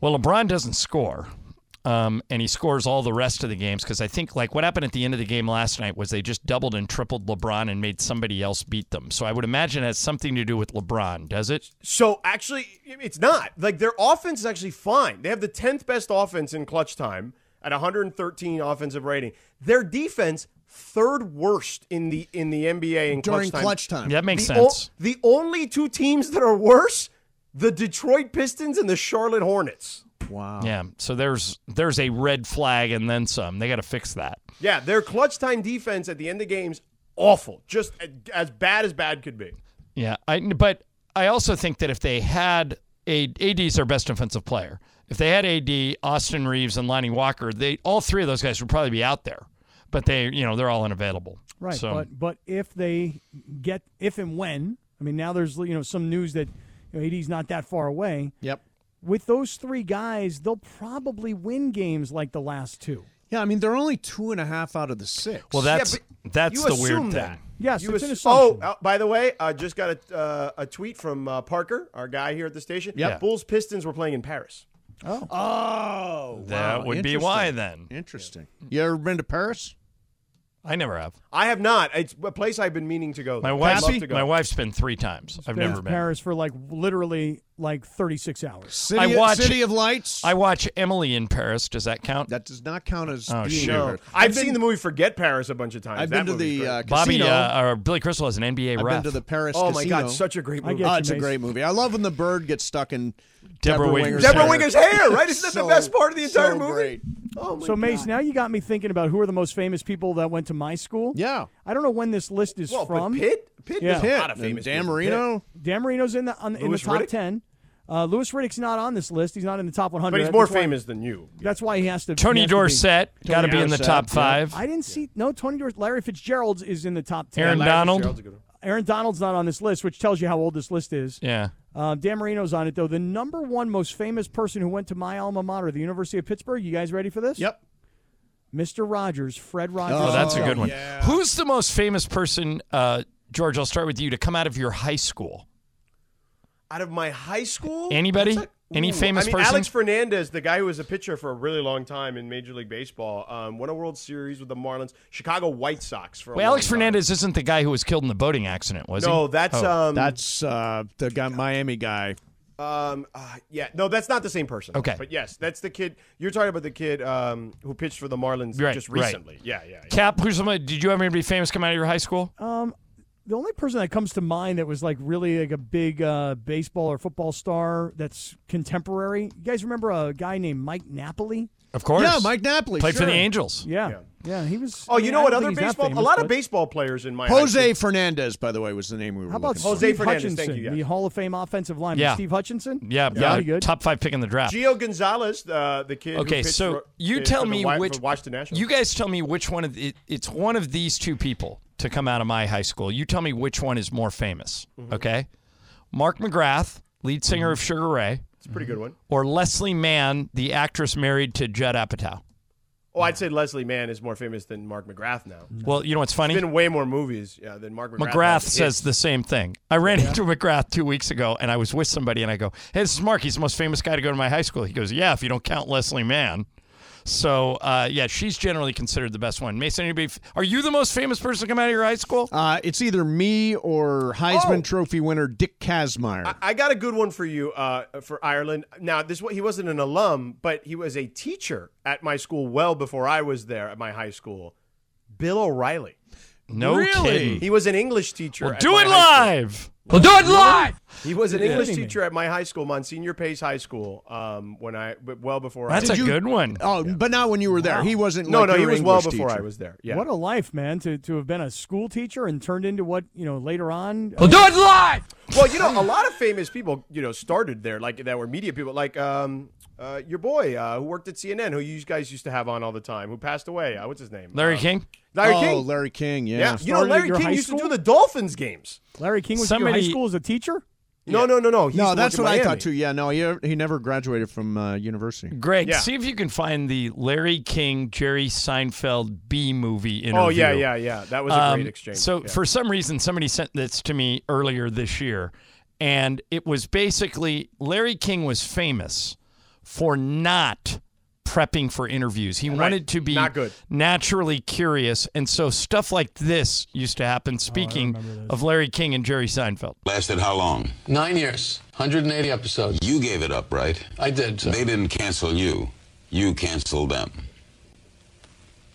[SPEAKER 2] Well, LeBron doesn't score, um, and he scores all the rest of the games because I think like what happened at the end of the game last night was they just doubled and tripled LeBron and made somebody else beat them. So I would imagine it has something to do with LeBron, does it?
[SPEAKER 11] So actually, it's not. Like their offense is actually fine. They have the tenth best offense in clutch time at 113 offensive rating. Their defense third worst in the in the NBA
[SPEAKER 1] During
[SPEAKER 11] in clutch time.
[SPEAKER 1] clutch time. That makes
[SPEAKER 11] The o-
[SPEAKER 1] sense.
[SPEAKER 11] the only two teams that are worse, the Detroit Pistons and the Charlotte Hornets. Oh.
[SPEAKER 1] Wow.
[SPEAKER 2] Yeah. So there's there's a red flag and then some. They got to fix that.
[SPEAKER 11] Yeah, their clutch time defense at the end of games awful. Just as bad as bad could be.
[SPEAKER 2] Yeah, I but I also think that if they had a AD is their best defensive player. If they had AD, Austin Reeves, and Lonnie Walker, they all three of those guys would probably be out there. But they, you know, they're all unavailable.
[SPEAKER 10] Right,
[SPEAKER 2] So
[SPEAKER 10] but but if they get if and when I mean now there's you know some news that you know, AD's not that far away.
[SPEAKER 1] Yep.
[SPEAKER 10] With those three guys, they'll probably win games like the last two.
[SPEAKER 1] Yeah, I mean they're only two and a half out of the six.
[SPEAKER 2] Well, that's that's the weird thing.
[SPEAKER 10] Yes,
[SPEAKER 11] You
[SPEAKER 10] it's an
[SPEAKER 11] assu-
[SPEAKER 10] assumption.
[SPEAKER 11] Oh, uh, by the way, I just got a, uh, a tweet from uh, Parker, our guy here at the station.
[SPEAKER 2] Yep. Yeah.
[SPEAKER 11] Bulls Pistons were playing in Paris.
[SPEAKER 10] Oh.
[SPEAKER 1] Oh.
[SPEAKER 2] That
[SPEAKER 1] wow,
[SPEAKER 2] would be
[SPEAKER 1] interesting.
[SPEAKER 2] why then.
[SPEAKER 1] Interesting. You ever been to Paris?
[SPEAKER 2] I never have.
[SPEAKER 11] I have not. It's a place I've been meaning to go.
[SPEAKER 2] My
[SPEAKER 11] I'd
[SPEAKER 2] wife's
[SPEAKER 11] love to go.
[SPEAKER 2] my wife's been three times. I've
[SPEAKER 10] Stayed
[SPEAKER 2] never
[SPEAKER 10] in
[SPEAKER 2] been.
[SPEAKER 10] Paris for like literally like 36 hours.
[SPEAKER 2] I watch
[SPEAKER 1] of Lights.
[SPEAKER 2] I watch Emily in Paris. Does that count?
[SPEAKER 1] That does not count as
[SPEAKER 2] oh,
[SPEAKER 1] being
[SPEAKER 2] shoot.
[SPEAKER 1] there. I've
[SPEAKER 11] I've, seen the movie Forget Paris a bunch of times.
[SPEAKER 1] I've
[SPEAKER 11] That
[SPEAKER 1] been to the,
[SPEAKER 11] movie's great.
[SPEAKER 1] uh,
[SPEAKER 2] Bobby
[SPEAKER 1] Casino.
[SPEAKER 2] uh, or Billy Crystal has an NBA
[SPEAKER 1] I've
[SPEAKER 2] ref.
[SPEAKER 1] been to the Paris.
[SPEAKER 11] Oh my
[SPEAKER 1] Casino.
[SPEAKER 11] God, such a great
[SPEAKER 1] Oh,
[SPEAKER 11] movie.
[SPEAKER 1] it's a great movie. I love when the bird gets stuck in
[SPEAKER 2] Deborah
[SPEAKER 1] Deborah
[SPEAKER 2] Winger's
[SPEAKER 1] Winger's,
[SPEAKER 11] Deborah Winger's hair, right? Isn't that the
[SPEAKER 1] (laughs) So-
[SPEAKER 11] best part of the entire
[SPEAKER 1] so
[SPEAKER 11] movie?
[SPEAKER 1] great.
[SPEAKER 11] Oh my
[SPEAKER 10] so Mace,
[SPEAKER 11] God.
[SPEAKER 10] now you got me thinking about who are the most famous people that went to my school.
[SPEAKER 1] Yeah,
[SPEAKER 10] I don't know when this list is
[SPEAKER 11] Well, but
[SPEAKER 10] from.
[SPEAKER 11] Pitt- Pitt, there's a lot of famous Dan people. Marino?
[SPEAKER 10] Dan Marino's in the on, the- in the
[SPEAKER 11] Louis
[SPEAKER 10] top
[SPEAKER 11] Riddick?
[SPEAKER 10] ten. Uh, Louis Riddick's not on this list. He's not in the top 100.
[SPEAKER 11] But he's
[SPEAKER 10] That's
[SPEAKER 11] more
[SPEAKER 10] why-
[SPEAKER 11] famous than you.
[SPEAKER 10] That's why he has to.
[SPEAKER 2] Tony
[SPEAKER 10] he has to
[SPEAKER 2] Dorsett
[SPEAKER 10] be.
[SPEAKER 2] gotta Tony be in the Dorsett, top yeah. five.
[SPEAKER 10] I didn't see no Tony Dorsett. Larry Fitzgerald's is in the top ten.
[SPEAKER 2] Aaron Yeah, Larry Donald? Fitzgerald's a good
[SPEAKER 10] Aaron Donald's not on this list, which tells you how old this list is.
[SPEAKER 2] Yeah.
[SPEAKER 10] Uh, Dan Marino's on it though. The number one most famous person who went to my alma mater, the University of Pittsburgh. You guys ready for this?
[SPEAKER 1] Yep.
[SPEAKER 10] Mr. Rogers, Fred Rogers.
[SPEAKER 2] Oh, that's a
[SPEAKER 10] himself.
[SPEAKER 2] good one. Who's the most famous person, uh, George? I'll start with you to come out of your high school.
[SPEAKER 11] Out of my high school,
[SPEAKER 2] Anybody?
[SPEAKER 11] What's that-
[SPEAKER 2] Any
[SPEAKER 11] Ooh,
[SPEAKER 2] famous
[SPEAKER 11] I mean,
[SPEAKER 2] person?
[SPEAKER 11] Alex Fernandez, the guy who was a pitcher for a really long time in Major League Baseball, um, won a World Series with the Marlins, Chicago White Sox for. A
[SPEAKER 2] Well,
[SPEAKER 11] long
[SPEAKER 2] Alex Fernandez isn't the guy who was killed in the boating accident, was he? Oh,
[SPEAKER 11] No, that's, um,
[SPEAKER 1] that's uh, the guy, Miami guy.
[SPEAKER 11] Um. Uh, yeah. No, that's not the same person.
[SPEAKER 2] Okay.
[SPEAKER 11] But yes, that's the kid. You're talking about the kid um, who pitched for the Marlins
[SPEAKER 2] Right,
[SPEAKER 11] just
[SPEAKER 2] right.
[SPEAKER 11] recently. Yeah. Yeah.
[SPEAKER 2] Cap. Who's somebody? Did you have anybody famous come out of your high school?
[SPEAKER 10] Um, the only person that comes to mind that was like really like a big uh, baseball or football star that's contemporary. You guys remember a guy named Mike Napoli?
[SPEAKER 2] Of course.
[SPEAKER 10] Yeah, Mike Napoli,
[SPEAKER 2] played for
[SPEAKER 10] sure.
[SPEAKER 2] the Angels.
[SPEAKER 10] Yeah. Yeah. he was.
[SPEAKER 11] Oh,
[SPEAKER 10] I
[SPEAKER 11] you
[SPEAKER 10] mean,
[SPEAKER 11] know
[SPEAKER 10] I
[SPEAKER 11] what?
[SPEAKER 10] don't
[SPEAKER 11] Other
[SPEAKER 10] think he's that
[SPEAKER 11] baseball.
[SPEAKER 10] famous,
[SPEAKER 11] a lot
[SPEAKER 10] but-
[SPEAKER 11] of baseball players in my
[SPEAKER 1] Jose Fernandez, by the way, was the name we were.
[SPEAKER 10] How about
[SPEAKER 1] looking
[SPEAKER 10] Steve
[SPEAKER 1] for.
[SPEAKER 10] Hutchinson, the Hall of Fame offensive lineman?
[SPEAKER 2] Yeah.
[SPEAKER 10] Steve Hutchinson.
[SPEAKER 2] Yeah,
[SPEAKER 10] Pretty
[SPEAKER 2] yeah,
[SPEAKER 10] good.
[SPEAKER 2] top five pick in the draft.
[SPEAKER 11] Gio Gonzalez, uh, the kid. who
[SPEAKER 2] okay,
[SPEAKER 11] pitched
[SPEAKER 2] so
[SPEAKER 11] for-
[SPEAKER 2] you
[SPEAKER 11] for
[SPEAKER 2] tell
[SPEAKER 11] the
[SPEAKER 2] me
[SPEAKER 11] Wi-
[SPEAKER 2] which
[SPEAKER 11] for Washington Nationals.
[SPEAKER 2] You guys tell me which one of it, it's one of these two people to come out of my high school. You tell me
[SPEAKER 11] Mm-hmm.
[SPEAKER 2] which one is more famous. Okay, Mark McGrath, lead singer of Sugar Ray.
[SPEAKER 11] It's a pretty good one.
[SPEAKER 2] Or Leslie Mann, the actress married to Judd Apatow.
[SPEAKER 11] Oh, I'd say Leslie Mann is more famous than Mark McGrath now.
[SPEAKER 2] Well, you know what's funny?
[SPEAKER 11] He's been in way more movies yeah, than Mark McGrath.
[SPEAKER 2] McGrath
[SPEAKER 11] has.
[SPEAKER 2] says the same thing. I ran into McGrath two weeks ago, and I was with somebody, and I go, "Hey, this is Mark. He's the most famous guy to go to my high school." He goes, "Yeah, if you don't count Leslie Mann." So, uh, yeah, she's generally considered the best one. Mason, anybody? F- are you the most famous person to come out of your high school?
[SPEAKER 1] Uh, it's either me or Heisman Trophy winner Dick Kazmaier.
[SPEAKER 11] Oh. I got a good one for you uh, for Ireland. Now, this wa- he wasn't an alum, but he was a teacher at my school well before I was there at my high school. Bill O'Reilly.
[SPEAKER 2] No Really? kidding.
[SPEAKER 11] He was an English teacher.
[SPEAKER 2] Well,
[SPEAKER 11] at
[SPEAKER 2] do
[SPEAKER 11] my
[SPEAKER 2] it
[SPEAKER 11] high
[SPEAKER 2] live!
[SPEAKER 11] school.
[SPEAKER 2] We'll do it live!
[SPEAKER 11] He was an
[SPEAKER 2] Yeah.
[SPEAKER 11] English
[SPEAKER 2] Kidding me.
[SPEAKER 11] teacher at my high school, Monsignor Pace High School. Um, when I but well before. I
[SPEAKER 1] Did you- Oh, but not when you were there. He wasn't.
[SPEAKER 11] No,
[SPEAKER 1] like
[SPEAKER 11] no,
[SPEAKER 1] your
[SPEAKER 11] he was well
[SPEAKER 1] English
[SPEAKER 11] before
[SPEAKER 1] teacher.
[SPEAKER 11] I was there. Yeah.
[SPEAKER 10] What a life, man, to, to have been a school teacher and turned into what, you know, later on.
[SPEAKER 11] Well, do it live. Well, you know, a lot of famous people, you know, started there, like that were media people, like um, uh, your boy uh, who worked at CNN, who you guys used to have on all the time, who passed away. Uh, what's his name?
[SPEAKER 2] Larry
[SPEAKER 11] Uh,
[SPEAKER 2] King?
[SPEAKER 11] Larry King.
[SPEAKER 1] Oh, Larry King. Yeah.
[SPEAKER 11] You know,
[SPEAKER 10] Started at
[SPEAKER 11] Larry
[SPEAKER 10] your
[SPEAKER 11] King
[SPEAKER 10] high
[SPEAKER 11] used to
[SPEAKER 10] school?
[SPEAKER 11] do the Dolphins games.
[SPEAKER 10] Larry King was at your high
[SPEAKER 1] Somebody-
[SPEAKER 10] school as a teacher?
[SPEAKER 11] No, no, no, no. He used
[SPEAKER 1] no,
[SPEAKER 11] to
[SPEAKER 1] that's
[SPEAKER 11] work
[SPEAKER 1] what
[SPEAKER 11] in
[SPEAKER 1] I
[SPEAKER 11] Miami.
[SPEAKER 1] thought too. Yeah, no, he, he never graduated from uh, university.
[SPEAKER 2] Greg, see if you can find the Larry King, Jerry Seinfeld B movie interview. Um,
[SPEAKER 11] Oh, yeah, yeah, yeah. That was a great exchange.
[SPEAKER 2] So
[SPEAKER 11] Yeah.
[SPEAKER 2] for some reason, somebody sent this to me earlier this year, and it was basically Larry King was famous for not prepping for interviews. He wanted to be
[SPEAKER 11] Not good.
[SPEAKER 2] naturally curious, and so stuff like this used to happen. Speaking of Larry King and Jerry Seinfeld.
[SPEAKER 13] Lasted how long?
[SPEAKER 14] Nine years, 180 episodes.
[SPEAKER 13] You gave it up, right?
[SPEAKER 14] I did. sir.
[SPEAKER 13] They didn't cancel you. You canceled them.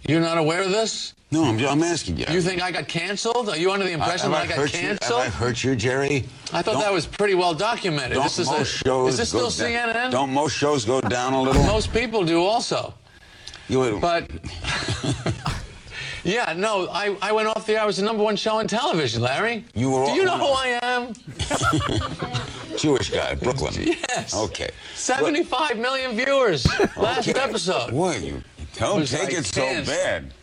[SPEAKER 14] You're not aware of this?
[SPEAKER 13] No, I'm, I'm asking you.
[SPEAKER 14] You think I got canceled? Are you under the
[SPEAKER 13] I-
[SPEAKER 14] impression
[SPEAKER 13] have
[SPEAKER 14] that I, got
[SPEAKER 13] hurt you? Have
[SPEAKER 14] canceled?
[SPEAKER 13] I hurt you, Jerry?
[SPEAKER 14] I thought
[SPEAKER 13] Don't-
[SPEAKER 14] that was pretty well documented.
[SPEAKER 13] Don't
[SPEAKER 14] This is
[SPEAKER 13] most
[SPEAKER 14] a-
[SPEAKER 13] shows
[SPEAKER 14] is this
[SPEAKER 13] go
[SPEAKER 14] still
[SPEAKER 13] down-
[SPEAKER 14] CNN?
[SPEAKER 13] Don't most shows go down a little?
[SPEAKER 14] Most people do also.
[SPEAKER 13] You-
[SPEAKER 14] But yeah, no, I, I went off the air. I was the number one show on television, Larry.
[SPEAKER 13] You were
[SPEAKER 14] Do
[SPEAKER 13] all-
[SPEAKER 14] you know who I am?
[SPEAKER 13] Jewish guy, Brooklyn.
[SPEAKER 14] (laughs) Yes.
[SPEAKER 13] Okay.
[SPEAKER 14] 75 million viewers last
[SPEAKER 13] Okay.
[SPEAKER 14] episode.
[SPEAKER 13] Boy, you don't
[SPEAKER 14] Was
[SPEAKER 13] take
[SPEAKER 14] I
[SPEAKER 13] it so
[SPEAKER 14] canceled?
[SPEAKER 13] bad.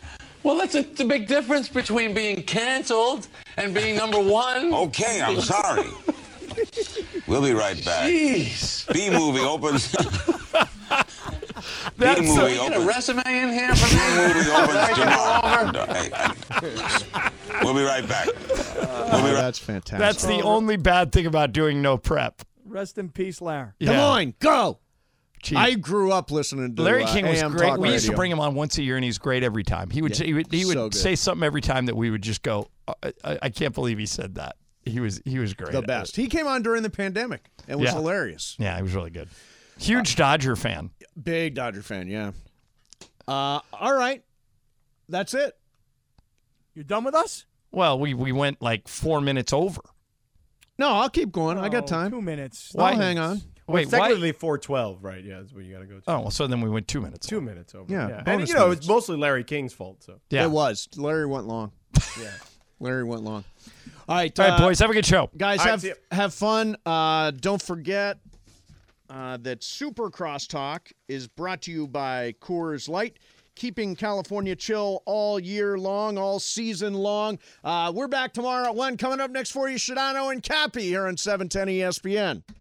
[SPEAKER 14] Well, that's a, the big difference between being canceled and being number one.
[SPEAKER 13] Okay, I'm sorry.
[SPEAKER 14] (laughs)
[SPEAKER 13] We'll be right back.
[SPEAKER 14] Jeez.
[SPEAKER 13] B movie opens.
[SPEAKER 14] That's
[SPEAKER 13] B
[SPEAKER 14] so
[SPEAKER 13] movie
[SPEAKER 14] you get a
[SPEAKER 13] opens.
[SPEAKER 14] resume in here for me.
[SPEAKER 13] movie opens tomorrow. Hey, I- We'll be right back. We'll be right-
[SPEAKER 1] That's fantastic.
[SPEAKER 2] That's the only bad thing about doing no prep.
[SPEAKER 10] Rest in peace, Larry.
[SPEAKER 1] Come
[SPEAKER 2] Yeah.
[SPEAKER 1] on, go.
[SPEAKER 2] Gee.
[SPEAKER 1] I grew up listening to
[SPEAKER 2] Larry
[SPEAKER 1] uh,
[SPEAKER 2] King was
[SPEAKER 1] AM
[SPEAKER 2] great.
[SPEAKER 1] Talk
[SPEAKER 2] We used to
[SPEAKER 1] radio.
[SPEAKER 2] bring him on once a year, and he's great every time. He would
[SPEAKER 1] Yeah,
[SPEAKER 2] he would, he would
[SPEAKER 1] so good.
[SPEAKER 2] say something every time that we would just go, I, I, I can't believe he said that. He was he was great.
[SPEAKER 1] the best. He came on during the pandemic and was
[SPEAKER 2] Yeah.
[SPEAKER 1] hilarious.
[SPEAKER 2] Yeah, he was really good.
[SPEAKER 1] Uh,
[SPEAKER 2] Huge Dodger fan.
[SPEAKER 1] Big Dodger fan, yeah. Uh, all right, that's it.
[SPEAKER 10] You're done with us?
[SPEAKER 2] Well, we we went like four minutes over.
[SPEAKER 1] No, I'll keep going. I
[SPEAKER 2] Oh,
[SPEAKER 1] got time.
[SPEAKER 10] Two minutes.
[SPEAKER 1] I'll hang on.
[SPEAKER 11] Well,
[SPEAKER 2] Wait,
[SPEAKER 11] it's
[SPEAKER 2] why-
[SPEAKER 11] technically 412, right? Yeah, that's what you got to go to.
[SPEAKER 2] Oh, well, so then we went two minutes.
[SPEAKER 11] Two minutes over.
[SPEAKER 1] Yeah,
[SPEAKER 11] And,
[SPEAKER 1] bonus
[SPEAKER 11] you know,
[SPEAKER 1] minutes.
[SPEAKER 11] it's mostly Larry King's fault. So
[SPEAKER 2] Yeah.
[SPEAKER 1] It was. Larry went
[SPEAKER 2] (laughs)
[SPEAKER 1] long.
[SPEAKER 11] Yeah.
[SPEAKER 1] Larry went long. All right,
[SPEAKER 2] All right,
[SPEAKER 1] uh,
[SPEAKER 2] boys, have a good show.
[SPEAKER 1] Guys,
[SPEAKER 2] All right,
[SPEAKER 1] have
[SPEAKER 2] see ya.
[SPEAKER 1] have fun. Uh, don't forget uh, that Super Crosstalk is brought to you by Coors Light, keeping California chill all year long, all season long. Uh, we're back tomorrow at one. Coming up next for you, Shadano and Cappy here on 710 ESPN.